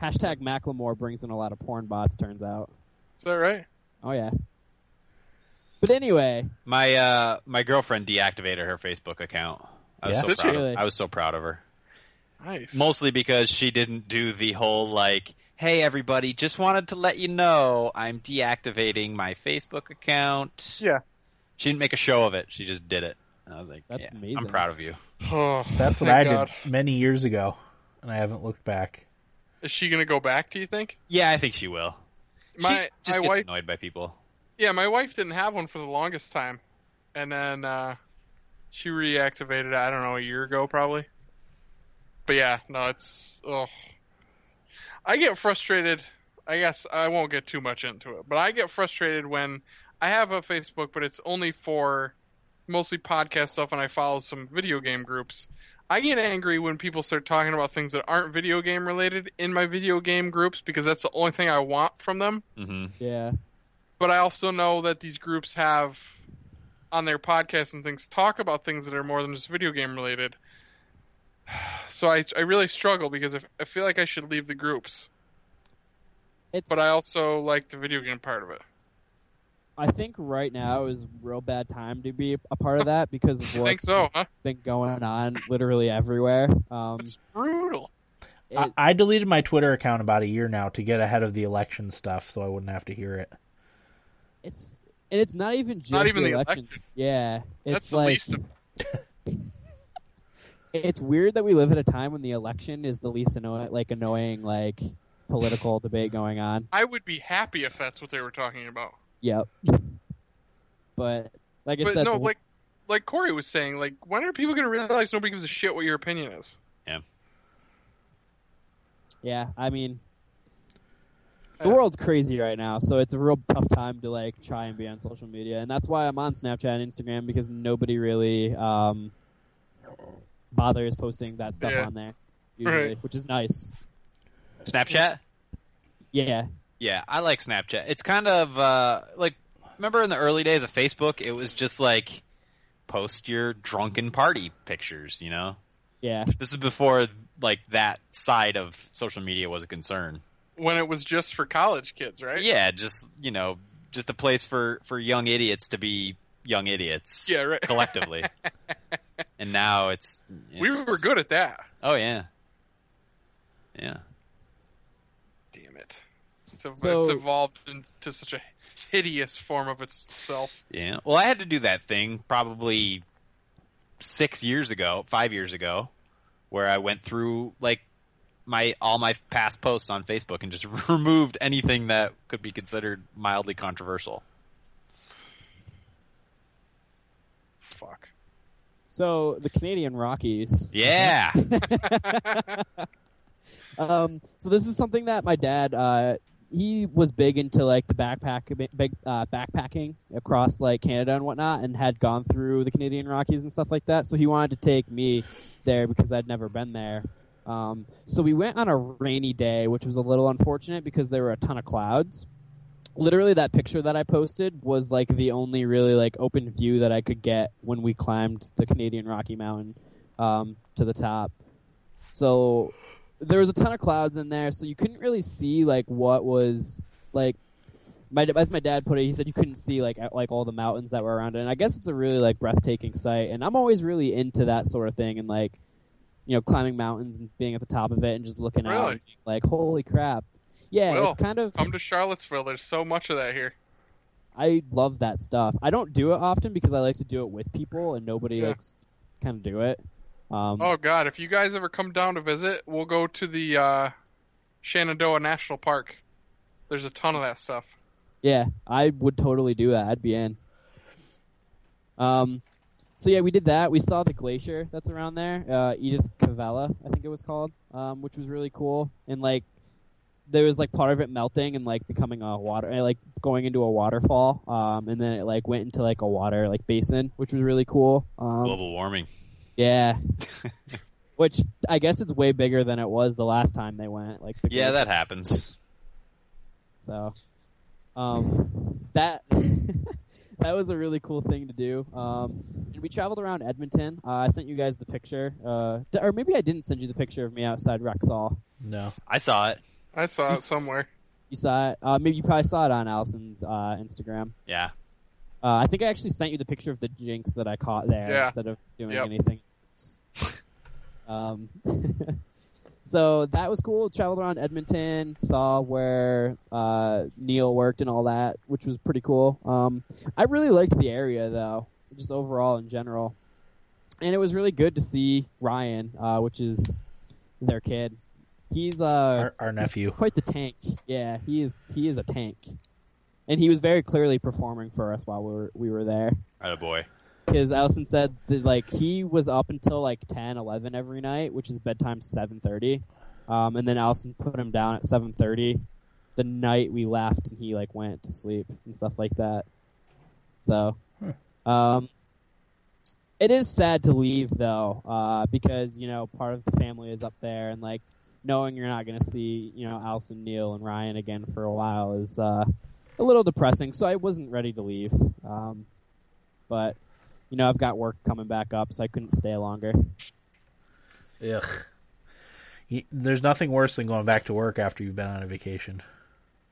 Speaker 4: Hashtag Macklemore brings in a lot of porn bots. Turns out,
Speaker 2: Is that right?
Speaker 4: oh yeah. But anyway,
Speaker 3: My uh, my girlfriend deactivated her Facebook account. I was
Speaker 1: Yeah?
Speaker 3: so
Speaker 2: Did
Speaker 3: proud.
Speaker 4: she?
Speaker 3: Of, I was so proud of her.
Speaker 2: Nice.
Speaker 3: Mostly because she didn't do the whole like, "Hey everybody, just wanted to let you know I'm deactivating my Facebook account."
Speaker 2: Yeah.
Speaker 3: She didn't make a show of it. She just did it. And I was like,
Speaker 4: That's
Speaker 3: yeah,
Speaker 4: amazing.
Speaker 3: I'm proud of you.
Speaker 2: Oh,
Speaker 1: That's what
Speaker 2: thank
Speaker 1: I
Speaker 2: God.
Speaker 1: did many years ago, and I haven't looked back.
Speaker 2: Is she gonna go back? Do you think?
Speaker 3: Yeah, I think she will.
Speaker 2: My
Speaker 3: she just
Speaker 2: my
Speaker 3: gets
Speaker 2: wife.
Speaker 3: annoyed by people.
Speaker 2: Yeah, my wife didn't have one for the longest time, and then uh, she reactivated it. I don't know a year ago probably. But yeah, no, it's oh, I get frustrated. I guess I won't get too much into it, but I get frustrated when I have a Facebook, but it's only for mostly podcast stuff, and I follow some video game groups. I get angry when people start talking about things that aren't video game related in my video game groups because that's the only thing I want from them
Speaker 3: hmm
Speaker 4: yeah,
Speaker 2: but I also know that these groups have on their podcasts and things talk about things that are more than just video game related. So I, I really struggle because I, I feel like I should leave the groups,
Speaker 4: it's
Speaker 2: but I also like the video game part of it.
Speaker 4: I think right now is a real bad time to be a part of that because of
Speaker 2: I
Speaker 4: what's
Speaker 2: think so, huh?
Speaker 4: been going on literally everywhere. Um,
Speaker 2: It's brutal.
Speaker 1: I, I deleted my Twitter account about a year now to get ahead of the election stuff, so I wouldn't have to hear it.
Speaker 4: It's and it's not even just
Speaker 2: even the
Speaker 4: elections.
Speaker 2: election.
Speaker 4: Yeah, it's
Speaker 2: That's the
Speaker 4: like
Speaker 2: least of
Speaker 4: it's weird that we live at a time when the election is the least annoying, like annoying, like political debate going on.
Speaker 2: I would be happy if that's what they were talking about.
Speaker 4: Yep. But like I
Speaker 2: But
Speaker 4: said,
Speaker 2: no,
Speaker 4: the-
Speaker 2: like like Corey was saying, like when are people gonna realize nobody gives a shit what your opinion is?
Speaker 4: yeah, I mean, the
Speaker 2: Yeah.
Speaker 4: world's crazy right now, so it's a real tough time to like try and be on social media, and that's why I'm on Snapchat and Instagram because nobody really um, bothers posting that stuff
Speaker 2: Yeah.
Speaker 4: on there, usually,
Speaker 2: Right.
Speaker 4: which is nice.
Speaker 3: Snapchat?
Speaker 4: Yeah,
Speaker 3: Yeah, I like Snapchat. It's kind of uh, like remember in the early days of Facebook, it was just like post your drunken party pictures. You know,
Speaker 4: yeah,
Speaker 3: this is before like that side of social media was a concern.
Speaker 2: When it was just for college kids, right?
Speaker 3: Yeah, just you know, just a place for for young idiots to be young idiots.
Speaker 2: Yeah, right.
Speaker 3: Collectively. and now it's,
Speaker 2: We
Speaker 3: it's
Speaker 2: were
Speaker 3: just-
Speaker 2: good at that.
Speaker 3: Oh yeah, yeah.
Speaker 2: Damn it. It's, ev-
Speaker 4: So-
Speaker 2: it's evolved into such a hideous form of itself.
Speaker 3: Yeah. Well, I had to do that thing probably six years ago, five years ago, where I went through like my all my past posts on Facebook and just removed anything that could be considered mildly controversial.
Speaker 2: Fuck.
Speaker 4: So the Canadian Rockies.
Speaker 3: Yeah.
Speaker 4: Um, so this is something that my dad uh, he was big into like the backpack big, uh, backpacking across like Canada and whatnot, and had gone through the Canadian Rockies and stuff like that. So he wanted to take me there because I'd never been there. Um, so we went on a rainy day, which was a little unfortunate because there were a ton of clouds. Literally, that picture that I posted was like the only really like open view that I could get when we climbed the Canadian Rocky Mountain um, to the top. So there was a ton of clouds in there, so you couldn't really see like what was like. My as my dad put it, he said you couldn't see like out- like all the mountains that were around it. And I guess it's a really like breathtaking sight. And I'm always really into that sort of thing and like you know climbing mountains and being at the top of it and just looking out,
Speaker 2: Really?
Speaker 4: and being like holy crap. Yeah,
Speaker 2: Well,
Speaker 4: it's kind of
Speaker 2: Come to Charlottesville. There's so much of that here.
Speaker 4: I love that stuff. I don't do it often because I like to do it with people and nobody
Speaker 2: Yeah.
Speaker 4: likes to kind of do it. Um,
Speaker 2: Oh God! If you guys ever come down to visit, we'll go to the uh, Shenandoah National Park. There's a ton of that stuff.
Speaker 4: Yeah, I would totally do that. I'd be in. Um, so yeah, we did that. We saw the glacier that's around there, uh, Edith Cavella, I think it was called, um, which was really cool. And like, there was like part of it melting and like becoming a water, and, like going into a waterfall. Um, and then it like went into like a water like basin, which was really cool. Um,
Speaker 3: Global warming.
Speaker 4: yeah. Which I guess it's way bigger than it was the last time they went. Like the
Speaker 3: Yeah,
Speaker 4: glacier.
Speaker 3: that happens.
Speaker 4: So, um, that that was a really cool thing to do. Um, and we traveled around Edmonton. Uh, I sent you guys the picture, uh, d- or maybe I didn't send you the picture of me outside Rexall.
Speaker 1: No.
Speaker 3: I saw it.
Speaker 2: I saw it somewhere.
Speaker 4: You saw it. Uh, maybe you probably saw it on Allison's uh, Instagram.
Speaker 3: Yeah.
Speaker 4: Uh, I think I actually sent you the picture of the jinx that I caught there
Speaker 2: Yeah.
Speaker 4: instead of doing
Speaker 2: Yep.
Speaker 4: anything. um, so that was cool. Traveled around Edmonton, saw where uh, Neil worked and all that, which was pretty cool. Um, I really liked the area though, just overall in general, and it was really good to see Ryan, uh, which is their kid. He's uh,
Speaker 1: Our, our nephew.
Speaker 4: quite the tank. Yeah, he is. He is a tank, and he was very clearly performing for us while we were we were there.
Speaker 3: Oh boy.
Speaker 4: Because Allison said that like he was up until like 10, 11 every night, which is bedtime seven thirty, um, and then Allison put him down at seven thirty. The night we left, and he like went to sleep and stuff like that. So, um, it is sad to leave though, uh, because you know part of the family is up there, and like knowing you're not going to see you know Allison, Neil, and Ryan again for a while is uh, a little depressing. So I wasn't ready to leave, um, but you know I've got work coming back up, so I couldn't stay longer.
Speaker 1: Ugh. Y- There's nothing worse than going back to work after you've been on a vacation.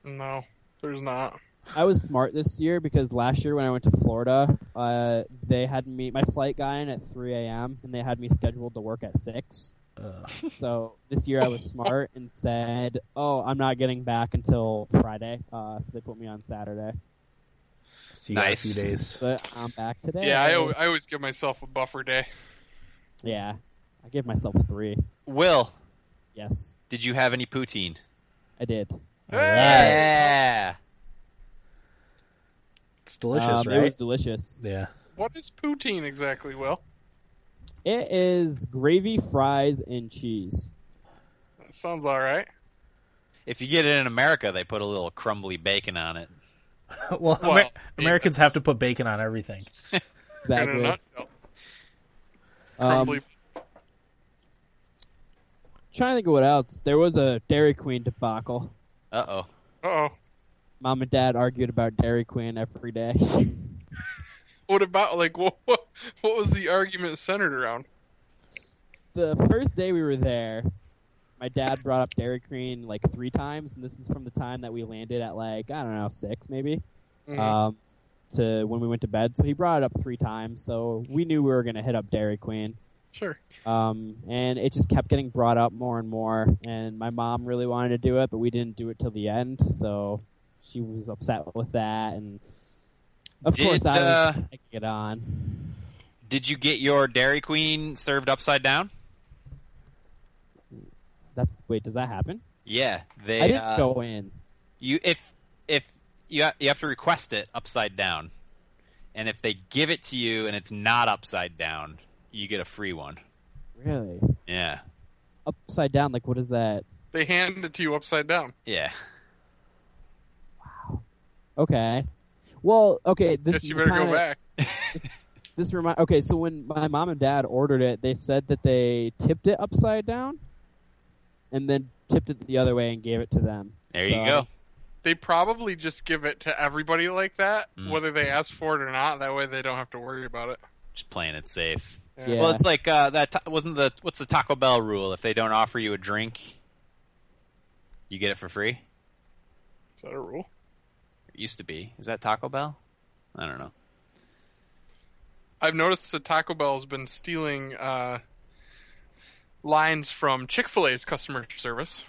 Speaker 2: No, there's not.
Speaker 4: I was smart this year because last year when I went to Florida, uh, they had me my flight got in at 3 a.m. and they had me scheduled to work at six. So this year I was smart and said, "Oh, I'm not getting back until Friday." Uh, so they put me on Saturday,
Speaker 1: So you got
Speaker 3: Nice.
Speaker 1: a few days.
Speaker 4: but I'm back today.
Speaker 2: Yeah, I, al- I always give myself a buffer day.
Speaker 4: yeah. I gave myself three.
Speaker 3: Will,
Speaker 4: Yes,
Speaker 3: did you have any poutine?
Speaker 4: I did.
Speaker 1: Alright.
Speaker 3: Yeah.
Speaker 1: It's delicious,
Speaker 4: Um,
Speaker 1: right?
Speaker 4: It was delicious.
Speaker 1: Yeah.
Speaker 2: What is poutine exactly, Will?
Speaker 4: It is gravy, fries, and cheese.
Speaker 2: That sounds all right.
Speaker 3: If you get it in America, they put a little crumbly bacon on it.
Speaker 1: well, Amer-
Speaker 2: Well,
Speaker 1: Americans
Speaker 2: yeah,
Speaker 1: have to put bacon on everything.
Speaker 2: In a
Speaker 4: Exactly.
Speaker 2: nutshell,
Speaker 4: Um,
Speaker 2: crumbly-
Speaker 4: trying to think of what else. There was a Dairy Queen debacle.
Speaker 3: Uh oh.
Speaker 2: Uh-oh.
Speaker 4: Mom and Dad argued about Dairy Queen every day.
Speaker 2: What about like what, what? What was the argument centered around?
Speaker 4: the first day we were there, my dad brought up Dairy Queen like three times, and this is from the time that we landed at like I don't know six maybe
Speaker 2: Mhm.
Speaker 4: um, to when we went to bed. So he brought it up three times, so we knew we were gonna hit up Dairy Queen.
Speaker 2: sure.
Speaker 4: Um, and it just kept getting brought up more and more. And my mom really wanted to do it, but we didn't do it till the end, so she was upset with that. And of
Speaker 3: Did,
Speaker 4: course,
Speaker 3: uh,
Speaker 4: I was just taking it on.
Speaker 3: Did you get your Dairy Queen served upside down?
Speaker 4: That's wait, does that happen?
Speaker 3: Yeah, they.
Speaker 4: I didn't
Speaker 3: uh,
Speaker 4: go in.
Speaker 3: You if if you ha- you have to request it upside down, and if they give it to you and it's not upside down, you get a free one.
Speaker 4: Really?
Speaker 3: Yeah,
Speaker 4: Upside down? Like what is that?
Speaker 2: They hand it to you upside down.
Speaker 3: yeah.
Speaker 4: Okay. Well, okay. This
Speaker 2: Guess you better
Speaker 4: kinda,
Speaker 2: go back.
Speaker 4: This remind. Okay, so when my mom and dad ordered it, they said that they tipped it upside down, and then tipped it the other way and gave it to them.
Speaker 3: There you
Speaker 4: So-
Speaker 3: go.
Speaker 2: They probably just give it to everybody like that,
Speaker 3: Mm.
Speaker 2: whether they ask for it or not. That way they don't have to worry about it.
Speaker 3: Just playing it safe.
Speaker 4: Yeah.
Speaker 3: Well, it's like uh, that. Ta- wasn't the what's the Taco Bell rule? If they don't offer you a drink, you get it for free.
Speaker 2: Is that a rule?
Speaker 3: It used to be. Is that Taco Bell? I don't know.
Speaker 2: I've noticed that Taco Bell's been stealing uh, lines from Chick Fil A's customer service.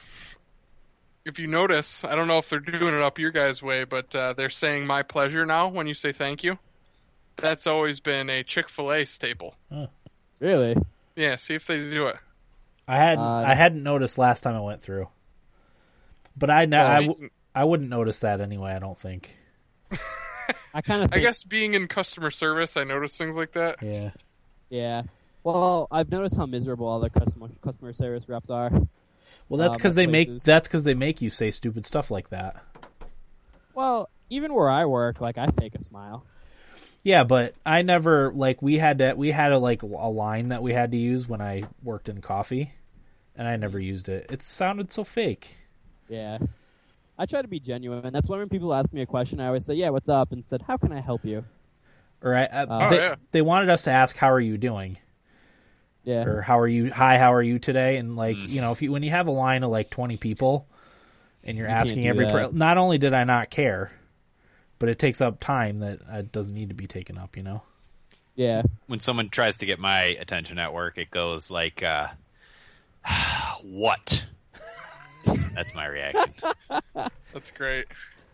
Speaker 2: If you notice, I don't know if they're doing it up your guys' way, but uh, they're saying "my pleasure" now when you say thank you. That's always been a Chick Fil A staple.
Speaker 4: Really?
Speaker 2: Yeah, see if they do it.
Speaker 1: I hadn't
Speaker 4: Uh,
Speaker 1: I hadn't noticed last time I went through, but I now I, w-
Speaker 2: Speaking-
Speaker 1: I wouldn't notice that anyway. I don't think.
Speaker 4: I kind of.
Speaker 2: I guess being in customer service, I notice things like that.
Speaker 1: Yeah.
Speaker 4: Yeah. Well, I've noticed how miserable all the customer customer service reps are.
Speaker 1: Well, that's
Speaker 4: Um,
Speaker 1: because
Speaker 4: at
Speaker 1: they make
Speaker 4: places.
Speaker 1: that's because they make you say stupid stuff like that.
Speaker 4: Well, even where I work, like I fake a smile.
Speaker 1: Yeah, but I never like we had to we had a like a line that we had to use when I worked in coffee, and I never used it. It sounded so fake.
Speaker 4: Yeah. I try to be genuine. That's why when people ask me a question, I always say, "Yeah, what's up?" and said, "How can I help you?"
Speaker 1: Or I, I-
Speaker 4: Oh,
Speaker 1: they,
Speaker 2: yeah.
Speaker 1: they wanted us to ask how are you doing
Speaker 4: Yeah.
Speaker 1: or how are you hi how are you today and like you know if you when you have a line of like twenty people and you're
Speaker 4: You can't
Speaker 1: asking
Speaker 4: do
Speaker 1: every per-
Speaker 4: that.
Speaker 1: not only did I not care, but it takes up time that uh, doesn't need to be taken up. You know.
Speaker 4: Yeah.
Speaker 3: when someone tries to get my attention at work, it goes like, uh, "What?" That's my reaction.
Speaker 2: That's great.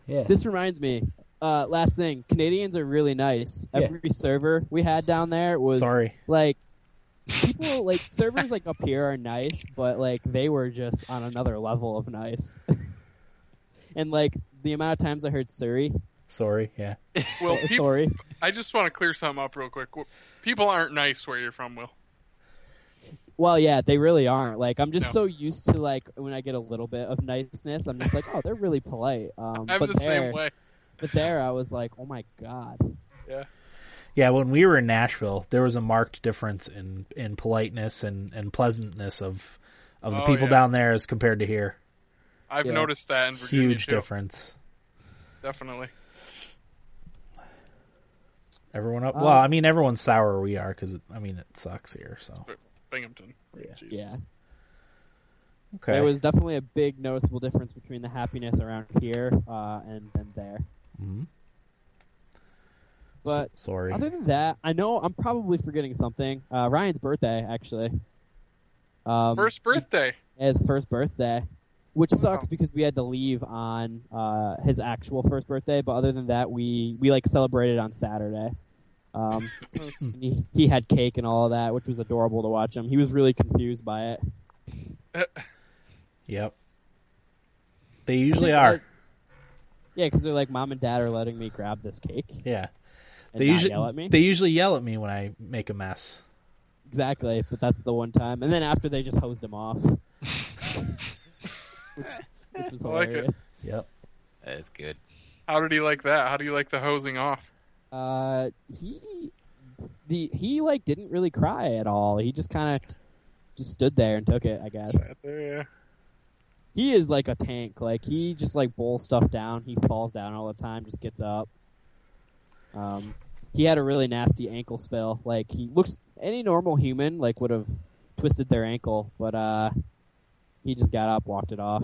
Speaker 1: Yeah.
Speaker 4: This reminds me. Uh, last thing, Canadians are really nice.
Speaker 1: Yeah.
Speaker 4: Every server we had down there was
Speaker 1: Sorry.
Speaker 4: like people like servers like up here are nice, but like they were just on another level of nice. and like the amount of times I heard Surrey,
Speaker 1: Sorry. Yeah.
Speaker 2: Will
Speaker 4: uh,
Speaker 2: people,
Speaker 4: sorry,
Speaker 2: I just want to clear something up real quick. People aren't nice where you're from, Will.
Speaker 4: Well, yeah, they really aren't. Like, I'm just
Speaker 2: No.
Speaker 4: so used to like when I get a little bit of niceness, I'm just like, oh, they're really polite. Um,
Speaker 2: I'm
Speaker 4: but
Speaker 2: the
Speaker 4: there,
Speaker 2: same way.
Speaker 4: but there, I was like, oh my god.
Speaker 1: Yeah, when we were in Nashville, there was a marked difference in, in politeness and, and pleasantness of of the
Speaker 2: Oh,
Speaker 1: people
Speaker 2: yeah.
Speaker 1: down there as compared to here.
Speaker 2: I've
Speaker 4: Yeah.
Speaker 2: noticed that in Virginia
Speaker 1: Huge
Speaker 2: too.
Speaker 1: difference.
Speaker 2: Definitely.
Speaker 1: Everyone up.
Speaker 4: Um,
Speaker 1: well, I mean, everyone's sour we are because I mean it sucks here. So
Speaker 2: Binghamton.
Speaker 1: Yeah.
Speaker 2: Jesus.
Speaker 4: Yeah,
Speaker 1: okay,
Speaker 4: there was definitely a big noticeable difference between the happiness around here uh, and and there.
Speaker 1: Mhm.
Speaker 4: But
Speaker 1: S- sorry.
Speaker 4: other than that, I know I'm probably forgetting something. Uh, Ryan's birthday, actually. Um,
Speaker 2: First birthday.
Speaker 4: his first birthday, which
Speaker 2: Wow.
Speaker 4: sucks because we had to leave on uh, his actual first birthday. But other than that, we we like celebrated on Saturday. Um, and he, he had cake and all of that, which was adorable to watch him. He was really confused by it.
Speaker 1: Yep. They usually are.
Speaker 4: Yeah, because they're like, mom and dad are letting me grab this cake and
Speaker 1: Yeah. They
Speaker 4: they not
Speaker 1: usually
Speaker 4: yell at me.
Speaker 1: they usually yell at me when I make a mess.
Speaker 4: Exactly, but that's the one time. And then after they just hosed him off. which, which was
Speaker 2: I like it.
Speaker 4: hilarious.
Speaker 1: Yep.
Speaker 3: That's good.
Speaker 2: How did he like that? How do you like the hosing off?
Speaker 4: Uh, he the he like didn't really cry at all. He just kind of just stood there and took it. I guess
Speaker 2: Sat there, yeah.
Speaker 4: he is like a tank. Like he just like bowls stuff down. He falls down all the time. Just gets up. Um, he had a really nasty ankle spill. Like he looks any normal human like would have twisted their ankle, but uh, he just got up, walked it off.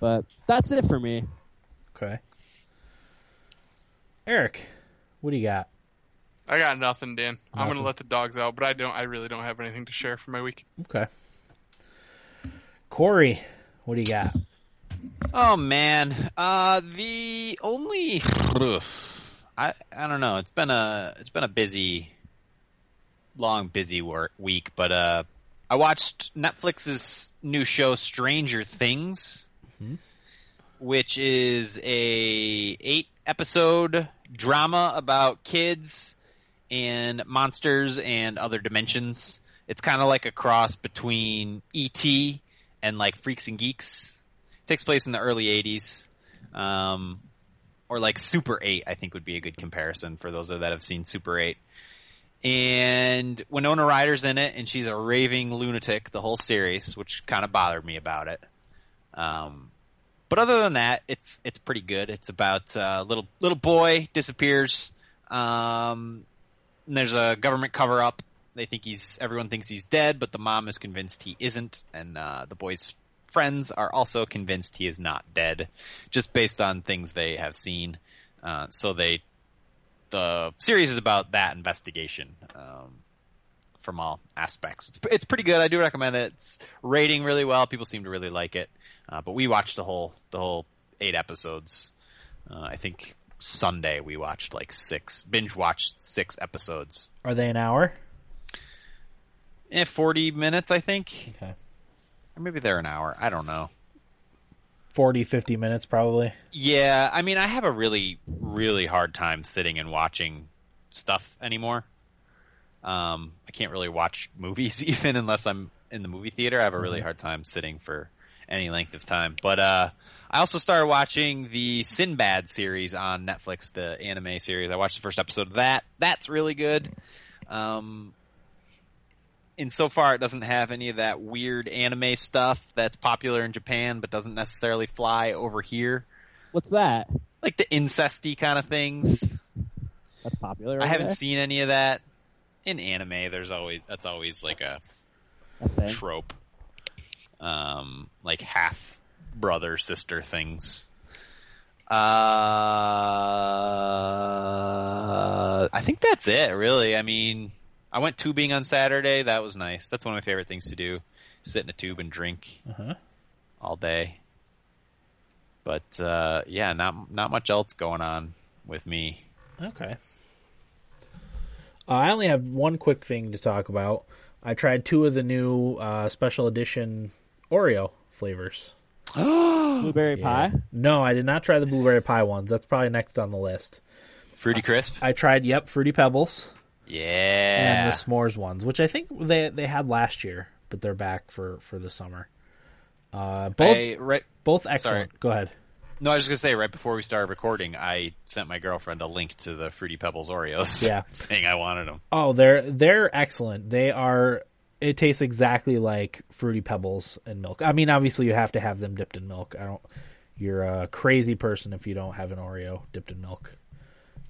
Speaker 4: But that's it for me.
Speaker 1: Okay. Eric, what do you got?
Speaker 2: I got nothing, Dan. I'm
Speaker 1: Nothing.
Speaker 2: gonna let the dogs out, but I don't. I really don't have anything to share for my week.
Speaker 1: Okay. Corey, what do you got?
Speaker 3: Oh man, uh, the only I I don't know. It's been a it's been a busy, long busy work week, but uh, I watched Netflix's new show Stranger Things, which is a eight episode drama about kids and monsters and other dimensions. It's kind of like a cross between E.T. and like Freaks and Geeks takes place in the early 80s um, or like super 8 i think would be a good comparison for those of that have seen super 8 and winona ryder's in it and she's a raving lunatic the whole series which kind of bothered me about it um, but other than that it's it's pretty good it's about uh, little little boy disappears um, and there's a government cover up they think he's everyone thinks he's dead but the mom is convinced he isn't and uh, the boy's friends are also convinced he is not dead, just based on things they have seen. Uh, so they, the series is about that investigation um, from all aspects. It's, it's pretty good. I do recommend it. It's rating really well. People seem to really like it. Uh, but we watched the whole the whole eight episodes. Uh, I think Sunday we watched like six binge watched six episodes.
Speaker 1: Are they an hour?
Speaker 3: Eh, forty minutes I think,
Speaker 1: Okay.
Speaker 3: or maybe they're an hour. I don't know.
Speaker 1: 40, 50 minutes probably.
Speaker 3: Yeah, I mean, I have a really, really hard time sitting and watching stuff anymore. Um, I can't really watch movies even unless I'm in the movie theater. I have a really hard time sitting for any length of time. But uh, I also started watching the Sinbad series on Netflix, the anime series. I watched the first episode of that. That's really good. Um, and so far it doesn't have any of that weird anime stuff that's popular in Japan, but doesn't necessarily fly over here
Speaker 4: What's that?
Speaker 3: like the incesty kind of things.
Speaker 4: That's popular.
Speaker 3: I
Speaker 4: over
Speaker 3: haven't
Speaker 4: there?
Speaker 3: seen any of that in anime. There's always that's always like a
Speaker 4: That thing.
Speaker 3: trope, um, like half brother sister things. Uh, I think that's it. Really, I mean, I went tubing on Saturday. That was nice. That's one of my favorite things to do: sit in a tube and drink
Speaker 1: Uh-huh.
Speaker 3: all day. But uh, yeah, not not much else going on with me.
Speaker 1: Okay. Uh, I only have one quick thing to talk about. I tried two of the new uh, special edition Oreo flavors.
Speaker 4: Blueberry pie.
Speaker 1: No, I did not try the blueberry pie ones. That's probably next on the list.
Speaker 3: Fruity crisp.
Speaker 1: I tried, yep, Fruity Pebbles and
Speaker 3: Yeah.
Speaker 1: the s'mores ones, which I think they they had last year, but they're back for for the summer. Uh, both
Speaker 3: I, right.
Speaker 1: both excellent. Go ahead.
Speaker 3: No, I was just gonna say right before we started recording, I sent my girlfriend a link to the Fruity Pebbles Oreos.
Speaker 1: Yeah.
Speaker 3: saying I wanted them.
Speaker 1: Oh, they're they're excellent. They are. It tastes exactly like fruity pebbles and milk. I mean, obviously you have to have them dipped in milk. I don't. You're a crazy person if you don't have an Oreo dipped in milk.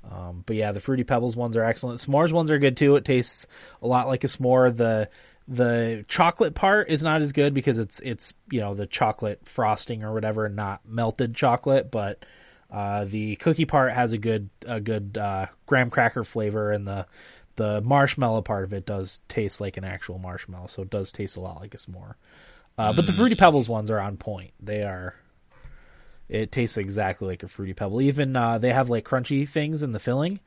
Speaker 1: Um, but yeah, the fruity pebbles ones are excellent. S'mores ones are good too. It tastes a lot like a s'more. The the chocolate part is not as good because it's it's you know the chocolate frosting or whatever, and not melted chocolate. But uh, the cookie part has a good a good uh, graham cracker flavor, and the the marshmallow part of it does taste like an actual marshmallow, so it does taste a lot like a s'more. Uh, But the fruity pebbles ones are on point. They are. It tastes exactly like a fruity pebble. Even uh, they have like crunchy things in the filling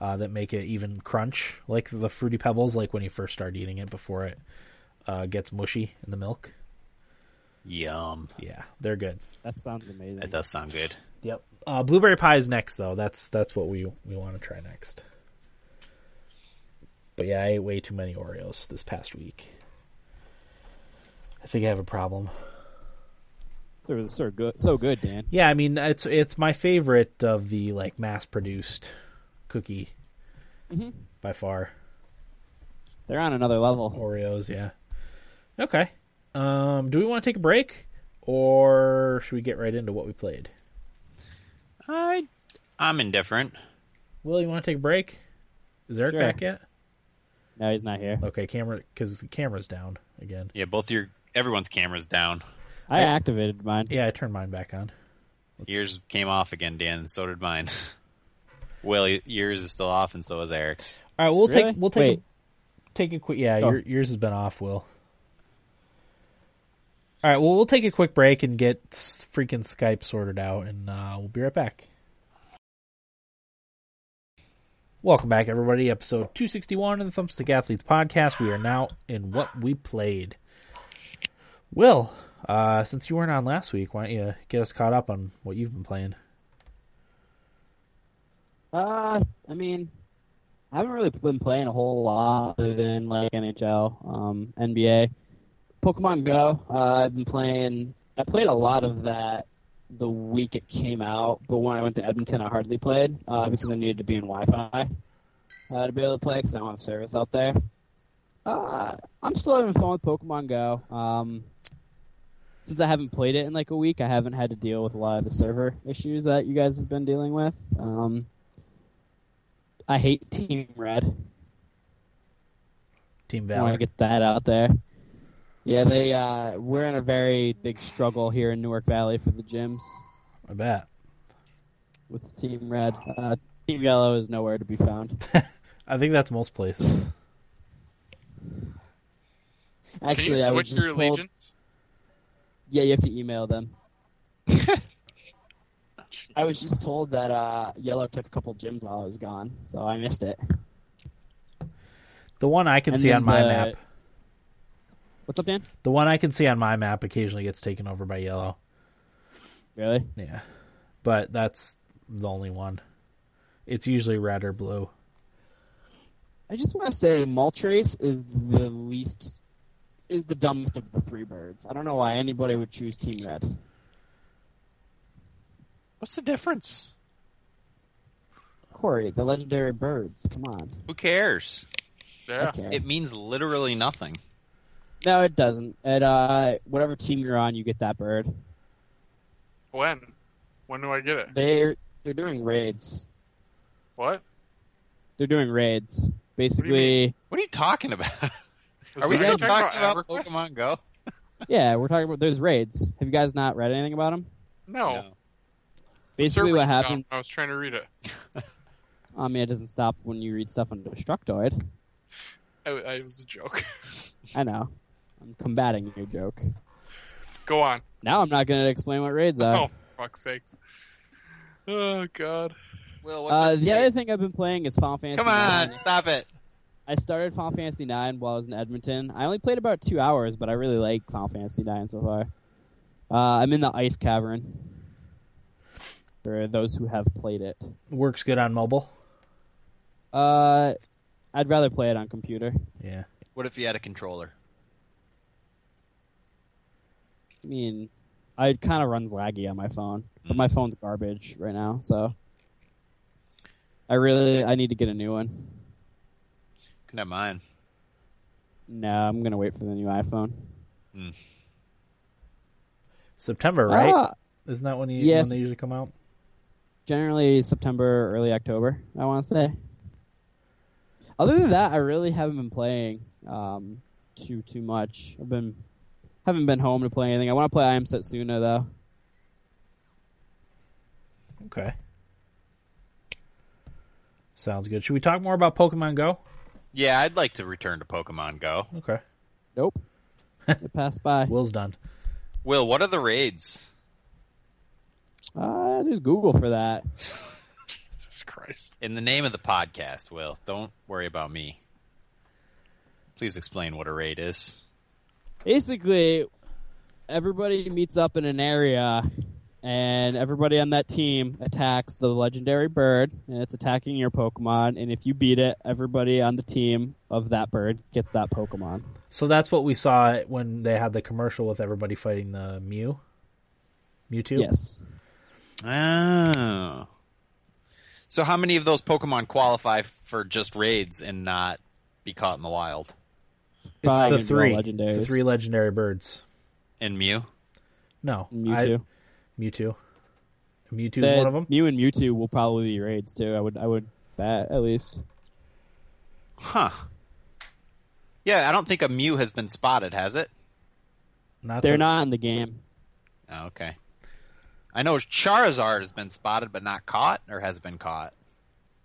Speaker 1: uh, that make it even crunch, like the fruity pebbles, like when you first start eating it before it uh, gets mushy in the milk.
Speaker 3: Yum.
Speaker 1: Yeah, they're good.
Speaker 4: That sounds amazing.
Speaker 3: That does sound good.
Speaker 1: Yep. Uh, blueberry pie is next, though. That's that's what we we want to try next. But yeah, I ate way too many Oreos this past week. I think I have a problem.
Speaker 4: They were so good, so good, Dan.
Speaker 1: Yeah, I mean it's it's my favorite of the like mass produced cookie by far.
Speaker 4: They're on another level.
Speaker 1: Oreos, yeah. Okay. Um, do we want to take a break, or should we get right into what we played?
Speaker 3: I, I'm indifferent.
Speaker 1: Will you want to take a break? Is Eric
Speaker 4: Sure.
Speaker 1: back yet?
Speaker 4: No, he's not here.
Speaker 1: Okay, camera because the camera's down again.
Speaker 3: Yeah, both your everyone's cameras down.
Speaker 4: I activated mine.
Speaker 1: Yeah, I turned mine back on.
Speaker 3: Yours came off again, Dan, and so did mine. Will, y- yours is still off, and so is Eric's.
Speaker 1: All right, we'll
Speaker 4: Really?
Speaker 1: take we'll take
Speaker 4: Wait.
Speaker 1: a, take a quick. Yeah,
Speaker 4: Oh.
Speaker 1: your, yours has been off. Will. All right, well, we'll take a quick break and get s- freaking Skype sorted out, and uh, we'll be right back. Welcome back, everybody. Episode 261 of the Thumbstick Athletes podcast. We are now in what we played. Will, uh, since you weren't on last week, why don't you get us caught up on what you've been playing?
Speaker 4: Uh, I mean, I haven't really been playing a whole lot other than like NHL, um, NBA, Pokemon Go. Uh, I've been playing. I played a lot of that the week it came out, but when I went to Edmonton, I hardly played uh, because I needed to be in Wi-Fi uh, to be able to play because I don't have service out there. Uh, I'm still having fun with Pokemon Go. Um, since I haven't played it in like a week, I haven't had to deal with a lot of the server issues that you guys have been dealing with. Um, I hate Team Red.
Speaker 1: Team
Speaker 4: I want
Speaker 1: Valor.
Speaker 4: to get that out there. Yeah, they uh, we're in a very big struggle here in Newark Valley for the gyms
Speaker 1: I bet.
Speaker 4: with Team Red. Uh, Team Yellow is nowhere to be found.
Speaker 1: I think that's most places.
Speaker 2: Can
Speaker 4: Actually,
Speaker 2: you
Speaker 4: I was
Speaker 2: switch
Speaker 4: just
Speaker 2: your
Speaker 4: told.
Speaker 2: allegiance?
Speaker 4: Yeah, you have to email them. I was just told that uh, Yellow took a couple gyms while I was gone, so I missed it.
Speaker 1: The one I can
Speaker 4: And
Speaker 1: see
Speaker 4: then
Speaker 1: on my
Speaker 4: the-
Speaker 1: map.
Speaker 4: What's up, Dan?
Speaker 1: The one I can see on my map occasionally gets taken over by yellow.
Speaker 4: Really?
Speaker 1: Yeah. But that's the only one. It's usually red or blue.
Speaker 4: I just want to say Moltres is the least is the dumbest of the three birds. I don't know why anybody would choose Team Red.
Speaker 3: What's the difference?
Speaker 4: Corey, the legendary birds. Come on.
Speaker 3: Who cares?
Speaker 2: Yeah.
Speaker 4: Okay.
Speaker 3: It means literally nothing.
Speaker 4: no, it doesn't. At uh, whatever team you're on, you get that bird.
Speaker 2: When? When do I get it?
Speaker 4: They're they're doing raids.
Speaker 2: What?
Speaker 4: They're doing raids.
Speaker 2: you mean?
Speaker 4: Basically,
Speaker 3: What are you talking about?
Speaker 2: Was
Speaker 3: Are we
Speaker 2: that
Speaker 3: still
Speaker 2: you
Speaker 3: talking about
Speaker 2: EverQuest?
Speaker 3: Pokemon Go?
Speaker 4: yeah, we're talking about those raids. Have you guys not read anything about them?
Speaker 2: No.
Speaker 3: No.
Speaker 2: Servers
Speaker 4: Basically, what
Speaker 2: were down.
Speaker 4: happened?
Speaker 2: I was trying to read it.
Speaker 4: I mean, it doesn't stop when you read stuff on Destructoid.
Speaker 2: I, I, it was a joke.
Speaker 4: I know. I'm combating your joke.
Speaker 2: Go on.
Speaker 4: Now I'm not going to explain what raids
Speaker 1: Uh,
Speaker 4: are.
Speaker 2: oh, fuck's sakes. Oh, God.
Speaker 3: Will, what's
Speaker 4: Uh,
Speaker 3: it-
Speaker 4: the other thing I've been playing is Final Fantasy.
Speaker 3: Come
Speaker 4: IX.
Speaker 3: on, stop it.
Speaker 4: I started Final Fantasy IX while I was in Edmonton. I only played about two hours, but I really like Final Fantasy IX so far. Uh, I'm in the Ice Cavern. For those who have played it,
Speaker 1: Works good on mobile.
Speaker 4: uh, I'd rather play it on computer.
Speaker 1: Yeah.
Speaker 3: What if you had a controller?
Speaker 4: I mean, I kind of runs laggy on my phone, but my phone's garbage right now, so I really I need to get a new one.
Speaker 3: Can have mine.
Speaker 4: No, I'm gonna wait for the new iPhone.
Speaker 1: September, right?
Speaker 4: Ah,
Speaker 1: Isn't that when, you,
Speaker 4: Yes.
Speaker 1: when they usually come out?
Speaker 4: generally September, early October. I want to say. Other than that, I really haven't been playing um, too too much. I've been haven't been home to play anything. I want to play I Am Setsuna though.
Speaker 1: Okay. Sounds good. Should we talk more about Pokemon Go?
Speaker 3: Yeah, I'd like to return to Pokemon Go.
Speaker 1: Okay.
Speaker 4: Nope. it passed by.
Speaker 1: Will's done.
Speaker 3: Will, what are the raids?
Speaker 4: Uh, just Google for that.
Speaker 2: Jesus Christ.
Speaker 3: In the name of the podcast, Will, don't worry about me. Please explain what a raid is.
Speaker 4: Basically, everybody meets up in an area, and everybody on that team attacks the legendary bird, and it's attacking your Pokemon. And if you beat it, everybody on the team of that bird gets that Pokemon.
Speaker 1: So that's what we saw when they had the commercial with everybody fighting the Mew. Mewtwo.
Speaker 4: Yes.
Speaker 3: Oh. So how many of those Pokemon qualify for just raids and not be caught in the wild?
Speaker 1: It's
Speaker 4: Probably
Speaker 1: the
Speaker 4: gonna be all
Speaker 1: three.
Speaker 4: legendaries.
Speaker 1: The three legendary birds.
Speaker 3: And Mew?
Speaker 1: No. I,
Speaker 4: Mewtwo.
Speaker 1: Mewtwo. Mewtwo's
Speaker 4: The-
Speaker 1: one of them.
Speaker 4: Mew and Mewtwo will probably be raids too. I would, I would bet at least.
Speaker 3: Huh. Yeah, I don't think a Mew has been spotted, has it?
Speaker 1: Not
Speaker 4: They're
Speaker 1: the-
Speaker 4: not in the game.
Speaker 3: Oh, okay. I know Charizard has been spotted but not caught, or has been caught.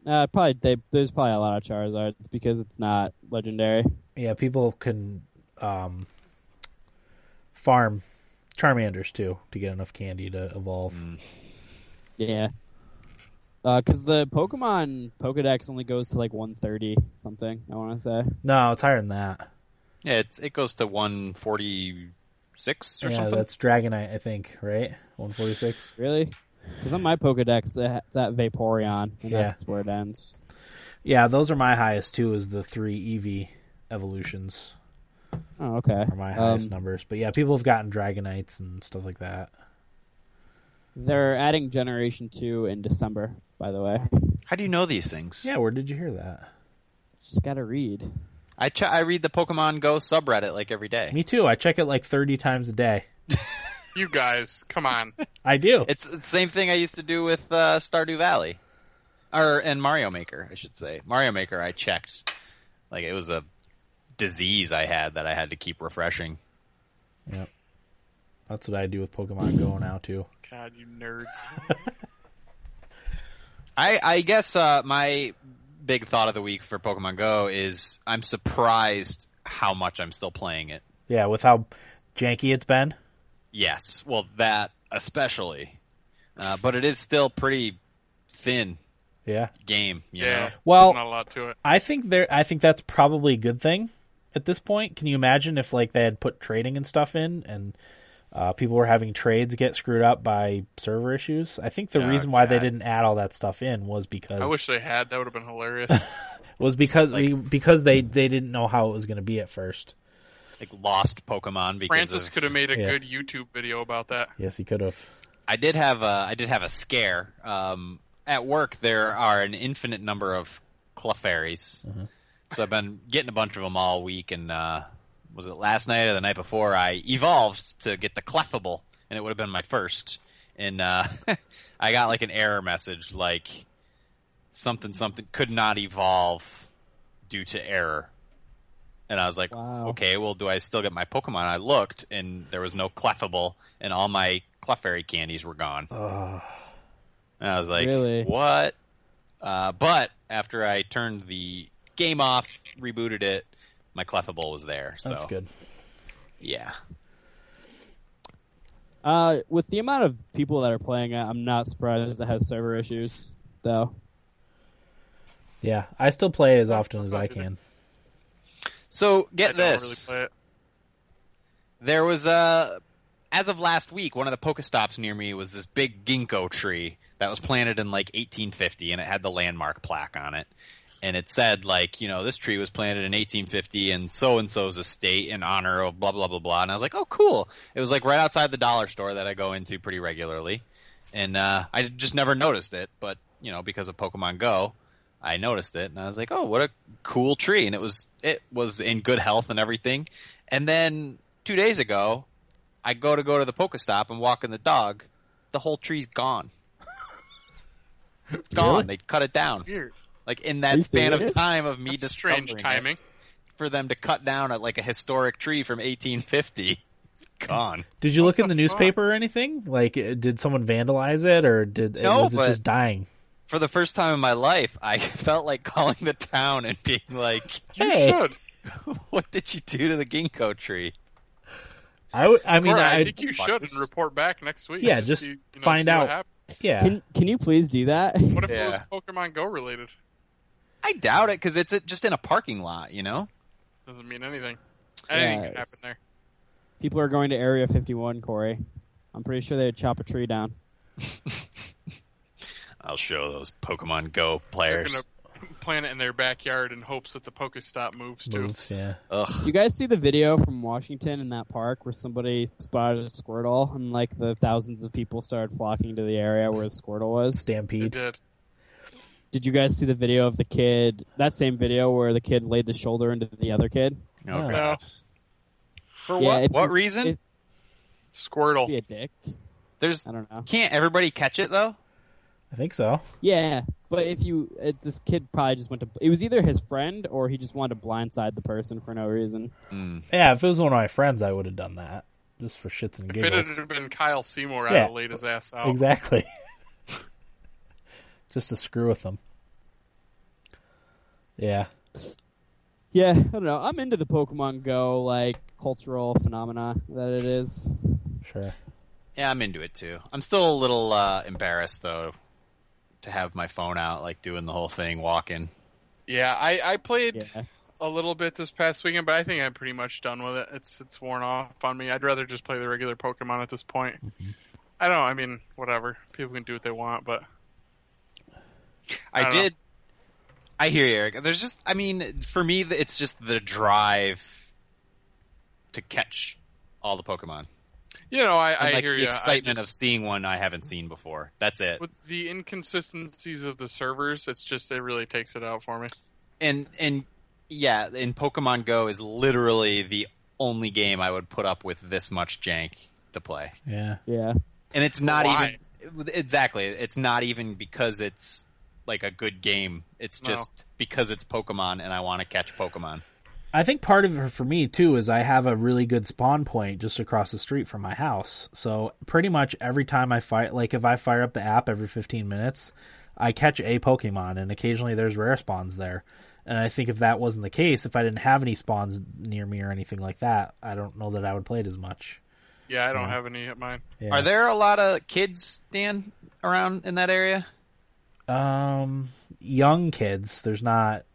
Speaker 4: Uh, probably they, there's probably a lot of Charizards because it's not legendary.
Speaker 1: Yeah, people can um, farm Charmanders too to get enough candy to evolve.
Speaker 4: Yeah. Because the Pokemon Pokedex only goes to like 130 something, I want to say.
Speaker 1: No, it's higher than that.
Speaker 3: Yeah, it's, it goes to 146 or
Speaker 1: yeah,
Speaker 3: something.
Speaker 1: that's Dragonite, I think. Right, one forty six.
Speaker 4: Really? Because on my Pokedex, tha- it's at Vaporeon, and
Speaker 1: Yeah.
Speaker 4: that's where it ends.
Speaker 1: Yeah, those are my highest too. Is the three EV evolutions
Speaker 4: Oh, okay.
Speaker 1: are my highest
Speaker 4: Um,
Speaker 1: numbers. But yeah, people have gotten Dragonites and stuff like that.
Speaker 4: They're adding Generation 2 in December, by the way.
Speaker 3: How do you know these things?
Speaker 1: Yeah, where did you hear that?
Speaker 4: Just gotta read.
Speaker 3: I ch- I read the Pokemon Go subreddit like every day.
Speaker 1: Me too. I check it like thirty times a day.
Speaker 2: You guys, come on.
Speaker 1: I do.
Speaker 3: It's the same thing I used to do with uh, Stardew Valley, or and Mario Maker, I should say. Mario Maker, I checked. Like it was a disease I had that I had to keep refreshing.
Speaker 1: Yep. That's what I do with Pokemon Go now too.
Speaker 2: God, you nerds.
Speaker 3: I I guess uh, my big thought of the week for Pokemon Go is I'm surprised how much I'm still playing it.
Speaker 1: Yeah, with how janky it's been.
Speaker 3: Yes, well that especially, uh, but it is still pretty thin
Speaker 1: Yeah.
Speaker 3: game. You
Speaker 2: Yeah.
Speaker 3: know?
Speaker 1: Well-
Speaker 2: not a lot to it.
Speaker 1: I think there. I think that's probably a good thing at this point. Can you imagine if like they had put trading and stuff in, and uh, people were having trades get screwed up by server issues? I think the
Speaker 3: Oh,
Speaker 1: reason why they
Speaker 3: God.
Speaker 1: didn't add all that stuff in was because
Speaker 2: I wish they had. That would have been hilarious.
Speaker 1: was because
Speaker 3: like-
Speaker 1: we- because they they didn't know how it was going to be at first.
Speaker 3: like lost Pokemon because
Speaker 2: Francis
Speaker 3: of-
Speaker 2: could have made a
Speaker 1: Yeah.
Speaker 2: good YouTube video about that.
Speaker 1: Yes, he could have.
Speaker 3: I did have a I did have a scare. Um, at work, there are an infinite number of Clefairies, so I've been getting a bunch of them all week. And uh, was it last night or the night before? I evolved to get the Clefable, and it would have been my first. And uh, I got like an error message, like something something could not evolve due to error. And I was like,
Speaker 4: Wow.
Speaker 3: okay, well, do I still get my Pokemon? I looked, and there was no Clefable, and all my Clefairy candies were gone.
Speaker 1: Oh,
Speaker 3: And I was like,
Speaker 4: Really?
Speaker 3: what? Uh, but after I turned the game off, rebooted it, my Clefable was there. So
Speaker 1: that's good.
Speaker 3: Yeah,
Speaker 4: Uh, with the amount of people that are playing it, I'm not surprised it has server issues, though.
Speaker 1: Yeah, I still play as often as I can.
Speaker 3: So
Speaker 2: I
Speaker 3: get
Speaker 2: don't
Speaker 3: this.
Speaker 2: really play it.
Speaker 3: There was Uh, as of last week, one of the Pokestops near me was this big ginkgo tree that was planted in like 1850, and it had the landmark plaque on it, and it said like, you know, this tree was planted in 1850 in so and so's estate in honor of blah blah blah blah. And I was like, oh, cool. It was like right outside the dollar store that I go into pretty regularly, and uh, I just never noticed it, but you know, because of Pokemon Go. I noticed it and I was like, "Oh, what a cool tree!" And it was it was in good health and everything. And then two days ago, I go to go to the Pokestop and walking the dog. The whole tree's gone. It's gone.
Speaker 1: Really?
Speaker 3: They cut it down.
Speaker 2: Weird.
Speaker 3: Like in
Speaker 4: Are
Speaker 3: that
Speaker 4: you
Speaker 3: span
Speaker 4: serious?
Speaker 3: of time of me
Speaker 2: That's
Speaker 3: discovering
Speaker 2: strange
Speaker 3: it,
Speaker 2: timing.
Speaker 3: for them to cut down a, like a historic tree from 1850. It's gone.
Speaker 1: Did you look in the
Speaker 2: the fuck?
Speaker 1: newspaper or anything? Like, uh, did someone vandalize it, or did
Speaker 3: No,
Speaker 1: was it
Speaker 3: but-
Speaker 1: just dying?
Speaker 3: for the first time in my life, I felt like calling the town and being like,
Speaker 2: You
Speaker 1: Hey.
Speaker 2: should.
Speaker 3: "What did you do to the ginkgo tree?"
Speaker 1: I, would- I mean,
Speaker 2: Or
Speaker 1: I,
Speaker 2: I think you
Speaker 3: Fuck
Speaker 2: should
Speaker 3: this.
Speaker 2: and report back next week.
Speaker 1: Yeah,
Speaker 2: and
Speaker 1: just
Speaker 2: see- you know,
Speaker 1: find
Speaker 2: see what
Speaker 1: out.
Speaker 2: happened.
Speaker 1: yeah,
Speaker 4: Can can you please do that?
Speaker 2: What if
Speaker 3: Yeah.
Speaker 2: it was Pokemon Go related?
Speaker 3: I doubt it because it's uh just in a parking lot, you know.
Speaker 2: Doesn't mean anything. Anything
Speaker 4: Yeah,
Speaker 2: could happen
Speaker 4: it's-
Speaker 2: there.
Speaker 4: People are going to Area 51, Corey. I'm pretty sure they'd chop a tree down.
Speaker 3: I'll show those Pokemon Go
Speaker 2: They're
Speaker 3: players.
Speaker 2: gonna plant it in their backyard in hopes that the Pokestop moves too.
Speaker 1: moves, yeah.
Speaker 3: Ugh.
Speaker 4: You guys see the video from Washington in that park where somebody spotted a Squirtle and like the thousands of people started flocking to the area where the Squirtle was?
Speaker 2: It
Speaker 1: Stampede.
Speaker 2: did.
Speaker 4: Did you guys see the video of the kid? That same video where the kid laid the shoulder into the other kid?
Speaker 3: Oh,
Speaker 1: Yeah.
Speaker 3: God.
Speaker 2: For
Speaker 4: yeah,
Speaker 2: what?
Speaker 4: it's
Speaker 3: What reason?
Speaker 4: it-
Speaker 2: Squirtle.
Speaker 4: be a dick.
Speaker 3: There's
Speaker 4: I don't know.
Speaker 3: can't everybody catch it though.
Speaker 1: I think so.
Speaker 4: Yeah, but if you, it, this kid probably just went to. It was either his friend or he just wanted to blindside the person for no reason.
Speaker 1: Yeah, if it was one of my friends, I would have done that just for shits and
Speaker 2: If it
Speaker 1: giggles.
Speaker 2: had been Kyle Seymour, I'd
Speaker 1: Yeah.
Speaker 2: have laid his ass out.
Speaker 1: Exactly. just to screw with them. Yeah.
Speaker 4: Yeah, I don't know. I'm into the Pokemon Go like cultural phenomena that it is.
Speaker 1: Sure.
Speaker 3: Yeah, I'm into it too. I'm still a little uh, embarrassed though to have my phone out, like doing the whole thing, walking.
Speaker 2: Yeah, I, I played
Speaker 4: Yeah.
Speaker 2: a little bit this past weekend, but I think I'm pretty much done with it. It's it's worn off on me. I'd rather just play the regular Pokemon at this point.
Speaker 1: Mm-hmm.
Speaker 2: I don't. I mean, whatever. People can do what they want, but
Speaker 3: I,
Speaker 2: I don't know.
Speaker 3: did. I hear you, Eric. There's just, I mean, for me, th- it's just the drive to catch all the Pokemon.
Speaker 2: you know, I,
Speaker 3: And,
Speaker 2: I
Speaker 3: like
Speaker 2: hear
Speaker 3: the
Speaker 2: you.
Speaker 3: excitement of seeing one I haven't seen before. That's it.
Speaker 2: with the inconsistencies of the servers, it's just it really takes it out for me.
Speaker 3: And and yeah, and Pokemon Go is literally the only game I would put up with this much jank to play.
Speaker 1: Yeah.
Speaker 4: Yeah.
Speaker 3: And it's not
Speaker 2: Why?
Speaker 3: even exactly. It's not even because it's like a good game. It's
Speaker 2: No.
Speaker 3: just because it's Pokemon and I want to catch Pokemon.
Speaker 1: I think part of it for me too is I have a really good spawn point just across the street from my house. So pretty much every time I fight, like if I fire up the app every 15 minutes, I catch a Pokemon, and occasionally there's rare spawns there. And I think if that wasn't the case, if I didn't have any spawns near me or anything like that, I don't know that I would play it as much.
Speaker 2: Yeah, I don't have any at mine.
Speaker 1: Yeah.
Speaker 3: Are there a lot of kids, Dan, around in that area?
Speaker 1: Um, young kids. There's not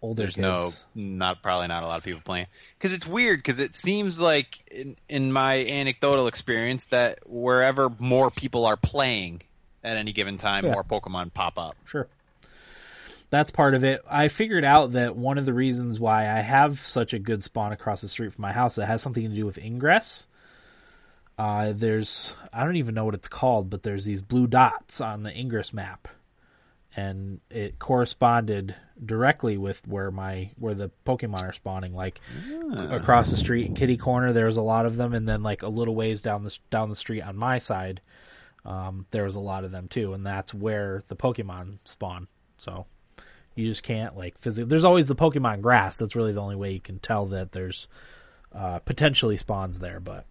Speaker 1: older
Speaker 3: There's
Speaker 1: kids.
Speaker 3: no, not probably not a lot of people playing because it's weird because it seems like in, in my anecdotal experience that wherever more people are playing at any given time,
Speaker 1: Yeah.
Speaker 3: more Pokemon pop up.
Speaker 1: Sure. That's part of it. I figured out that one of the reasons why I have such a good spawn across the street from my house that has something to do with ingress. Uh, there's I don't even know what it's called, but there's these blue dots on the ingress map, and it corresponded directly with where my where the Pokemon are spawning. Like across the street in Kitty Corner, there was a lot of them, and then like a little ways down the down the street on my side, um, there was a lot of them too, and that's where the Pokemon spawn. So you just can't like physically. There's always the Pokemon grass. That's really the only way you can tell that there's uh, potentially spawns there. But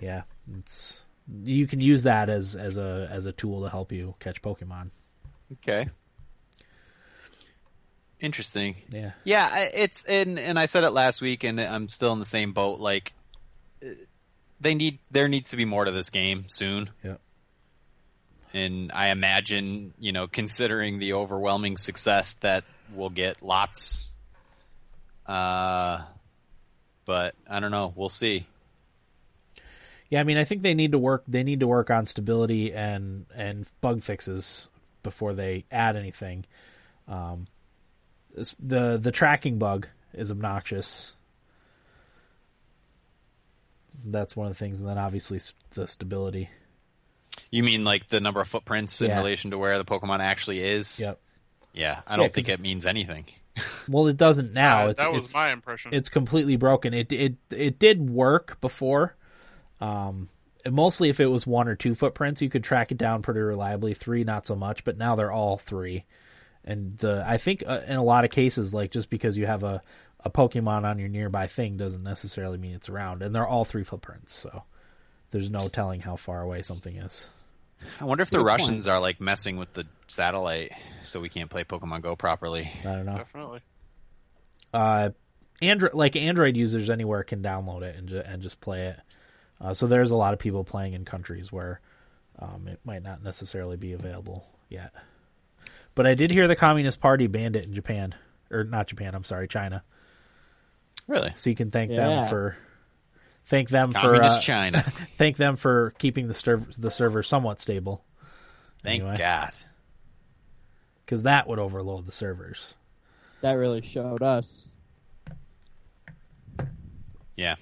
Speaker 1: yeah, it's you can use that as as a as a tool to help you catch Pokemon.
Speaker 3: Okay, interesting.
Speaker 1: Yeah,
Speaker 3: Yeah, I- it's and and I said it last week, and I'm still in the same boat. Like, uh, they need there needs to be more to this game soon,
Speaker 1: yeah,
Speaker 3: and I imagine you know considering the overwhelming success that we'll get, lots. Uh, but I don't know. We'll see.
Speaker 1: yeah. I mean, I think they need to work. They need to work on stability and and bug fixes before they add anything. Um, this- the the tracking bug is obnoxious. That's one of the things, and then obviously s- the stability.
Speaker 3: You mean like the number of footprints in
Speaker 1: Yeah.
Speaker 3: relation to where the Pokemon actually is?
Speaker 1: Yep.
Speaker 3: Yeah, I don't
Speaker 1: Yeah, 'cause-
Speaker 3: think it means anything.
Speaker 1: Well, it doesn't now.
Speaker 2: Uh,
Speaker 1: it's,
Speaker 2: that was
Speaker 1: it's,
Speaker 2: my impression.
Speaker 1: it's completely broken. It it it did work before. Um, mostly if it was one or two footprints, you could track it down pretty reliably. Three, not so much. But now they're all three, and the I think uh, in a lot of cases, like just because you have a a Pokemon on your nearby thing doesn't necessarily mean it's around, and they're all three footprints. So there's no telling how far away something is.
Speaker 3: I wonder if the
Speaker 4: Good point.
Speaker 3: Russians are like messing with the satellite, so we can't play Pokemon Go properly.
Speaker 1: I don't know.
Speaker 2: Definitely.
Speaker 1: Uh, Android like Android users anywhere can download it and ju- and just play it. Uh, so there's a lot of people playing in countries where um, it might not necessarily be available yet. But I did hear the Communist Party banned it in Japan, or not Japan. I'm sorry, China.
Speaker 3: Really,
Speaker 1: So you can thank
Speaker 4: Yeah.
Speaker 1: them for thank them for
Speaker 3: communist
Speaker 1: uh,
Speaker 3: China.
Speaker 1: thank them for keeping the server the server somewhat stable
Speaker 3: Thank
Speaker 1: Anyway.
Speaker 3: God.
Speaker 1: because that would overload the servers.
Speaker 4: That really showed us.
Speaker 3: Yeah.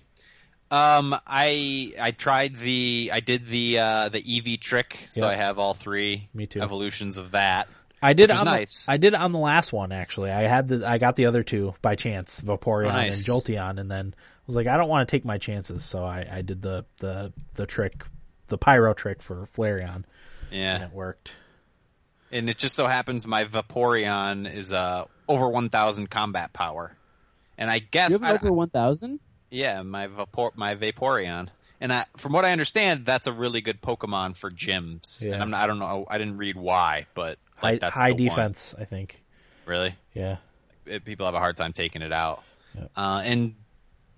Speaker 3: Um, I I tried the I did the uh, the EV trick, so
Speaker 1: Yeah.
Speaker 3: I have all three
Speaker 1: Me too.
Speaker 3: evolutions of that.
Speaker 1: I did
Speaker 3: Which is
Speaker 1: on the-
Speaker 3: nice.
Speaker 1: I did on the last one actually. I had the I got the other two by chance, Vaporeon
Speaker 3: Oh, nice.
Speaker 1: and Jolteon, and then I was like, I don't want to take my chances, so I, I did the, the the trick, the pyro trick for Flareon, and
Speaker 3: Yeah,
Speaker 1: it worked.
Speaker 3: and it just so happens my Vaporeon is uh over one thousand combat power, and I
Speaker 4: You
Speaker 3: guess
Speaker 4: have
Speaker 3: I,
Speaker 4: over one thousand.
Speaker 3: yeah my Vapor my Vaporeon, and I, from what I understand, that's a really good Pokemon for gyms.
Speaker 1: Yeah.
Speaker 3: And I'm not, I don't know I didn't read why, but like,
Speaker 1: high
Speaker 3: that's
Speaker 1: high
Speaker 3: the one.
Speaker 1: defense, I think.
Speaker 3: really.
Speaker 1: Yeah.
Speaker 3: it, people have a hard time taking it out.
Speaker 1: Yep.
Speaker 3: Uh, and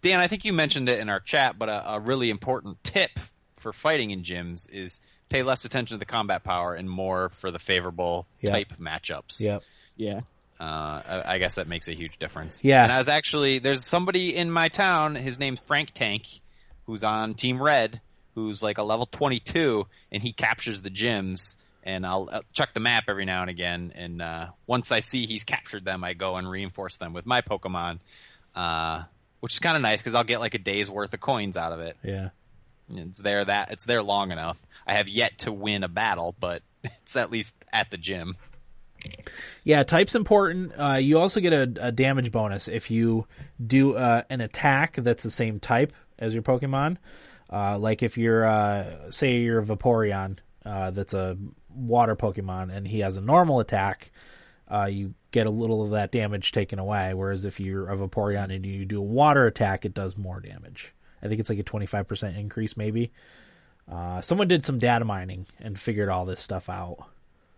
Speaker 3: Dan, I think you mentioned it in our chat, but a, a really important tip for fighting in gyms is pay less attention to the combat power and more for the favorable
Speaker 1: Yeah.
Speaker 3: type matchups.
Speaker 1: Yep.
Speaker 4: Yeah.
Speaker 3: Uh, I, I guess that makes a huge difference.
Speaker 1: Yeah.
Speaker 3: And I was actually there's somebody in my town. His name's Frank Tank, who's on Team Red, who's like a level 22, and he captures the gyms. And I'll uh, check the map every now and again. And uh, once I see he's captured them, I go and reinforce them with my Pokemon, uh, which is kind of nice because I'll get like a day's worth of coins out of it.
Speaker 1: Yeah.
Speaker 3: It's there that it's there long enough. I have yet to win a battle, but it's at least at the gym.
Speaker 1: Yeah, type's important. Uh, you also get a, a damage bonus if you do uh, an attack that's the same type as your Pokemon. Uh, like if you're, uh, say, you're a Vaporeon uh, that's a water Pokemon and he has a normal attack, uh, you get a little of that damage taken away. Whereas if you're a Vaporeon and you do a water attack, it does more damage. I think it's like a 25% increase, maybe. Uh, someone did some data mining and figured all this stuff out.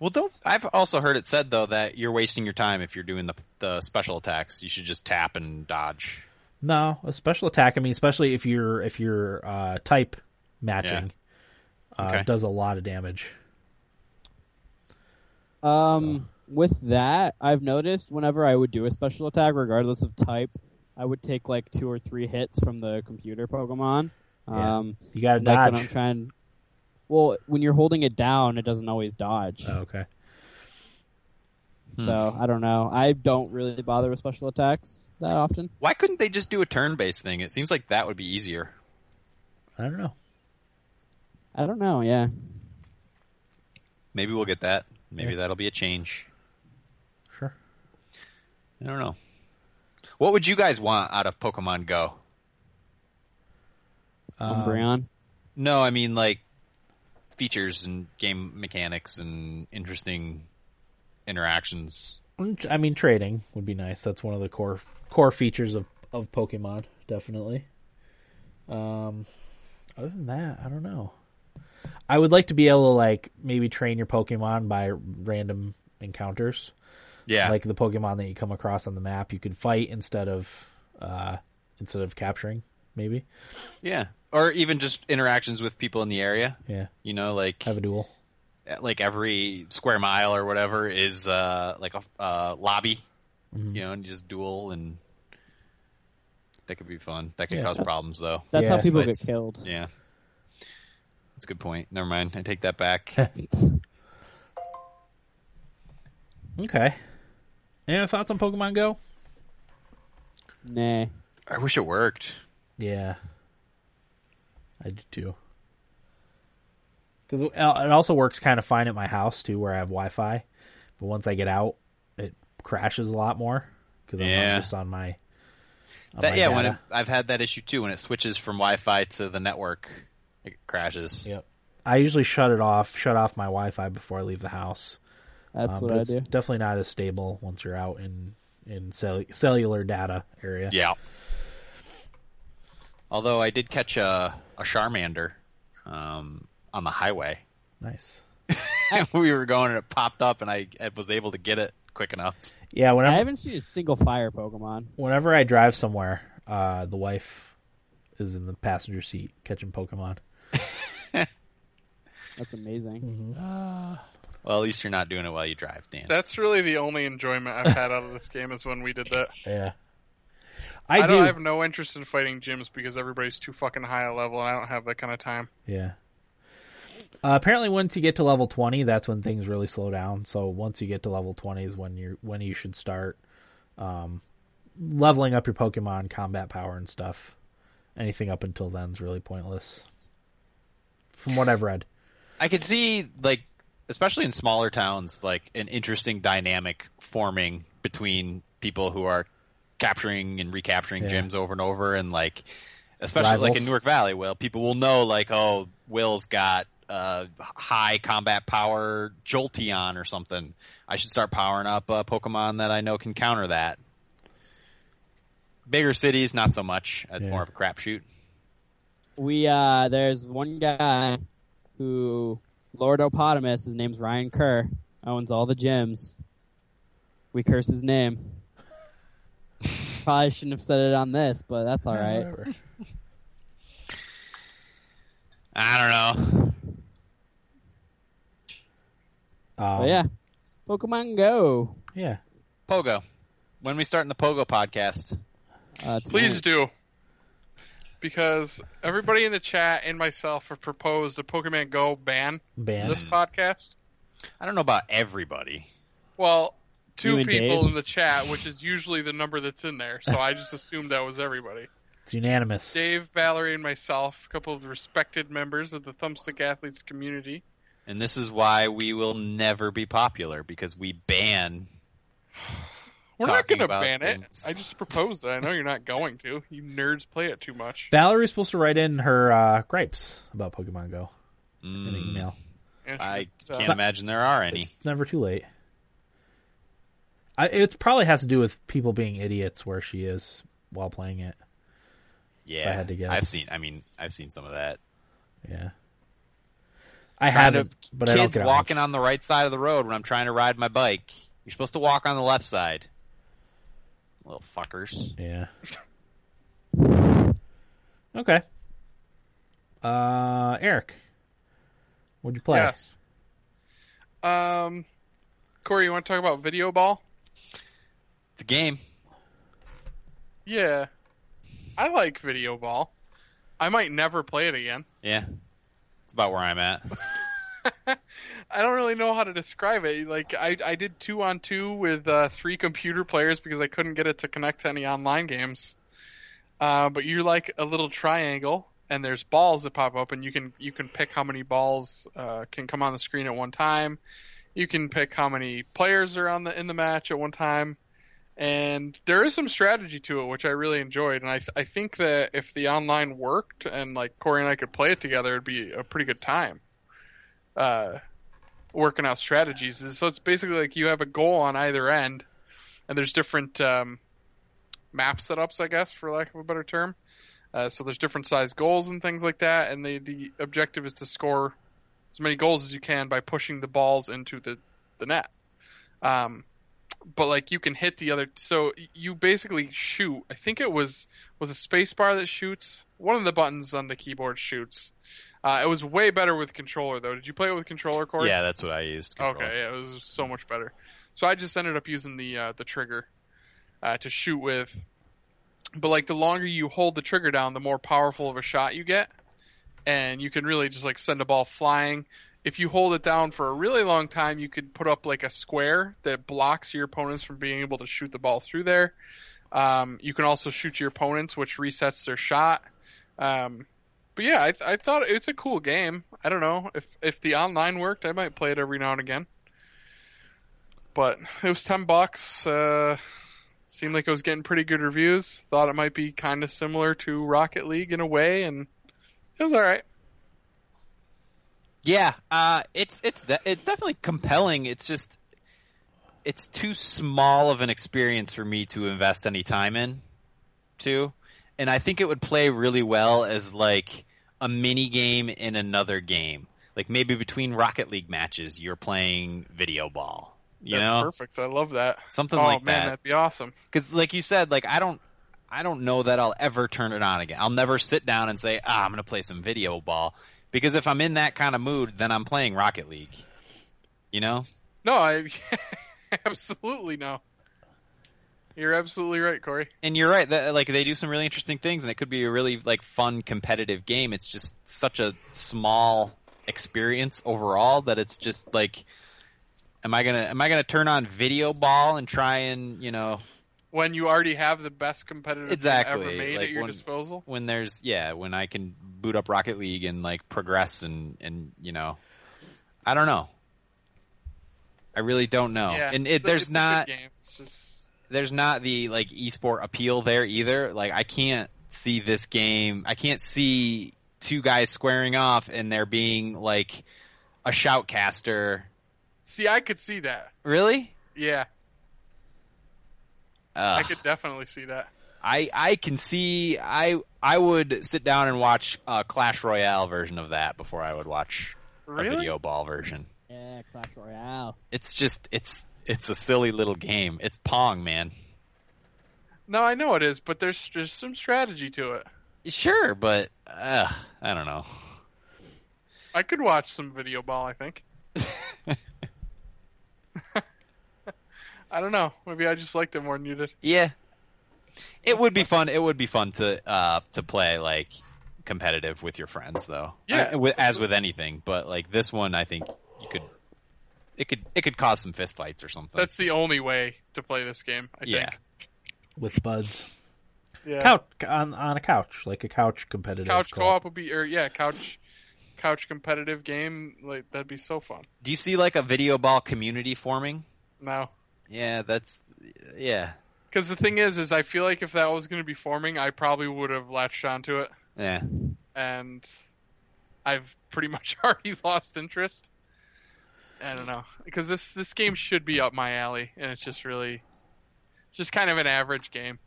Speaker 3: Well, don't. I've also heard it said though that you're wasting your time if you're doing the the special attacks. You should just tap and dodge.
Speaker 1: No, a special attack. I mean, especially if you're if you're uh, type matching, uh,
Speaker 3: Okay.
Speaker 1: does a lot of damage.
Speaker 4: Um, with that, I've noticed whenever I would do a special attack, regardless of type, I would take like two or three hits from the computer Pokemon.
Speaker 1: Yeah.
Speaker 4: Um,
Speaker 1: You got to
Speaker 4: like when I'm
Speaker 1: dodge.
Speaker 4: trying. Well, when you're holding it down, it doesn't always dodge.
Speaker 1: Oh, Hmm. okay.
Speaker 4: So I don't know. I don't really bother with special attacks that often.
Speaker 3: Why couldn't they just do a turn based thing? It seems like that would be easier.
Speaker 1: I don't know.
Speaker 4: I don't know. Yeah.
Speaker 3: Maybe we'll get that. Maybe
Speaker 1: Yeah.
Speaker 3: that'll be a change.
Speaker 1: Sure.
Speaker 3: I don't know. What would you guys want out of Pokemon Go?
Speaker 1: Um,
Speaker 4: Umbreon.
Speaker 3: No, I mean like features and game mechanics and interesting interactions.
Speaker 1: Mm, I mean, trading would be nice. That's one of the core core features of of Pokemon, definitely. Um, other than that, I don't know. I would like to be able to like maybe train your Pokemon by random encounters.
Speaker 3: Yeah,
Speaker 1: like the Pokemon that you come across on the map, you could fight instead of uh, instead of capturing. Maybe,
Speaker 3: yeah, or even just interactions with people in the area.
Speaker 1: yeah.
Speaker 3: You know, like
Speaker 1: Have a duel.
Speaker 3: uh, like every square mile or whatever is uh, like a uh, lobby,
Speaker 1: Mm-hmm.
Speaker 3: you know, and you just duel and that could be fun. That could
Speaker 1: Yeah.
Speaker 3: cause problems though.
Speaker 4: That's
Speaker 1: Yeah,
Speaker 4: how people
Speaker 3: so
Speaker 4: get
Speaker 3: it's-
Speaker 4: killed.
Speaker 3: Yeah, that's a good point. Never mind, I take that back.
Speaker 1: Okay. Any other thoughts on Pokemon Go?
Speaker 4: Nah.
Speaker 3: I wish it worked.
Speaker 1: Yeah, I do too. Because it also works kind of fine at my house too, where I have Wi-Fi. But once I get out, it crashes a lot more because I'm
Speaker 3: Yeah.
Speaker 1: just on my. on my
Speaker 3: That, yeah, when
Speaker 1: data.
Speaker 3: it, I've had that issue too, when it switches from Wi-Fi to the network, it crashes.
Speaker 1: Yep. I usually shut it off, shut off my Wi-Fi before I leave the house.
Speaker 4: That's
Speaker 1: Um,
Speaker 4: what
Speaker 1: but
Speaker 4: I
Speaker 1: it's
Speaker 4: do.
Speaker 1: definitely not as stable once you're out in in cell- cellular data area.
Speaker 3: Yeah. Although I did catch a a Charmander um, on the highway.
Speaker 1: Nice.
Speaker 3: we were going and it popped up, and I, I was able to get it quick enough.
Speaker 1: Yeah,
Speaker 4: I
Speaker 1: whenever
Speaker 4: haven't seen a single fire Pokemon.
Speaker 1: whenever I drive somewhere, uh, the wife is in the passenger seat catching Pokemon.
Speaker 4: That's
Speaker 1: Hmm.
Speaker 4: amazing.
Speaker 3: Well, at least you're not doing it while you drive, Dan.
Speaker 2: That's really the only enjoyment I've had out of this game is when we did that.
Speaker 1: Yeah,
Speaker 2: I,
Speaker 1: I, do.
Speaker 2: don't I have no interest in fighting gyms because everybody's too fucking high a level, and I don't have that kind of time.
Speaker 1: Yeah. Uh, apparently, once you get to level twenty, that's when things really slow down. So once you get to level twenty is when you when you should start um, leveling up your Pokemon combat power and stuff. Anything up until then is really pointless, from what I've read.
Speaker 3: I could see like especially in smaller towns like an interesting dynamic forming between people who are capturing and recapturing
Speaker 1: Yeah.
Speaker 3: gyms over and over and like especially like
Speaker 1: Rivals.
Speaker 3: in Newark Valley well people will know like oh Will's got uh, high combat power Jolteon or something I should start powering up a Pokemon that I know can counter that bigger cities not so much it's
Speaker 1: Yeah.
Speaker 3: more of a crapshoot
Speaker 4: We uh, there's one guy who Lord Opotamus. His name's Ryan Kerr. Owns all the gyms. We curse his name. Probably shouldn't have said it on this, but that's all right.
Speaker 1: Whatever.
Speaker 3: I don't know
Speaker 1: Um,
Speaker 4: But Oh, yeah, Pokemon Go.
Speaker 1: yeah.
Speaker 3: Pogo when we start in the Pogo podcast
Speaker 4: Uh,
Speaker 2: Please
Speaker 4: tonight.
Speaker 2: do. Because everybody in the chat and myself have proposed a Pokemon Go ban on
Speaker 1: Ban.
Speaker 2: this podcast.
Speaker 3: I don't know about everybody.
Speaker 2: Well,
Speaker 4: You
Speaker 2: two
Speaker 4: and
Speaker 2: people
Speaker 4: Dave?
Speaker 2: in the chat, which is usually the number that's in there, so I just assumed that was everybody.
Speaker 1: It's unanimous.
Speaker 2: Dave, Valerie, and myself, a couple of respected members of the Thumbstick Athletes community.
Speaker 3: And this is why we will never be popular because we ban.
Speaker 2: We're not
Speaker 3: Talking
Speaker 2: going to
Speaker 3: about
Speaker 2: ban it.
Speaker 3: things.
Speaker 2: I just proposed it. I know you're not going to. You nerds play it too much.
Speaker 1: Valerie's supposed to write in her uh, gripes about Pokemon Go in an
Speaker 3: Mm,
Speaker 1: email.
Speaker 2: And-
Speaker 3: I
Speaker 2: uh,
Speaker 3: can't imagine there are any.
Speaker 1: It's never too late. I, it probably has to do with people being idiots where she is while playing it.
Speaker 3: Yeah,
Speaker 1: had to guess.
Speaker 3: have seen. I mean, I've seen some of that.
Speaker 1: Yeah. I
Speaker 3: Trying
Speaker 1: haven't,
Speaker 3: to-
Speaker 1: but
Speaker 3: kids
Speaker 1: I don't get
Speaker 3: walking on the right side of the road when I'm trying to ride my bike. You're supposed to walk on the left side. Little fuckers.
Speaker 1: Yeah. Okay. Uh, Eric, what'd you play?
Speaker 2: Yes. Um, Corey, you want to talk about video ball?
Speaker 3: It's a game.
Speaker 2: Yeah, I like video ball. I might never play it again.
Speaker 3: Yeah, it's about where I'm at.
Speaker 2: I don't really know how to describe it. Like I, I did two on two with uh, three computer players because I couldn't get it to connect to any online games. Uh, but you're like a little triangle, and there's balls that pop up, and you can you can pick how many balls uh, can come on the screen at one time. You can pick how many players are on the in the match at one time, and there is some strategy to it, which I really enjoyed. And I I think that if the online worked and like Corey and I could play it together, it'd be a pretty good time. Uh, working out strategies. So it's basically like you have a goal on either end, and there's different um, map setups, I guess, for lack of a better term. Uh, so there's different size goals and things like that, and the the objective is to score as many goals as you can by pushing the balls into the the net. Um, but like you can hit the other, so you basically shoot. I think it was was a space bar that shoots. One of the buttons on the keyboard shoots. Uh, it was way better with controller though. Did you play it with controller, Corey?
Speaker 3: Yeah, that's what I used. Control.
Speaker 2: Okay, yeah, it was so much better. So I just ended up using the uh, the trigger uh, to shoot with. But like the longer you hold the trigger down, the more powerful of a shot you get, and you can really just like send a ball flying. If you hold it down for a really long time, you could put up like a square that blocks your opponents from being able to shoot the ball through there. Um, you can also shoot your opponents, which resets their shot. Um, but yeah, I, I thought it's a cool game. I don't know if if the online worked, I might play it every now and again. But it was ten bucks. Uh, seemed like it was getting pretty good reviews. Thought it might be kind of similar to Rocket League in a way, and it was all right.
Speaker 3: Yeah, uh, it's it's de- it's definitely compelling. It's just it's too small of an experience for me to invest any time in, too. And I think it would play really well as like a mini game in another game. like maybe between Rocket League matches, you're playing video ball. You
Speaker 2: That's
Speaker 3: know,
Speaker 2: perfect. I love that.
Speaker 3: something
Speaker 2: oh
Speaker 3: like
Speaker 2: man,
Speaker 3: that.
Speaker 2: that'd be awesome.
Speaker 3: Because, like you said, like I don't, I don't know that I'll ever turn it on again. I'll never sit down and say, "Ah, I'm gonna play some video ball," because if I'm in that kind of mood, then I'm playing Rocket League. You know,
Speaker 2: No, I absolutely no. You're absolutely right, Corey.
Speaker 3: and you're right. That, like they do some really interesting things, and it could be a really like fun competitive game. It's just such a small experience overall that it's just like, am I gonna am I gonna turn on video ball and try and you know
Speaker 2: When you already have the best competitive team
Speaker 3: Exactly,
Speaker 2: ever made
Speaker 3: like
Speaker 2: at your
Speaker 3: when-
Speaker 2: disposal.
Speaker 3: when there's yeah when I can boot up Rocket League and like progress and and you know I don't know. I really don't know.
Speaker 2: yeah,
Speaker 3: and
Speaker 2: it's
Speaker 3: it,
Speaker 2: a-
Speaker 3: there's
Speaker 2: it's a good
Speaker 3: not
Speaker 2: game. It's just
Speaker 3: there's not the like esport appeal there either. Like I can't see this game. I can't see two guys squaring off and there being like a shoutcaster.
Speaker 2: see, I could see that.
Speaker 3: Really?
Speaker 2: Yeah,
Speaker 3: Uh,
Speaker 2: I could definitely see that.
Speaker 3: I I can see I I would sit down and watch a Clash Royale version of that before I would watch a
Speaker 2: Really?
Speaker 3: video ball version.
Speaker 4: Yeah, Clash Royale.
Speaker 3: It's just it's it's a silly little game. It's Pong, man.
Speaker 2: No, I know it is, but there's there's some strategy to it.
Speaker 3: Sure, but uh, I don't know.
Speaker 2: I could watch some video ball. I think. I don't know. Maybe I just liked it more than you did.
Speaker 3: Yeah. It would be fun. It would be fun to uh to play like competitive with your friends though.
Speaker 2: Yeah,
Speaker 3: I- with, as with anything, but like this one I think you could it could it could cause some fist fights or something.
Speaker 2: That's the only way to play this game. I
Speaker 3: yeah.
Speaker 2: think.
Speaker 1: with buds.
Speaker 2: Yeah.
Speaker 1: Couch on on a couch, like a couch competitive
Speaker 2: couch
Speaker 1: co-op.
Speaker 2: co-op would be, or yeah, couch couch competitive game. Like that'd be so fun.
Speaker 3: Do you see like a video ball community forming?
Speaker 2: No,
Speaker 3: Yeah, that's yeah.
Speaker 2: because the thing is, is I feel like if that was going to be forming, I probably would have latched onto it,
Speaker 3: Yeah.
Speaker 2: and I've pretty much already lost interest. I don't know because this this game should be up my alley, and it's just really, it's just kind of an average game.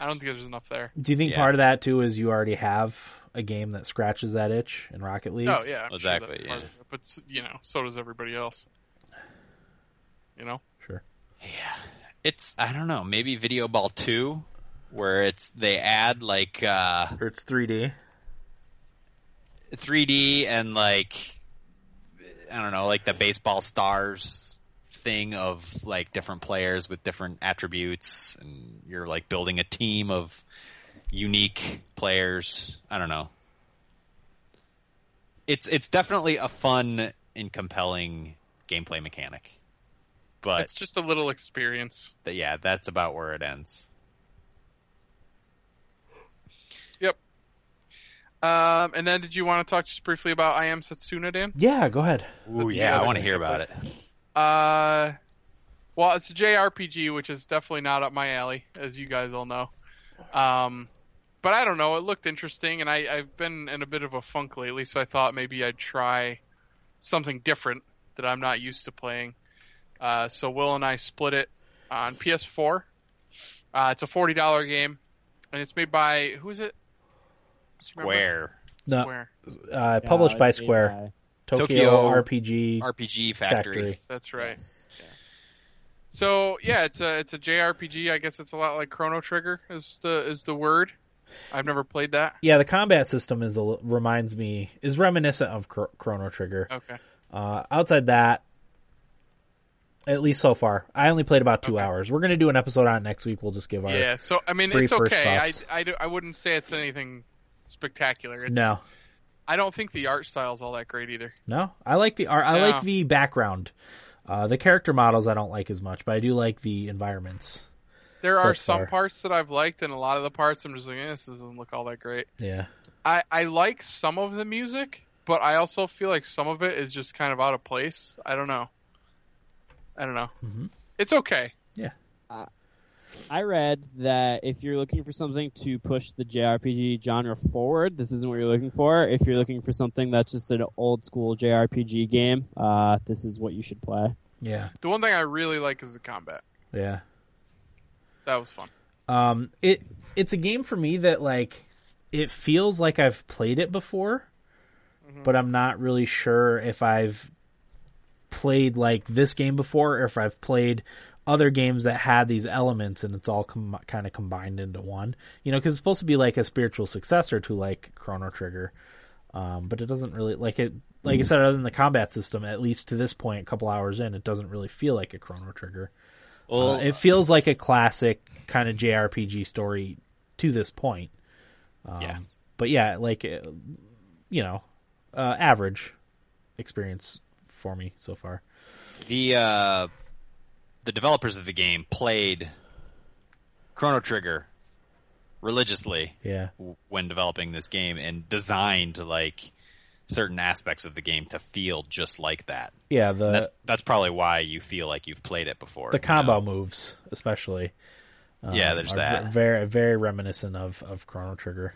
Speaker 2: I don't think there's enough there.
Speaker 1: Do you think
Speaker 3: Yeah.
Speaker 1: part of that too is you already have a game that scratches that itch in Rocket League?
Speaker 2: Oh yeah, I'm sure
Speaker 3: Exactly,
Speaker 2: that's
Speaker 3: yeah.
Speaker 2: part of it, but s- you know, so does everybody else. You know.
Speaker 1: Sure.
Speaker 3: It's I don't know, maybe video ball 2 where it's they add like uh
Speaker 1: Or it's 3D.
Speaker 3: 3D and like I don't know, like the baseball stars thing of like different players with different attributes, and you're like building a team of unique players. I don't know. It's it's definitely a fun and compelling gameplay mechanic, but
Speaker 2: It's just a little experience.
Speaker 3: th- yeah, that's about where it ends.
Speaker 2: Um, and then did you want to talk just briefly about I Am Setsuna, Dan?
Speaker 1: Yeah, go ahead.
Speaker 3: Ooh,
Speaker 2: see,
Speaker 3: yeah, I
Speaker 2: that's
Speaker 3: want to
Speaker 2: gonna
Speaker 3: hear
Speaker 2: be
Speaker 3: about it.
Speaker 2: Uh, well, it's a JRPG, which is definitely not up my alley, as you guys all know. Um, but I don't know. It looked interesting, and I, I've been in a bit of a funk lately, so I thought maybe I'd try something different that I'm not used to playing. Uh, so Will and I split it on PS4. Uh, it's a forty dollar game, and it's made by who is it?
Speaker 3: Square
Speaker 1: No,
Speaker 2: Square.
Speaker 1: uh, published by
Speaker 4: it's made
Speaker 1: Square,
Speaker 4: by-
Speaker 1: Tokyo,
Speaker 3: Tokyo
Speaker 1: RPG
Speaker 3: RPG
Speaker 1: Factory.
Speaker 3: Factory.
Speaker 2: That's right.
Speaker 4: Yes.
Speaker 2: So yeah, it's a it's a JRPG. I guess it's a lot like Chrono Trigger is the is the word. I've never played that.
Speaker 1: Yeah, the combat system is a, li- reminds me is reminiscent of Chro- Chrono Trigger.
Speaker 2: Okay.
Speaker 1: Uh, outside that, at least so far, I only played about two
Speaker 2: Okay.
Speaker 1: hours. We're gonna do an episode on it next week. We'll just give our
Speaker 2: Yeah. So I mean,
Speaker 1: Brief
Speaker 2: it's
Speaker 1: first
Speaker 2: okay. I,
Speaker 1: thoughts.
Speaker 2: I, do- I wouldn't say it's anything spectacular. It's,
Speaker 1: no,
Speaker 2: I don't think the art style's all that great either.
Speaker 1: no. I like the art. I
Speaker 2: No.
Speaker 1: like the background. Uh, the character models I don't like as much, but I do like the environments.
Speaker 2: There are
Speaker 1: Thus
Speaker 2: some
Speaker 1: far.
Speaker 2: parts that I've liked, and a lot of the parts I'm just like, eh, this doesn't look all that great.
Speaker 1: Yeah,
Speaker 2: I I like some of the music, but I also feel like some of it is just kind of out of place. I don't know. I don't know.
Speaker 1: Mhm.
Speaker 2: It's okay.
Speaker 4: I read that if you're looking for something to push the JRPG genre forward, this isn't what you're looking for. If you're looking for something that's just an old school JRPG game, uh, this is what you should play.
Speaker 1: yeah,
Speaker 2: The one thing I really like is the combat.
Speaker 1: yeah.
Speaker 2: That was fun.
Speaker 1: Um, it it's a game for me that like it feels like I've played it before, but I'm not really sure if I've played like this game before or if I've played other games that had these elements and it's all com- kind of combined into one. You know, because it's supposed to be like a spiritual successor to like Chrono Trigger, um, but it doesn't really like it. Like I said, other than the combat system, at least to this point, a couple hours in, it doesn't really feel like a Chrono Trigger.
Speaker 3: Well,
Speaker 1: Uh, it feels like a classic kind of JRPG story to this point.
Speaker 3: yeah.
Speaker 1: But yeah, like uh, you know, uh, average experience for me so far.
Speaker 3: the uh, the developers of the game played Chrono Trigger religiously
Speaker 1: Yeah.
Speaker 3: w- when developing this game and designed like certain aspects of the game to feel just like that.
Speaker 1: Yeah,
Speaker 3: And
Speaker 1: the
Speaker 3: that's, that's probably why you feel like you've played it before.
Speaker 1: Uh, the
Speaker 3: you
Speaker 1: combo
Speaker 3: know?
Speaker 1: moves especially. um,
Speaker 3: yeah, there's
Speaker 1: are
Speaker 3: that.
Speaker 1: ve- Very very reminiscent of of Chrono Trigger.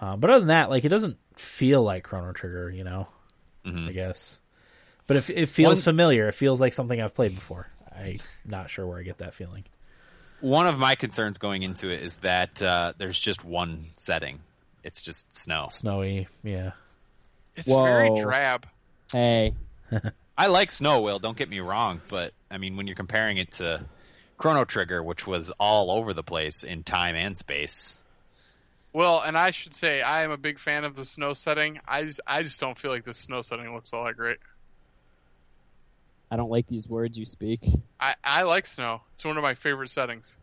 Speaker 1: Um, but other than that, like it doesn't feel like Chrono Trigger, you know. I guess. But it, it feels
Speaker 3: Mm-hmm. One-
Speaker 1: familiar. It feels like something I've played before. I'm not sure where I get that feeling.
Speaker 3: One of my concerns going into it is that uh, there's just one setting. It's just snow.
Speaker 1: Snowy, yeah.
Speaker 2: It's very
Speaker 1: Oh.
Speaker 4: Whoa.
Speaker 2: drab.
Speaker 4: Hey,
Speaker 3: I like Snow Will, don't get me wrong, but I mean when you're comparing it to Chrono Trigger, which was all over the place in time and space.
Speaker 2: Well, and I should say I am a big fan of the snow setting. I just, I just don't feel like the snow setting looks all that great.
Speaker 4: I don't like these words you speak.
Speaker 2: I, I like snow. It's one of my favorite settings.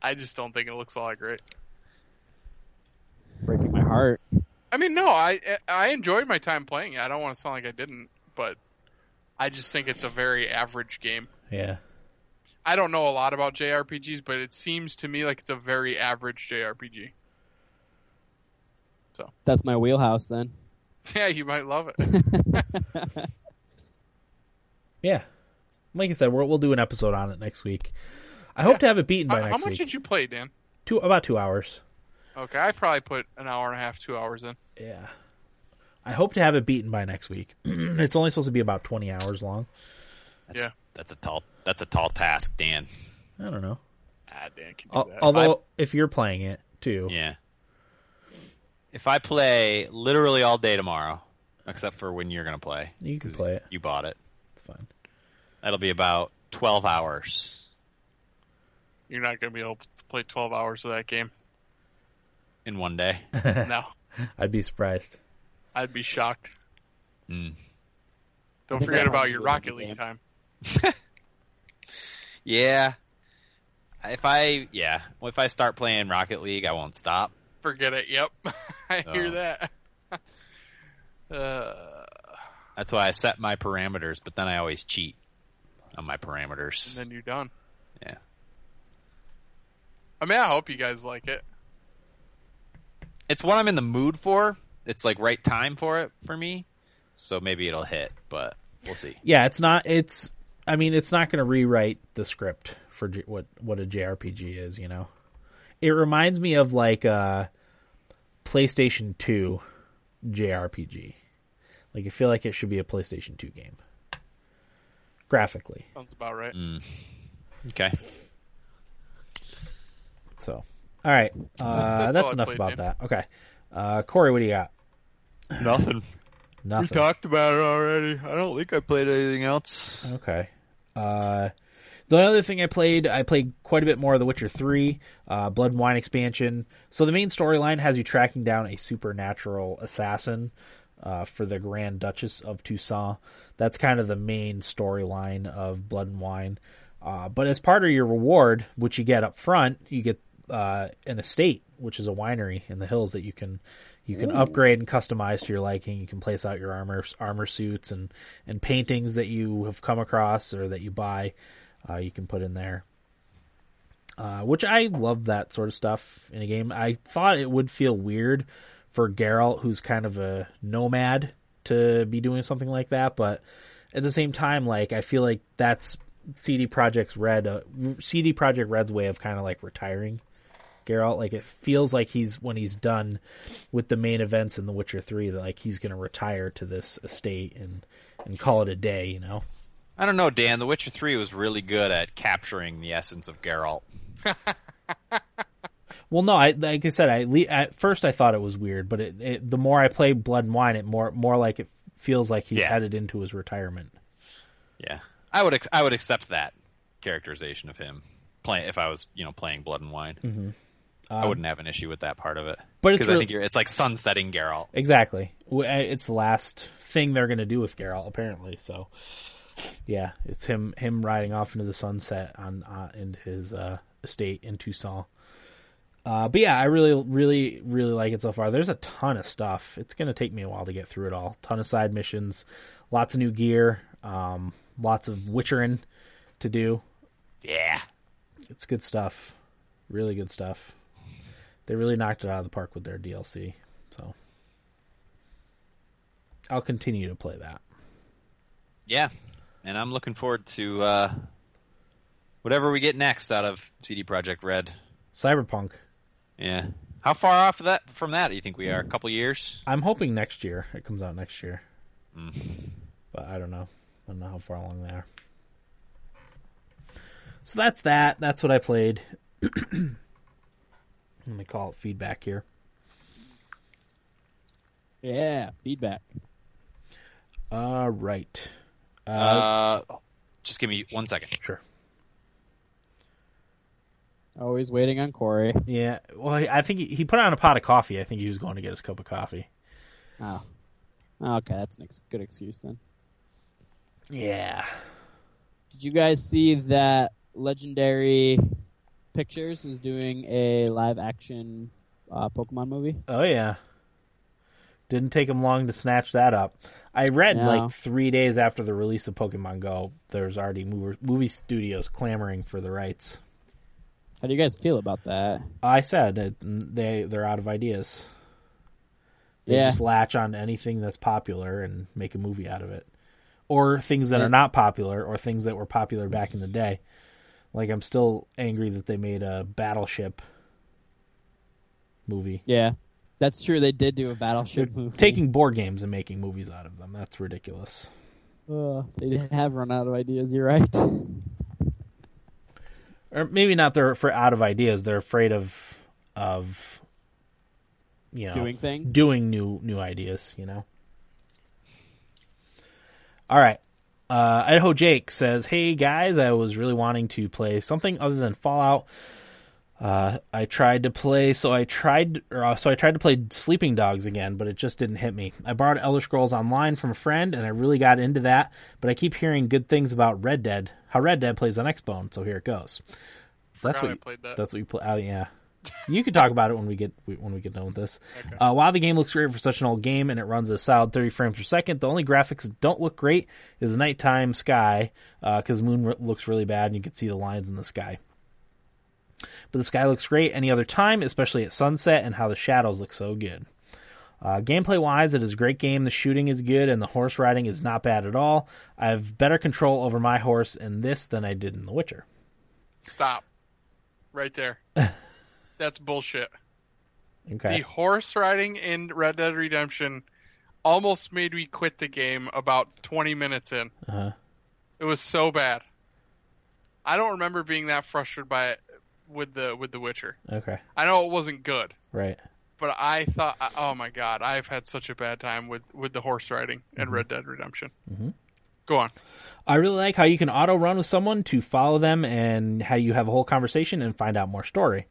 Speaker 2: I just don't think it looks all that great.
Speaker 4: Breaking my heart.
Speaker 2: I mean, no, I I enjoyed my time playing it. I don't want to sound like I didn't, but I just think it's a very average game.
Speaker 1: Yeah.
Speaker 2: I don't know a lot about JRPGs, but it seems to me like it's a very average JRPG.
Speaker 4: That's my wheelhouse then.
Speaker 2: Yeah, you might love it.
Speaker 1: Yeah. Like I said, we'll, we'll do an episode on it next week. I hope to have it beaten by
Speaker 2: how, how
Speaker 1: next
Speaker 2: much
Speaker 1: week.
Speaker 2: did you play, Dan?
Speaker 1: Two about two hours.
Speaker 2: Okay, I probably put an hour and a half, two hours in.
Speaker 1: Yeah. I hope to have it beaten by next week. it's only supposed to be about twenty hours long.
Speaker 2: yeah.
Speaker 3: That's a tall that's a tall task, Dan.
Speaker 1: I don't know.
Speaker 2: Ah, Dan can do
Speaker 1: Al-
Speaker 2: that.
Speaker 1: Although if you're playing it too,
Speaker 3: Yeah. If I play literally all day tomorrow, except for when you're gonna play.
Speaker 1: You can
Speaker 3: 'cause
Speaker 1: play it.
Speaker 3: You bought it.
Speaker 1: it's fine.
Speaker 3: That'll be about twelve hours
Speaker 2: You're not going to be able to play 12 hours of that game.
Speaker 3: in one day.
Speaker 2: no,
Speaker 1: I'd be surprised.
Speaker 2: I'd be shocked.
Speaker 3: Mm.
Speaker 4: I
Speaker 2: Don't
Speaker 4: think
Speaker 2: forget
Speaker 4: that's
Speaker 2: about
Speaker 4: how
Speaker 2: your
Speaker 4: we do it
Speaker 2: Rocket
Speaker 4: in the
Speaker 2: League
Speaker 4: game.
Speaker 2: time.
Speaker 3: Yeah. If I yeah, well, if I start playing Rocket League, I won't stop.
Speaker 2: Forget it. Yep, I
Speaker 3: Oh.
Speaker 2: hear that. uh,
Speaker 3: That's why I set my parameters, but then I always cheat on my parameters.
Speaker 2: and then you're done.
Speaker 3: Yeah.
Speaker 2: I mean, I hope you guys like it.
Speaker 3: It's what I'm in the mood for. It's like right time for it for me. So maybe it'll hit, but we'll see.
Speaker 1: Yeah, it's not. It's. I mean, it's not going to rewrite the script for J- what what a JRPG is. You know, it reminds me of like a PlayStation Two JRPG. Like, I feel like it should be a PlayStation Two game. Graphically,
Speaker 2: Sounds about
Speaker 1: Mm,
Speaker 2: right.
Speaker 3: Okay.
Speaker 1: so all right, uh,
Speaker 2: That's
Speaker 1: that's,
Speaker 2: all I
Speaker 1: enough
Speaker 2: played,
Speaker 1: about
Speaker 2: man.
Speaker 1: that. Okay, uh, Corey, what do you got?
Speaker 3: Nothing.
Speaker 1: Nothing.
Speaker 3: talked about it already. I don't think I played anything else.
Speaker 1: Okay. Uh, the other thing I played, I played quite a bit more of The Witcher 3, uh, Blood and Wine expansion. So the main storyline has you tracking down a supernatural assassin uh, for the Grand Duchess of Toussaint. That's kind of the main storyline of Blood and Wine. Uh, but as part of your reward, which you get up front, you get uh, an estate, which is a winery in the hills that you can you can upgrade and customize to your liking. You can place out your armor armor suits and and paintings that you have come across or that you buy. Uh, you can put in there, uh, which I love that sort of stuff in a game. I thought it would feel weird for Geralt, who's kind of a nomad, to be doing something like that, but at the same time, like I feel like that's CD Project's Red, uh, CD Project Red's way of kind of like retiring Geralt. Like it feels like he's when he's done with the main events in The Witcher Three, that like he's going to retire to this estate and and call it a day. You know?
Speaker 3: I don't know, Dan. The Witcher 3 was really good at capturing the essence of Geralt.
Speaker 1: Well, no, I like I said, I le- at first I thought it was weird, but it, it, the more I play Blood and Wine, it more more like it feels like he's
Speaker 3: Yeah.
Speaker 1: headed into his retirement.
Speaker 3: Yeah, I would ex- I would accept that characterization of him play if I was you know playing Blood and Wine. I wouldn't have an issue with that part of it.
Speaker 1: Mm-hmm. Um, but it's
Speaker 3: because I
Speaker 1: real-
Speaker 3: think you're, it's like sunsetting Geralt.
Speaker 1: Exactly, W- I- it's the last thing they're gonna do with Geralt, apparently. So, yeah, it's him him riding off into the sunset on uh, in his uh, estate in Tucson. Uh, but yeah, I really, really, really like it so far. There's a ton of stuff. It's gonna take me a while to get through it all. Ton of side missions, lots of new gear, um, lots of witchering to do.
Speaker 3: Yeah,
Speaker 1: It's good stuff. Really good stuff. They really knocked it out of the park with their DLC. So I'll continue to play that.
Speaker 3: yeah, and I'm looking forward to uh, whatever we get next out of CD Project Red.
Speaker 1: Cyberpunk.
Speaker 3: Yeah, how far off of that from that do you think we are? A couple years? Hmm.
Speaker 1: I'm hoping next year. It comes out next year. But I don't know. I don't know how far along they are. So that's that. That's what I played. Let me call it feedback here.
Speaker 4: Yeah, feedback.
Speaker 1: All right.
Speaker 3: Uh, just give me one second.
Speaker 1: Sure.
Speaker 4: Always waiting on Corey.
Speaker 1: Yeah. Well, I I think he, he put on a pot of coffee. I think he was going to get his cup of coffee.
Speaker 4: Oh. Okay, that's a ex- good excuse then.
Speaker 1: Yeah.
Speaker 4: Did you guys see that Legendary Pictures is doing a live action uh, Pokemon movie?
Speaker 1: Oh yeah. Didn't take him long to snatch that up. I read
Speaker 4: No.
Speaker 1: like three days after the release of Pokemon Go, there's already mover, movie studios clamoring for the rights.
Speaker 4: How do you guys feel about that?
Speaker 1: I said it, they they're out of ideas. They
Speaker 4: yeah.
Speaker 1: just latch on to anything that's popular and make a movie out of it, or things that
Speaker 4: Yeah.
Speaker 1: are not popular, or things that were popular back in the day. Like I'm still angry that they made a Battleship movie.
Speaker 4: Yeah. That's true. They did do a
Speaker 1: They're
Speaker 4: Battleship movie.
Speaker 1: taking board games and making movies out of them. That's ridiculous.
Speaker 4: Ugh, they did have run out of ideas. You're right.
Speaker 1: or maybe not they're for out of ideas they're afraid of of you know
Speaker 4: Doing things.
Speaker 1: doing new new ideas you know all right uh, idaho jake says hey guys i was really wanting to play something other than fallout uh, I tried to play, so I tried, or uh, so I tried to play Sleeping Dogs again, but it just didn't hit me. I borrowed Elder Scrolls Online from a friend, and I really got into that. But I keep hearing good things about Red Dead, how Red Dead plays on Xbone. So here it goes. That's what
Speaker 2: Forgot I
Speaker 1: you-
Speaker 2: played that.
Speaker 1: That's what you play. Oh yeah, you can talk about it when we get when we get done with this. Uh, while the game looks great for such an old game and it runs a solid 30 frames per second, the only graphics that don't look great is nighttime sky because the moon r- looks really bad and you can see the lines in the sky. But the sky looks great any other time, especially at sunset and how the shadows look so good. Uh, gameplay wise, it is a great game. The shooting is good and the horse riding is not bad at all. I have better control over my horse in this than I did in The Witcher.
Speaker 2: Stop. Right there. That's bullshit.
Speaker 1: Okay.
Speaker 2: The horse riding in Red Dead Redemption almost made me quit the game about 20 minutes in.
Speaker 1: Uh-huh.
Speaker 2: It was so bad. I don't remember being that frustrated by it with the with The Witcher.
Speaker 1: Okay.
Speaker 2: I know it wasn't good,
Speaker 1: Right.
Speaker 2: but I thought, oh my god, I've had such a bad time with with the horse riding in Red Dead Redemption. Mm-hmm. Go on.
Speaker 1: I really like how you can auto run with someone to follow them and how you have a whole conversation and find out more story.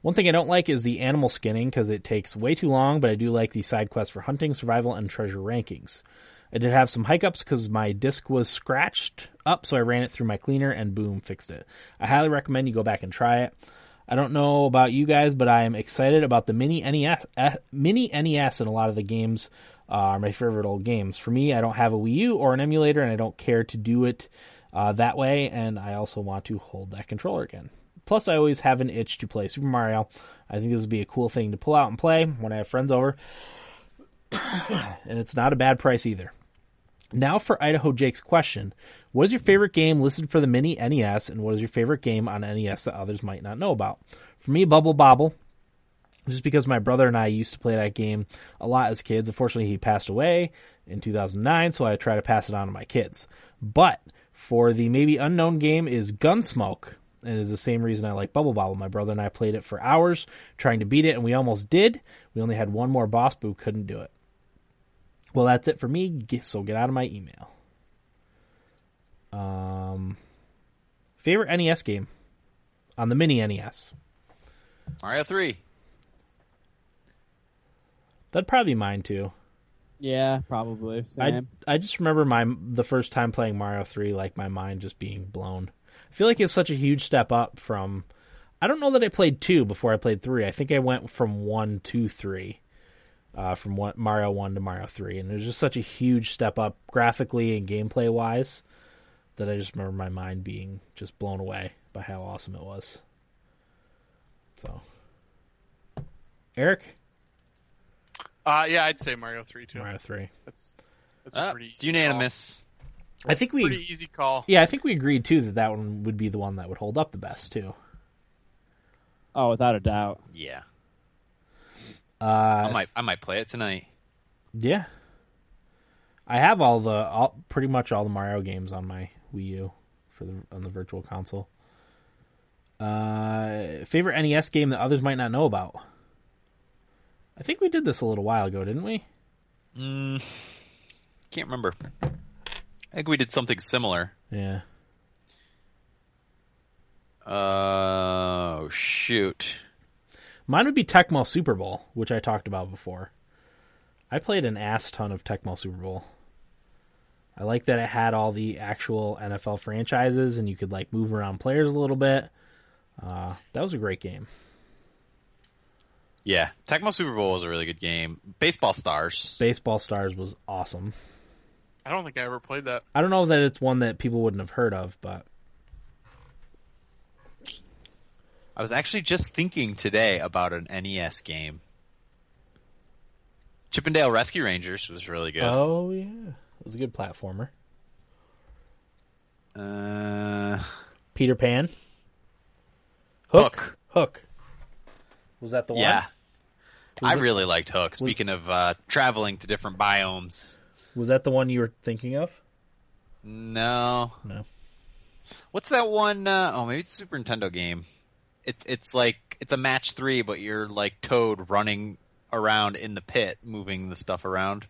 Speaker 1: One thing I don't like is the animal skinning because it takes way too long, but I do like the side quests for hunting, survival, and treasure rankings. I did have some hiccups because my disc was scratched up, so I ran it through my cleaner and boom, fixed it. I highly recommend you go back and try it. I don't know about you guys, but I am excited about the mini NES. eh, Mini NES and a lot of the games uh, are my favorite old games. For me, I don't have a Wii U or an emulator, and I don't care to do it uh, that way. And I also want to hold that controller again. Plus, I always have an itch to play Super Mario. I think this would be a cool thing to pull out and play when I have friends over, and it's not a bad price either. Now for Idaho Jake's question. What is your favorite game listed for the mini NES, and what is your favorite game on NES that others might not know about? For me, Bubble Bobble, just because my brother and I used to play that game a lot as kids. Unfortunately, he passed away in 2009, so I try to pass it on to my kids. But for the maybe unknown game is Gunsmoke. and is the same reason I like Bubble Bobble. My brother and I played it for hours trying to beat it, and we almost did. We only had one more boss, but we couldn't do it. Well, that's it for me. Get- So get out of my email. Um, favorite NES game on the mini E NES.
Speaker 3: Mario three.
Speaker 1: That'd probably be mine too.
Speaker 4: Yeah, probably.
Speaker 1: I
Speaker 4: Same.
Speaker 1: I just remember my the first time playing Mario three, like my mind just being blown. I feel like it's such a huge step up from. I don't know that I played two before I played three. I think I went from one to three, uh, from one, Mario one to Mario three, and it was just such a huge step up graphically and gameplay wise that I just remember my mind being just blown away by how awesome it was. So, Eric,
Speaker 2: Uh, yeah, I'd say Mario three too.
Speaker 1: Mario three.
Speaker 2: That's that's a
Speaker 3: Ah,
Speaker 2: pretty
Speaker 3: it's unanimous.
Speaker 1: I think we
Speaker 2: Call. Pretty easy call.
Speaker 1: Yeah, I think we agreed too that that one would be the one that would hold up the best too.
Speaker 4: oh, without a doubt.
Speaker 3: Yeah, I
Speaker 1: Uh,
Speaker 3: might I might play it tonight.
Speaker 1: yeah, I have all the all, pretty much all the Mario games on my Wii U for the on the Virtual Console. Uh, favorite NES game that others might not know about. I think we did this a little while ago, didn't we?
Speaker 3: Mm, can't remember. I think we did something similar.
Speaker 1: Yeah.
Speaker 3: Uh, oh shoot.
Speaker 1: Mine would be Tecmo Super Bowl, which I talked about before. I played an ass ton of Tecmo Super Bowl. I like that it had all the actual NFL franchises and you could like move around players a little bit. Uh, that was a great game.
Speaker 3: Yeah, Tecmo Super Bowl was a really good game. Baseball Stars.
Speaker 1: Baseball Stars was awesome.
Speaker 2: I don't think I ever played that.
Speaker 1: I don't know that it's one that people wouldn't have heard of, but
Speaker 3: I was actually just thinking today about an NES game. Chippendale Rescue Rangers was really good.
Speaker 1: oh yeah, it was a good platformer.
Speaker 3: Uh,
Speaker 1: Peter Pan.
Speaker 3: Hook.
Speaker 1: Hook. Was that the
Speaker 3: yeah.
Speaker 1: one? Was
Speaker 3: I
Speaker 1: it-
Speaker 3: really liked Hook. Speaking of uh, traveling to different biomes.
Speaker 1: Was that the one you were thinking of?
Speaker 3: No.
Speaker 1: No.
Speaker 3: What's that one? Uh, oh, maybe it's a Super Nintendo game. It's it's like it's a match three, but you're like Toad running around in the pit, moving the stuff around.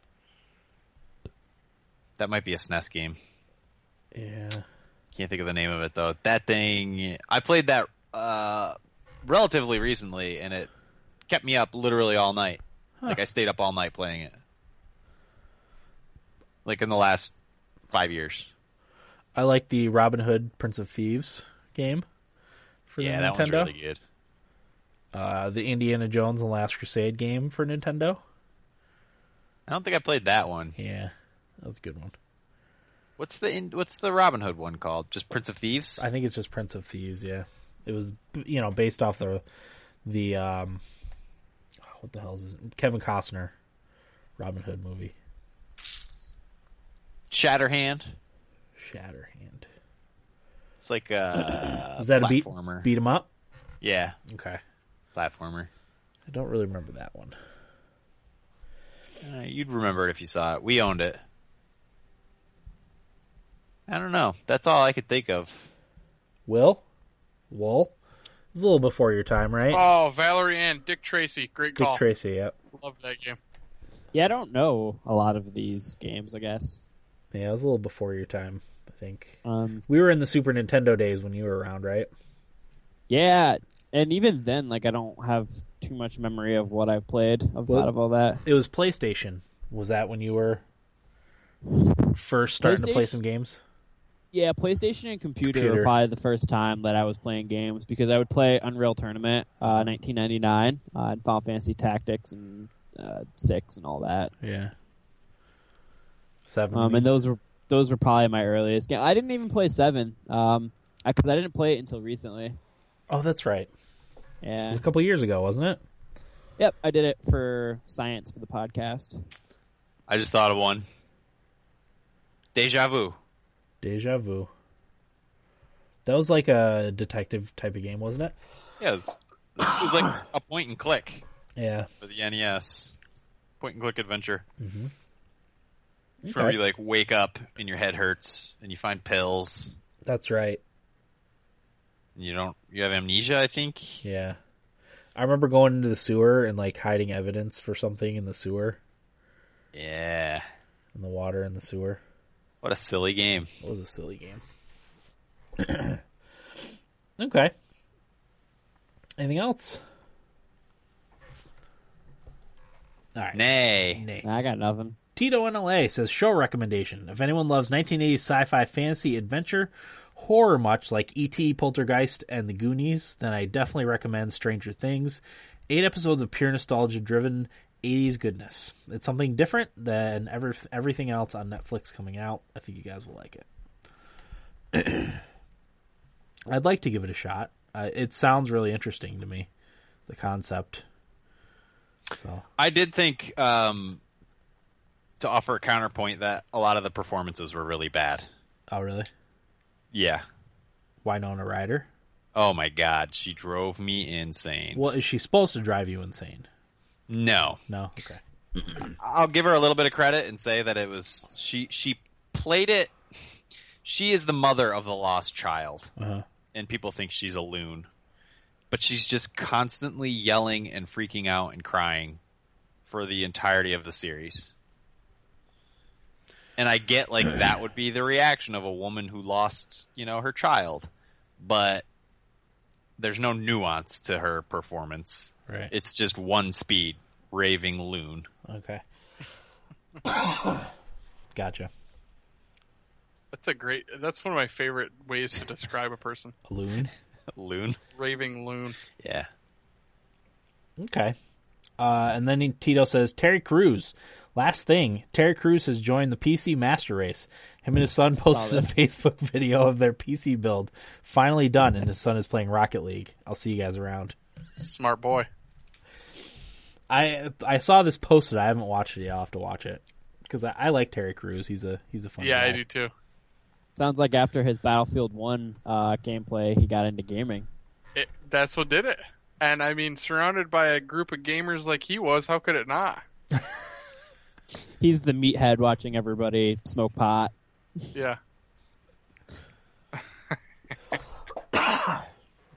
Speaker 3: That might be a SNES game.
Speaker 1: Yeah.
Speaker 3: Can't think of the name of it though. That thing, I played that uh, relatively recently, and it kept me up literally all night. Like I stayed up all night playing it. Like in the last five years.
Speaker 1: I like the Robin Hood Prince of Thieves game for
Speaker 3: yeah,
Speaker 1: the
Speaker 3: that
Speaker 1: Nintendo.
Speaker 3: one's really good.
Speaker 1: uh, the Indiana Jones and the Last Crusade game for Nintendo.
Speaker 3: I don't think I played that one.
Speaker 1: Yeah, that was a good one.
Speaker 3: What's the in, what's the Robin Hood one called? Just Prince of Thieves?
Speaker 1: I think it's just Prince of Thieves. Yeah, it was you know based off the the um, what the hell is this? Kevin Costner Robin Hood movie
Speaker 3: Shatterhand.
Speaker 1: Shatterhand.
Speaker 3: It's like a
Speaker 1: Was that a beat
Speaker 3: platformer.
Speaker 1: beat 'em up?
Speaker 3: Yeah,
Speaker 1: Okay,
Speaker 3: platformer.
Speaker 1: I don't really remember that one.
Speaker 3: Uh, you'd remember it if you saw it. We owned it. I don't know. That's all I could think of.
Speaker 1: Will, Wool, it was a little before your time, right?
Speaker 2: Oh, Valerie and Dick Tracy, great
Speaker 1: Dick
Speaker 2: call.
Speaker 1: Tracy. Yep.
Speaker 2: Love that game.
Speaker 4: Yeah, I don't know a lot of these games. I guess.
Speaker 1: Yeah, it was a little before your time. I think
Speaker 4: Um,
Speaker 1: we were in the Super Nintendo days when you were around, right?
Speaker 4: yeah, and even then, like, I don't have too much memory of what I've played of
Speaker 1: Well,
Speaker 4: out of all that.
Speaker 1: It was PlayStation. Was that when you were first starting to play
Speaker 4: PlayStation?
Speaker 1: some games?
Speaker 4: Yeah, PlayStation and computer,
Speaker 1: Computer.
Speaker 4: were probably the first time that I was playing games because I would play Unreal Tournament, uh, 1999, uh, and Final Fantasy Tactics and uh, Six and all that.
Speaker 1: Yeah. Seven.
Speaker 4: Um, and those were those were probably my earliest game. I didn't even play Seven, um, because I, didn't play it until recently.
Speaker 1: oh, that's right. It
Speaker 4: Yeah.
Speaker 1: was a couple years ago, wasn't it?
Speaker 4: Yep, I did it for science for the podcast.
Speaker 3: I just thought of one. Deja vu.
Speaker 1: Deja vu. That was like a detective type of game, wasn't it?
Speaker 3: Yeah, it was, it was like a point and click
Speaker 1: Yeah.
Speaker 3: for the NES. Point and click adventure. It's
Speaker 1: Okay.
Speaker 3: Where you like wake up and your head hurts and you find pills.
Speaker 1: That's right.
Speaker 3: You don't. You have amnesia, I think.
Speaker 1: Yeah. I remember going into the sewer and like hiding evidence for something in the sewer,
Speaker 3: Yeah.
Speaker 1: in the water in the sewer.
Speaker 3: What a silly game.
Speaker 1: It was a silly game. okay. Anything else? All right.
Speaker 3: Nay.
Speaker 1: Nay.
Speaker 4: I got nothing.
Speaker 1: Tito NLA says show recommendation. If anyone loves 1980s sci-fi fantasy adventure horror much like E.T., Poltergeist, and The Goonies, then I definitely recommend Stranger Things. Eight episodes of pure nostalgia-driven 80s goodness. It's something different than ever everything else on Netflix coming out. I think you guys will like it. I'd like to give it a shot. Uh, it sounds really interesting to me, the concept. So
Speaker 3: I did think um, to offer a counterpoint that a lot of the performances were really bad.
Speaker 1: oh really?
Speaker 3: Yeah.
Speaker 1: Winona Ryder.
Speaker 3: Oh my god, she drove me insane.
Speaker 1: Well, is she supposed to drive you insane?
Speaker 3: No,
Speaker 1: No. Okay.
Speaker 3: I'll give her a little bit of credit and say that it was she. She played it. She is the mother of the lost child,
Speaker 1: Uh-huh.
Speaker 3: and people think she's a loon, but she's just constantly yelling and freaking out and crying for the entirety of the series. And I get like that would be the reaction of a woman who lost, you know, her child, but there's no nuance to her performance.
Speaker 1: Right.
Speaker 3: It's just one speed, raving loon.
Speaker 1: okay. gotcha.
Speaker 2: That's a great. That's one of my favorite ways to describe a person.
Speaker 1: A loon.
Speaker 3: Loon.
Speaker 2: Raving loon.
Speaker 3: Yeah.
Speaker 1: Okay. Uh, and then he- Tito says Terry Crews. Last thing, Terry Crews has joined the PC Master Race. Him and his son posted a
Speaker 4: this.
Speaker 1: Facebook video of their PC build finally done, and his son is playing Rocket League. I'll see you guys around.
Speaker 2: Smart boy.
Speaker 1: I I saw this posted. I haven't watched it yet. I'll have to watch it because I, I like Terry Crews. He's a he's a fun.
Speaker 2: Yeah, I
Speaker 1: guy.
Speaker 2: do too.
Speaker 4: Sounds like after his Battlefield One uh, gameplay, he got into gaming.
Speaker 2: It, that's what did it. And I mean, surrounded by a group of gamers like he was, how could it not?
Speaker 4: He's the meathead watching everybody smoke pot.
Speaker 2: Yeah.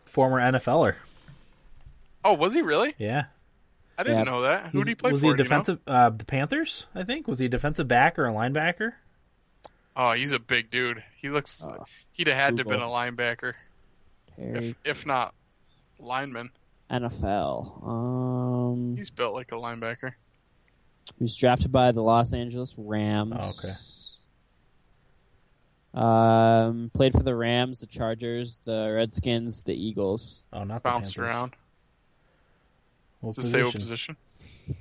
Speaker 1: Former NFLer.
Speaker 2: Oh, was he really?
Speaker 1: er. Yeah.
Speaker 2: I didn't
Speaker 4: Yeah.
Speaker 2: know that. Who
Speaker 1: He's-
Speaker 2: did he play
Speaker 1: was
Speaker 2: for?
Speaker 1: he a
Speaker 2: do you know?
Speaker 1: defensive? Uh, the Panthers, I think. Was he a defensive back or a linebacker?
Speaker 2: Oh, he's a big dude. He looks.
Speaker 4: Oh.
Speaker 2: he'd have had to have been a
Speaker 4: Google.
Speaker 2: linebacker, if
Speaker 4: Terry
Speaker 2: if not lineman.
Speaker 4: NFL. Um,
Speaker 2: He's built like a linebacker.
Speaker 4: He was drafted by the Los Angeles Rams.
Speaker 1: Oh, okay. Oh,
Speaker 4: Um, played for the Rams, the Chargers, the Redskins, the Eagles.
Speaker 1: Oh, not
Speaker 2: Bounced
Speaker 1: the Panthers.
Speaker 2: around.
Speaker 1: What
Speaker 2: It's the same position.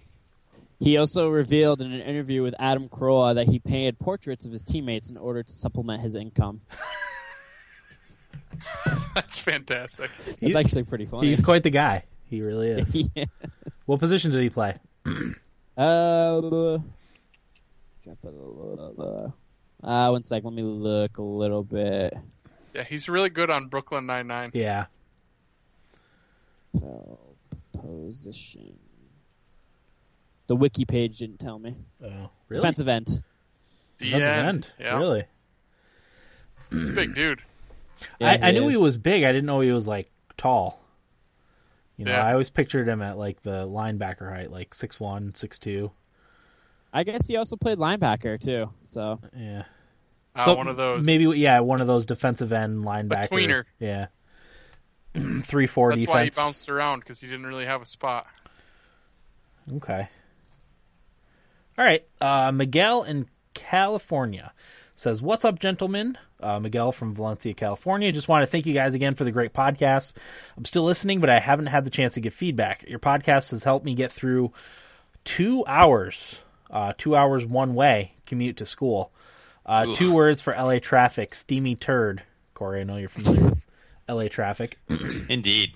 Speaker 4: He also revealed in an interview with Adam Carolla that he painted portraits of his teammates in order to supplement his income.
Speaker 2: That's fantastic.
Speaker 4: That's
Speaker 1: He-
Speaker 4: actually pretty funny.
Speaker 1: He's quite the guy. He really is.
Speaker 4: yeah.
Speaker 1: what position did he play?
Speaker 4: Uh, uh, one sec. Let me look a little bit.
Speaker 2: Yeah, he's really good on Brooklyn Nine Nine.
Speaker 1: Yeah.
Speaker 4: So, position. The wiki page didn't tell me.
Speaker 1: Oh, really?
Speaker 4: Defensive end.
Speaker 2: The
Speaker 1: Defensive
Speaker 2: end.
Speaker 1: end.
Speaker 2: Yeah,
Speaker 1: Really?
Speaker 2: he's a big dude.
Speaker 4: Yeah,
Speaker 1: I, I knew
Speaker 4: is.
Speaker 1: he was big. I didn't know he was like tall. You know,
Speaker 2: Yeah.
Speaker 1: I always pictured him at like the linebacker height, like six one, six two.
Speaker 4: I guess he also played linebacker too. So
Speaker 1: Yeah.
Speaker 2: Uh, one of those.
Speaker 1: Maybe yeah, one of those defensive end linebacker.
Speaker 2: tweener.
Speaker 1: Yeah. Three four
Speaker 2: that's
Speaker 1: defense.
Speaker 2: why he bounced around because he didn't really have a spot.
Speaker 1: Okay. All right. Uh, Miguel in California says, What's up, gentlemen? Uh, Miguel from Valencia, California. Just want to thank you guys again for the great podcast. I'm still listening, but I haven't had the chance to give feedback. Your podcast has helped me get through two hours, uh, two hours one way commute to school. Uh, two words for LA traffic steamy turd. Corey, I know you're familiar with LA traffic.
Speaker 3: Indeed.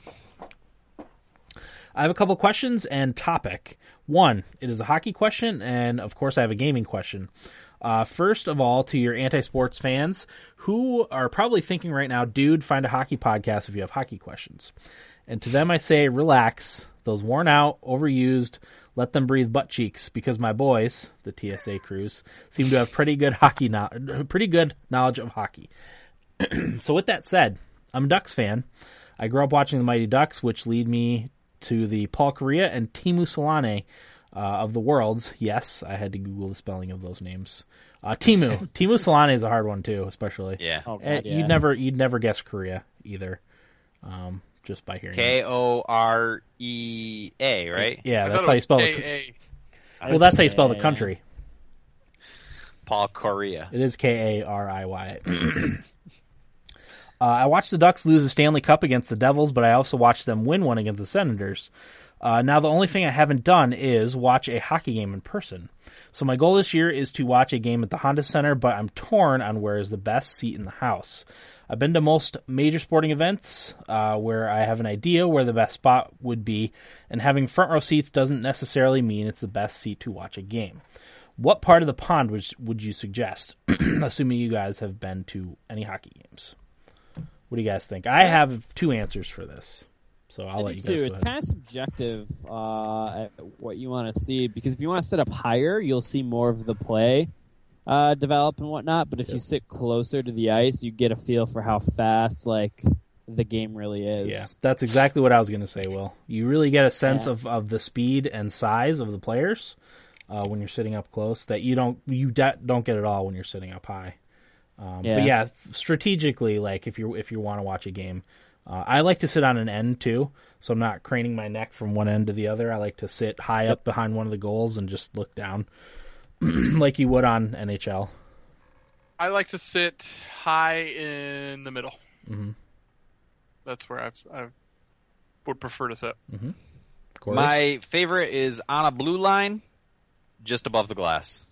Speaker 1: I have a couple questions and topic. One, it is a hockey question, and of course, I have a gaming question. Uh, first of all, to your anti sports fans who are probably thinking right now, dude, find a hockey podcast if you have hockey questions. And to them, I say, relax. Those worn out, overused, let them breathe butt cheeks because my boys, the TSA crews, seem to have pretty good hockey, no- pretty good knowledge of hockey. so with that said, I'm a Ducks fan. I grew up watching the Mighty Ducks, which lead me to the Paul Correa and Timu Solane uh, of the worlds. Yes, I had to Google the spelling of those names. Uh, Timu, Timu Solane is a hard one too, especially.
Speaker 3: Yeah.
Speaker 4: Oh, God,
Speaker 1: Eh,
Speaker 4: yeah.
Speaker 1: You'd never, you'd never guess Korea either, um, just by hearing. it.
Speaker 3: K O R E A, right?
Speaker 1: Yeah,
Speaker 2: I
Speaker 1: that's
Speaker 2: thought
Speaker 1: how you
Speaker 2: it was
Speaker 1: spell the.
Speaker 2: K-A.
Speaker 1: Well, that's how you spell the
Speaker 4: Yeah.
Speaker 1: country.
Speaker 3: Paul Correa.
Speaker 1: It is K A R I Y. Uh, I watched the Ducks lose the Stanley Cup against the Devils, but I also watched them win one against the Senators. Uh, now, the only thing I haven't done is watch a hockey game in person. So, my goal this year is to watch a game at the Honda Center, but I'm torn on where is the best seat in the house. I've been to most major sporting events uh, where I have an idea where the best spot would be, and having front row seats doesn't necessarily mean it's the best seat to watch a game. What part of the pond would, would you suggest, assuming you guys have been to any hockey games? What do you guys think? I have two answers for this, so I'll
Speaker 4: I
Speaker 1: let
Speaker 4: do
Speaker 1: you guys
Speaker 4: too.
Speaker 1: go
Speaker 4: It's
Speaker 1: ahead.
Speaker 4: kind of subjective uh, at what you want to see because if you want to sit up higher, you'll see more of the play uh, develop and whatnot. But if you sit closer to the ice, you get a feel for how fast like the game really is.
Speaker 1: Yeah, that's exactly what I was going to say. Will you really get a sense
Speaker 4: Yeah.
Speaker 1: of, of the speed and size of the players uh, when you're sitting up close that you don't you de- don't get at all when you're sitting up high. Um, But
Speaker 4: Yeah.
Speaker 1: yeah, f- strategically, like if you if you want to watch a game, uh, I like to sit on an end too, so I'm not craning my neck from one end to the other. I like to sit high up behind one of the goals and just look down, like you would on NHL.
Speaker 2: I like to sit high in the middle.
Speaker 1: Mhm.
Speaker 2: That's where I've, I would prefer to sit.
Speaker 1: Corey?
Speaker 3: My favorite is on a blue line, just above the glass.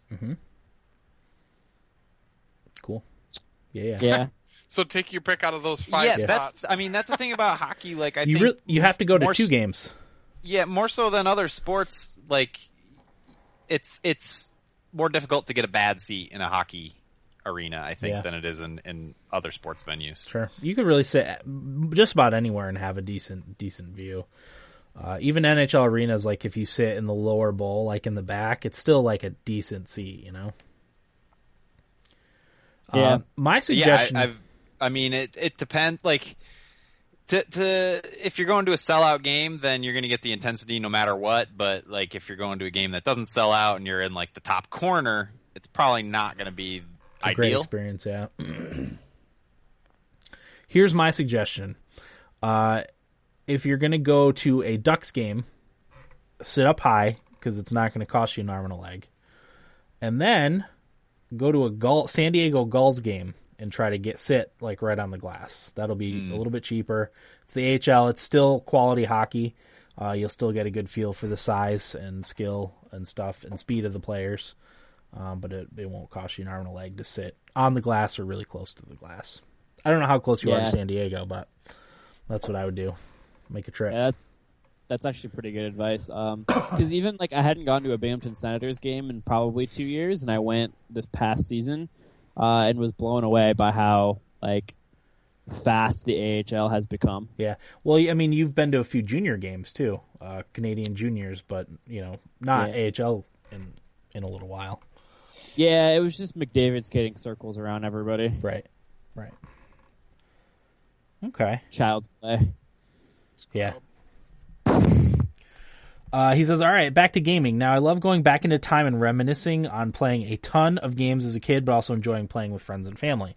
Speaker 1: cool. Yeah, yeah.
Speaker 4: Yeah.
Speaker 2: So take your pick out of those five
Speaker 3: yeah,
Speaker 2: spots.
Speaker 3: that's. I mean, that's the thing about hockey. Like, I
Speaker 1: you
Speaker 3: think,
Speaker 1: re- you have to go to
Speaker 3: more
Speaker 1: two
Speaker 3: s-
Speaker 1: games.
Speaker 3: yeah, more so than other sports. Like, it's it's more difficult to get a bad seat in a hockey arena, I think,
Speaker 1: Yeah.
Speaker 3: than it is in in other sports venues.
Speaker 1: Sure, you could really sit at- just about anywhere and have a decent decent view. Uh, even NHL arenas, like if you sit in the lower bowl, like in the back, it's still like a decent seat, you know.
Speaker 4: Yeah.
Speaker 1: Um, my suggestion.
Speaker 3: Yeah, I, I've, I mean, it it depends. Like, to to if you're going to a sellout game, then you're going to get the intensity no matter what. But like, if you're going to a game that doesn't sell out and you're in like the top corner, it's probably not going to be
Speaker 1: a great
Speaker 3: ideal.
Speaker 1: experience. Yeah. Here's my suggestion: uh, if you're going to go to a Ducks game, sit up high because it's not going to cost you an arm and a leg, and then go to a Gull, San Diego Gulls game and try to get sit like right on the glass. That'll be a little bit cheaper. It's the AHL. It's still quality hockey. Uh, you'll still get a good feel for the size and skill and stuff and speed of the players um, but it, it won't cost you an arm and a leg to sit on the glass or really close to the glass. I don't know how close you are
Speaker 4: Yeah.
Speaker 1: to San Diego, but that's what I would do. Make a trip.
Speaker 4: Yeah, that's that's actually pretty good advice. Because even like I hadn't gone to a Binghamton Senators game in probably two years, and I went this past season uh, and was blown away by how like fast the AHL has become.
Speaker 1: Yeah. Well, I mean, you've been to a few junior games too, uh, Canadian juniors, but you know, not
Speaker 4: Yeah.
Speaker 1: AHL in in a little while.
Speaker 4: Yeah, it was just McDavid skating circles around everybody.
Speaker 1: Right. Right. Okay.
Speaker 4: Child's play.
Speaker 1: Yeah.
Speaker 2: Oh,
Speaker 1: Uh, he says, "All right, back to gaming. Now, I love going back into time and reminiscing on playing a ton of games as a kid, but also enjoying playing with friends and family.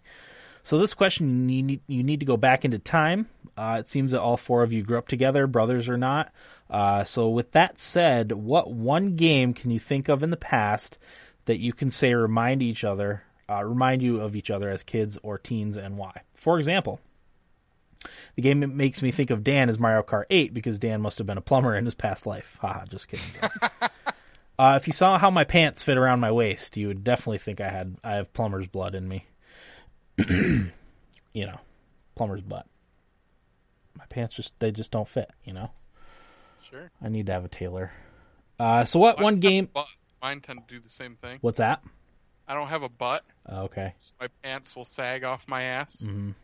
Speaker 1: So, this question you need, you need to go back into time. Uh, it seems that all four of you grew up together, brothers or not. Uh, so, with that said, what one game can you think of in the past that you can say remind each other, uh, remind you of each other as kids or teens, and why? For example." The game that makes me think of Dan is Mario Kart 8 because Dan must have been a plumber in his past life. Haha, just kidding. uh, if you saw how my pants fit around my waist, you would definitely think I had I have plumber's blood in me. you know, plumber's butt. My pants just they just don't fit. You know,
Speaker 2: Sure.
Speaker 1: I need to have a tailor. Uh, so what one game?
Speaker 2: But mine tend to do the same thing.
Speaker 1: What's that?
Speaker 2: I don't have a butt,
Speaker 1: Oh, okay,
Speaker 2: so my pants will sag off my ass,
Speaker 1: Mhm.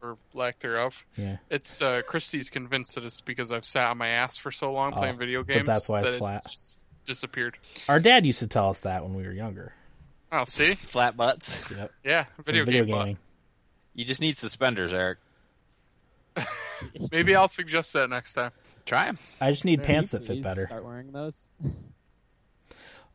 Speaker 2: or lack thereof.
Speaker 1: yeah,
Speaker 2: It's uh, Christie's convinced that it's because I've sat on my ass for so long
Speaker 1: Oh,
Speaker 2: playing video
Speaker 1: but
Speaker 2: games.
Speaker 1: that's why it's
Speaker 2: that it
Speaker 1: flat.
Speaker 2: just disappeared.
Speaker 1: our dad used to tell us that when we were younger.
Speaker 2: Oh, see,
Speaker 3: Flat butts.
Speaker 1: Yep,
Speaker 2: yeah, video, game. butt.
Speaker 1: gaming.
Speaker 3: You just need suspenders, Eric.
Speaker 2: Maybe I'll suggest that next time.
Speaker 3: Try them.
Speaker 1: I just need
Speaker 4: Aaron,
Speaker 1: pants
Speaker 4: you
Speaker 1: that fit
Speaker 4: please
Speaker 1: better.
Speaker 4: Start wearing those.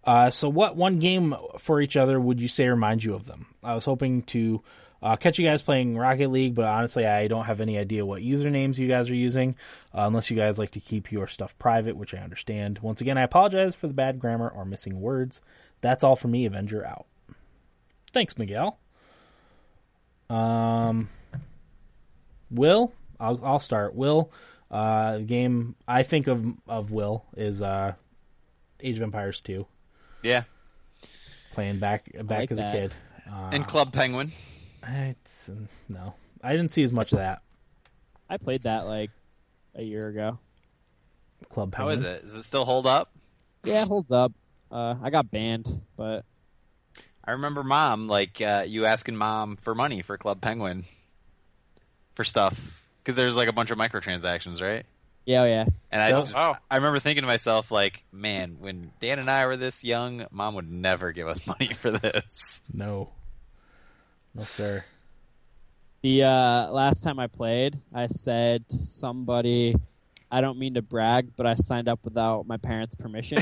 Speaker 1: Uh, so, what one game for each other would you say reminds you of them? I was hoping to uh, catch you guys playing Rocket League, but honestly, I don't have any idea what usernames you guys are using, uh, unless you guys like to keep your stuff private, which I understand. Once again, I apologize for the bad grammar or missing words. That's all for me. Avenger out. Thanks, Miguel. Um, Will, I'll, I'll start. Will, uh, the game I think of of Will is uh, Age of Empires two
Speaker 3: Yeah.
Speaker 1: playing back back
Speaker 4: like
Speaker 1: as
Speaker 4: that.
Speaker 1: a kid. Uh,
Speaker 3: And Club Penguin.
Speaker 1: it's, no, I didn't see as much of that
Speaker 4: I played that like a year ago.
Speaker 1: club.
Speaker 3: How
Speaker 1: Penguin.
Speaker 3: is it? Does it still hold up?
Speaker 4: Yeah, it holds up. Uh, I got banned, but
Speaker 3: I remember mom, like uh, you asking mom for money for Club Penguin for stuff because there's like a bunch of microtransactions, right?
Speaker 4: yeah, oh, yeah.
Speaker 3: And I
Speaker 1: Yeah.
Speaker 3: just,
Speaker 2: Oh.
Speaker 3: I remember thinking to myself, like, man, when Dan and I were this young, mom would never give us money for this.
Speaker 1: No, no, sir.
Speaker 4: The uh, last time I played, I said to somebody, I don't mean to brag, but I signed up without my parents' permission,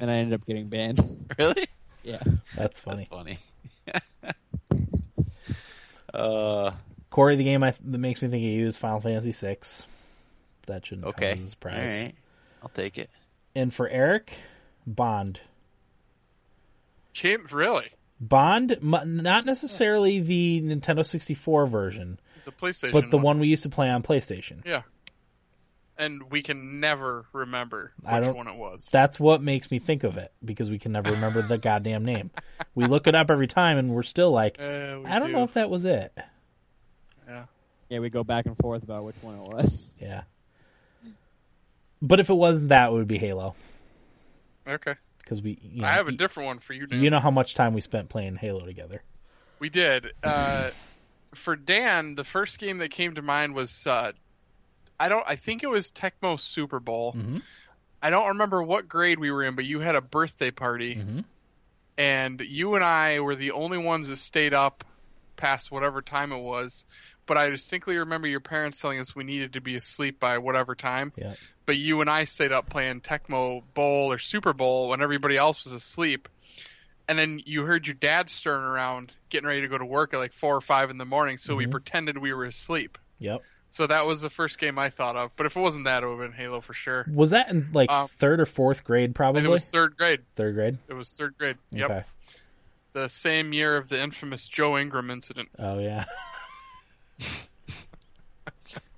Speaker 4: and I ended up getting banned.
Speaker 3: really?
Speaker 4: yeah.
Speaker 1: That's funny.
Speaker 3: That's funny. uh,
Speaker 1: Corey, the game I, that makes me think of you is Final Fantasy six. That shouldn't
Speaker 3: okay.
Speaker 1: come as a surprise.
Speaker 3: All right. I'll take it.
Speaker 1: And for Eric, Bond.
Speaker 2: Chim- really?
Speaker 1: Bond, m- not necessarily the Nintendo 64 version,
Speaker 2: The PlayStation.
Speaker 1: but the one we used to play on PlayStation.
Speaker 2: Yeah. And we can never remember which
Speaker 1: I don't-
Speaker 2: one it was.
Speaker 1: That's what makes me think of it because we can never remember the goddamn name. We look it up every time and we're still like,
Speaker 2: Uh, we
Speaker 1: I don't
Speaker 2: do.
Speaker 1: know if that was it.
Speaker 2: Yeah.
Speaker 4: Yeah, we go back and forth about which one it was.
Speaker 1: Yeah. But if it wasn't that, it would be Halo
Speaker 2: Okay.
Speaker 1: because we. You know,
Speaker 2: I have a different one for you, Dan.
Speaker 1: You know how much time we spent playing Halo together.
Speaker 2: We did. Uh,
Speaker 1: Mm-hmm.
Speaker 2: for Dan, the first game that came to mind was uh, I don't. I think it was Tecmo Super Bowl.
Speaker 1: Mhm.
Speaker 2: I don't remember what grade we were in, but you had a birthday party,
Speaker 1: Mhm.
Speaker 2: and you and I were the only ones that stayed up past whatever time it was. But I distinctly remember your parents telling us we needed to be asleep by whatever time.
Speaker 1: Yeah.
Speaker 2: But you and I stayed up playing Tecmo Bowl or Super Bowl when everybody else was asleep and then you heard your dad stirring around getting ready to go to work at like four or five in the morning so we pretended we were asleep
Speaker 1: Yep.
Speaker 2: so that was the first game i thought of but if it wasn't that it would have been halo for sure
Speaker 1: Was that in like
Speaker 2: Um,
Speaker 1: third or fourth grade?
Speaker 2: I think
Speaker 1: Probably
Speaker 2: it was third grade
Speaker 1: third grade.
Speaker 2: it was third grade yep
Speaker 1: Okay.
Speaker 2: the same year of the infamous joe ingram incident
Speaker 1: Oh yeah.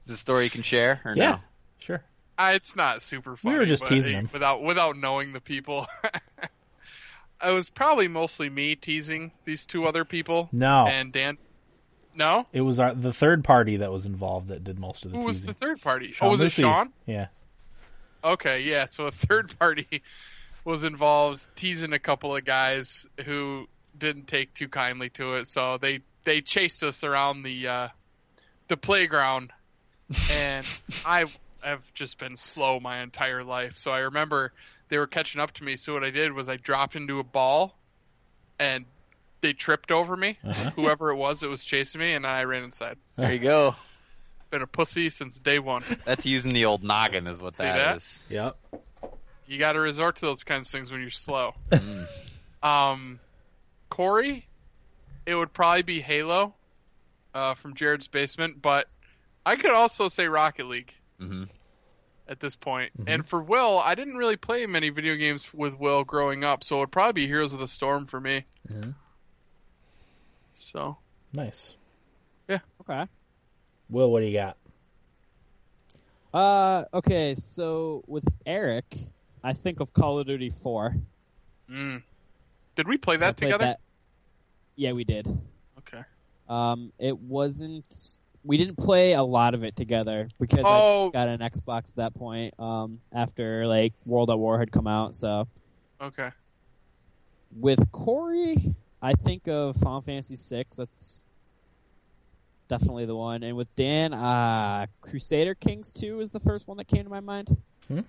Speaker 3: Is this a story you can share or
Speaker 1: Yeah.
Speaker 3: no?
Speaker 1: Sure.
Speaker 2: Uh, it's not super funny.
Speaker 1: were just
Speaker 2: but
Speaker 1: teasing
Speaker 2: it-
Speaker 1: him.
Speaker 2: without without knowing the people. it was probably mostly me teasing these two other people.
Speaker 1: No.
Speaker 2: and Dan. No,
Speaker 1: It was our, the third party that was involved that did most of the
Speaker 2: who was
Speaker 1: teasing.
Speaker 2: the third party?
Speaker 1: Sean
Speaker 2: oh, was
Speaker 1: Lucy.
Speaker 2: it Sean?
Speaker 1: Yeah.
Speaker 2: Okay, yeah. So a third party was involved teasing a couple of guys who didn't take too kindly to it, so they they chased us around the uh, the playground, and I have just been slow my entire life. So I remember they were catching up to me. So what I did was I dropped into a ball, and they tripped over me. Whoever it was that was chasing me, and I ran inside.
Speaker 3: There you go.
Speaker 2: Been a pussy since day one.
Speaker 3: That's using the old noggin, is what that
Speaker 2: that?
Speaker 3: is.
Speaker 1: Yep.
Speaker 2: you got to resort to those kinds of things when you're slow. um, Corey, it would probably be Halo uh, from Jared's basement, but I could also say Rocket League
Speaker 3: hmm
Speaker 2: at this point.
Speaker 4: Mm-hmm.
Speaker 2: And for Will, I didn't really play many video games with Will growing up, so it would probably be Heroes of the Storm for me.
Speaker 1: Mhm.
Speaker 2: So
Speaker 1: Nice.
Speaker 4: Okay.
Speaker 1: Will, what do you got?
Speaker 4: Uh, okay, so with Eric, I think of Call of Duty 4.
Speaker 2: mm. Did we play
Speaker 4: I
Speaker 2: that
Speaker 4: played
Speaker 2: together?
Speaker 4: that- Yeah, we did.
Speaker 2: Okay.
Speaker 4: Um, it wasn't. We didn't play a lot of it together because I
Speaker 2: Oh.
Speaker 4: just got an Xbox at that point. Um, after like World at War had come out, so
Speaker 2: Okay.
Speaker 4: with Corey, I think of Final Fantasy VI. That's definitely the one. And with Dan, uh, Crusader Kings Two is the first one that came to my mind.
Speaker 1: Hmm.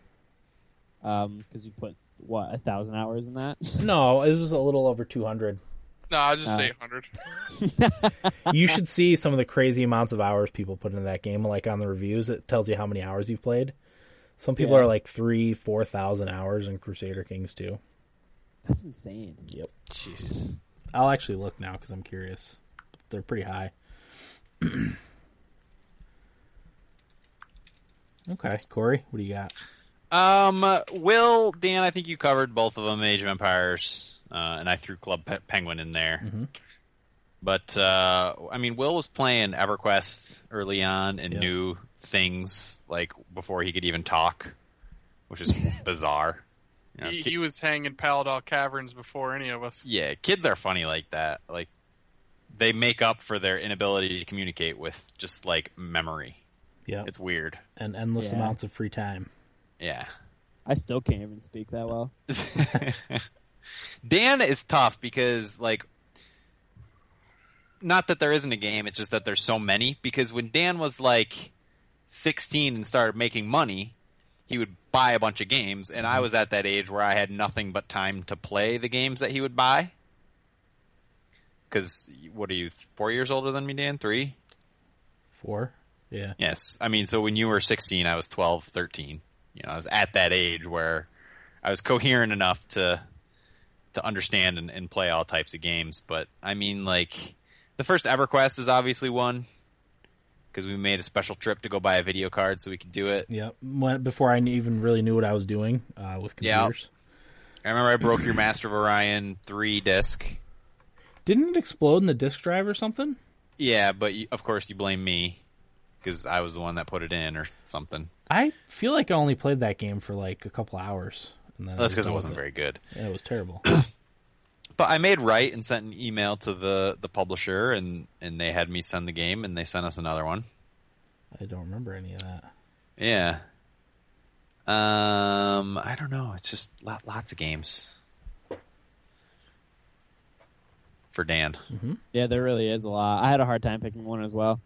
Speaker 4: Um, because you put what a thousand hours in that.
Speaker 1: No, it was a little over two hundred.
Speaker 2: No, I'll just
Speaker 4: Uh,
Speaker 2: say 100.
Speaker 1: you should see some of the crazy amounts of hours people put into that game. Like on the reviews, it tells you how many hours you've played. Some people
Speaker 4: Yeah.
Speaker 1: are like three, four thousand hours in Crusader Kings too.
Speaker 4: That's insane.
Speaker 1: Yep.
Speaker 5: Jeez.
Speaker 1: I'll actually look now because I'm curious. They're pretty high. okay, Corey, what do you got?
Speaker 3: Um, uh, Will, Dan, I think you covered both of them, Age of Empires, uh, and I threw Club Pe- Penguin in there.
Speaker 1: Mhm.
Speaker 3: But uh, I mean, Will was playing EverQuest early on and
Speaker 1: Yeah.
Speaker 3: knew things like before he could even talk, which is bizarre. You know,
Speaker 2: he,
Speaker 3: ki-
Speaker 2: he was hanging Paladol Caverns before any of us.
Speaker 3: yeah, kids are funny like that. Like they make up for their inability to communicate with just like memory.
Speaker 1: Yeah,
Speaker 3: It's weird.
Speaker 1: and endless
Speaker 4: Yeah.
Speaker 1: amounts of free time.
Speaker 3: Yeah.
Speaker 4: I still can't even speak that well.
Speaker 3: Dan is tough because like not that there isn't a game, it's just that there's so many because when Dan was like 16 and started making money, he would buy a bunch of games and I was at that age where I had nothing but time to play the games that he would buy. Cuz what are you 4 years older than me, Dan? 3?
Speaker 1: Four. Yeah.
Speaker 3: Yes. I mean, so when you were 16, I was 12, 13. You know, I was at that age where I was coherent enough to to understand and, and play all types of games. But I mean, like the first EverQuest is obviously one because we made a special trip to go buy a video card so we could do it.
Speaker 1: Yep. When, before I knew- even really knew what I was doing uh, with
Speaker 3: Yeah.
Speaker 1: computers.
Speaker 3: I remember I broke your Master of Orion three disc.
Speaker 1: Didn't it explode in the disk drive or something?
Speaker 3: Yeah, but you, of course you blame me because I was the one that put it in or something.
Speaker 1: I feel like I only played that game for like a couple hours. And then I
Speaker 3: That's because it
Speaker 1: done with
Speaker 3: wasn't very good.
Speaker 1: Yeah, it was terrible.
Speaker 3: But I made right and sent an email to the the publisher, and and they had me send the game, and they sent us another one.
Speaker 1: I don't remember any of that.
Speaker 3: Yeah. Um, I don't know. It's just lot, lots of games for Dan.
Speaker 4: Yeah, there really is a lot. I had a hard time picking one as well.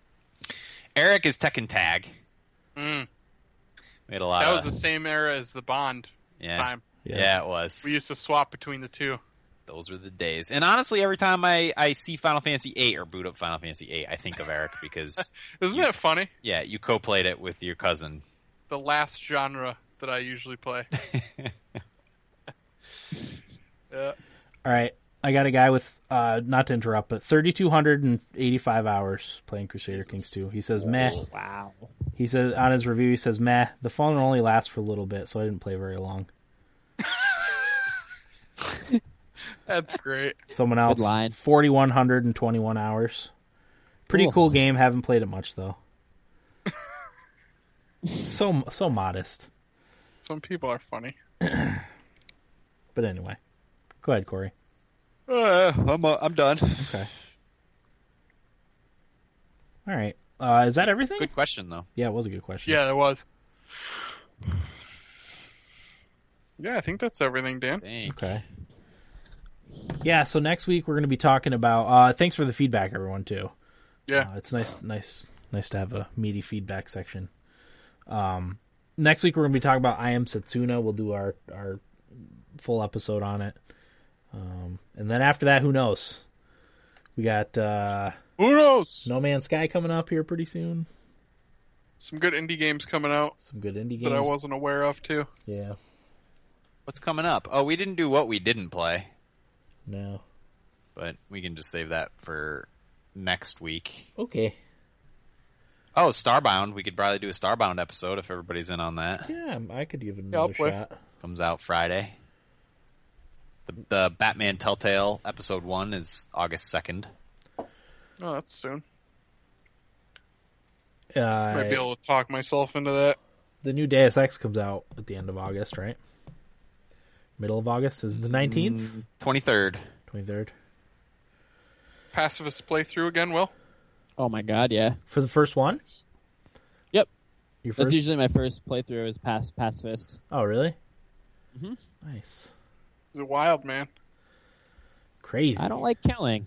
Speaker 3: Eric is Tekken Tag.
Speaker 2: Mm.
Speaker 3: We had a lot.
Speaker 2: That was the
Speaker 3: of,
Speaker 2: same era as the Bond
Speaker 3: uh, yeah,
Speaker 2: time.
Speaker 3: yeah, it was.
Speaker 2: We used to swap between the two.
Speaker 3: Those were the days. And honestly, every time I I see Final Fantasy VIII or boot up Final Fantasy VIII, I think of Eric because
Speaker 2: Isn't
Speaker 3: Yeah.
Speaker 2: that funny?
Speaker 3: yeah, you co-played it with your cousin.
Speaker 2: The last genre that I usually play.
Speaker 1: All
Speaker 2: yeah.
Speaker 1: right. I got a guy with, uh, not to interrupt, but 3,285 hours playing Crusader Kings 2. He says, meh.
Speaker 4: Oh, Wow.
Speaker 1: He says, on his review, he says, meh. The phone only lasts for a little bit, so I didn't play very long.
Speaker 2: That's great.
Speaker 1: Someone else,
Speaker 4: line.
Speaker 1: 4,121 hours. Pretty
Speaker 4: Cool.
Speaker 1: cool game. Haven't played it much, though. so, so modest.
Speaker 2: Some people are funny.
Speaker 1: But anyway, go ahead, Corey.
Speaker 3: Uh, I'm uh, I'm done.
Speaker 1: Okay. All right. Uh, is that everything?
Speaker 3: Good question though.
Speaker 1: Yeah, it was a good question.
Speaker 2: Yeah, there was. Yeah, I think that's everything, Dan.
Speaker 3: Dang.
Speaker 1: Okay. Yeah. So next week we're going to be talking about. Uh, thanks for the feedback, everyone. Too.
Speaker 2: Yeah.
Speaker 1: Uh, it's nice, nice, nice to have a meaty feedback section. Um, next week we're going to be talking about I am Setsuna. We'll do our our full episode on it. Um, and then after that, who knows? We got uh,
Speaker 2: Who knows?
Speaker 1: No Man's Sky coming up here pretty soon.
Speaker 2: Some good indie games coming out
Speaker 1: Some good indie games.
Speaker 2: that I wasn't aware of too.
Speaker 1: Yeah.
Speaker 3: What's coming up? Oh, we didn't do what we didn't play,
Speaker 1: No.
Speaker 3: but we can just save that for next week.
Speaker 1: Okay.
Speaker 3: Oh, Starbound. We could probably do a Starbound episode if everybody's in on that.
Speaker 1: Yeah, I could give it
Speaker 2: I'll
Speaker 1: another
Speaker 2: play.
Speaker 1: shot.
Speaker 3: Comes out Friday. The, the Batman Telltale episode one is August second.
Speaker 2: Oh, that's soon.
Speaker 1: Uh,
Speaker 2: Might be able to talk myself into that.
Speaker 1: the new Deus Ex comes out at the end of August, right? Middle of August is it the nineteenth,
Speaker 3: Twenty third.
Speaker 1: twenty third.
Speaker 2: Pacifist playthrough again, Will.
Speaker 4: Oh my god, yeah.
Speaker 1: For the first one.
Speaker 4: Yep.
Speaker 1: Your
Speaker 4: That's
Speaker 1: first.
Speaker 4: usually my first playthrough is pass pacifist.
Speaker 1: Oh, really?
Speaker 4: Mhm.
Speaker 1: Nice.
Speaker 2: It's a wild man.
Speaker 1: Crazy.
Speaker 4: I don't like killing.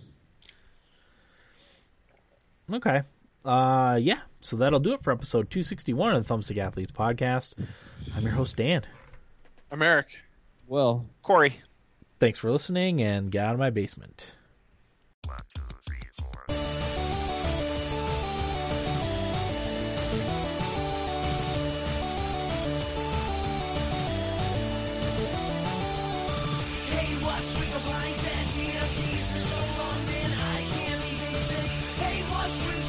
Speaker 1: Okay. Uh, yeah. So that'll do it for episode two sixty one of the Thumbstick Athletes podcast. I'm your host Dan.
Speaker 2: I'm Eric.
Speaker 4: Will.
Speaker 3: Corey.
Speaker 1: Thanks for listening, and get out of my basement.
Speaker 5: with a blind idea? These are so long that I can't even think. Hey, what's with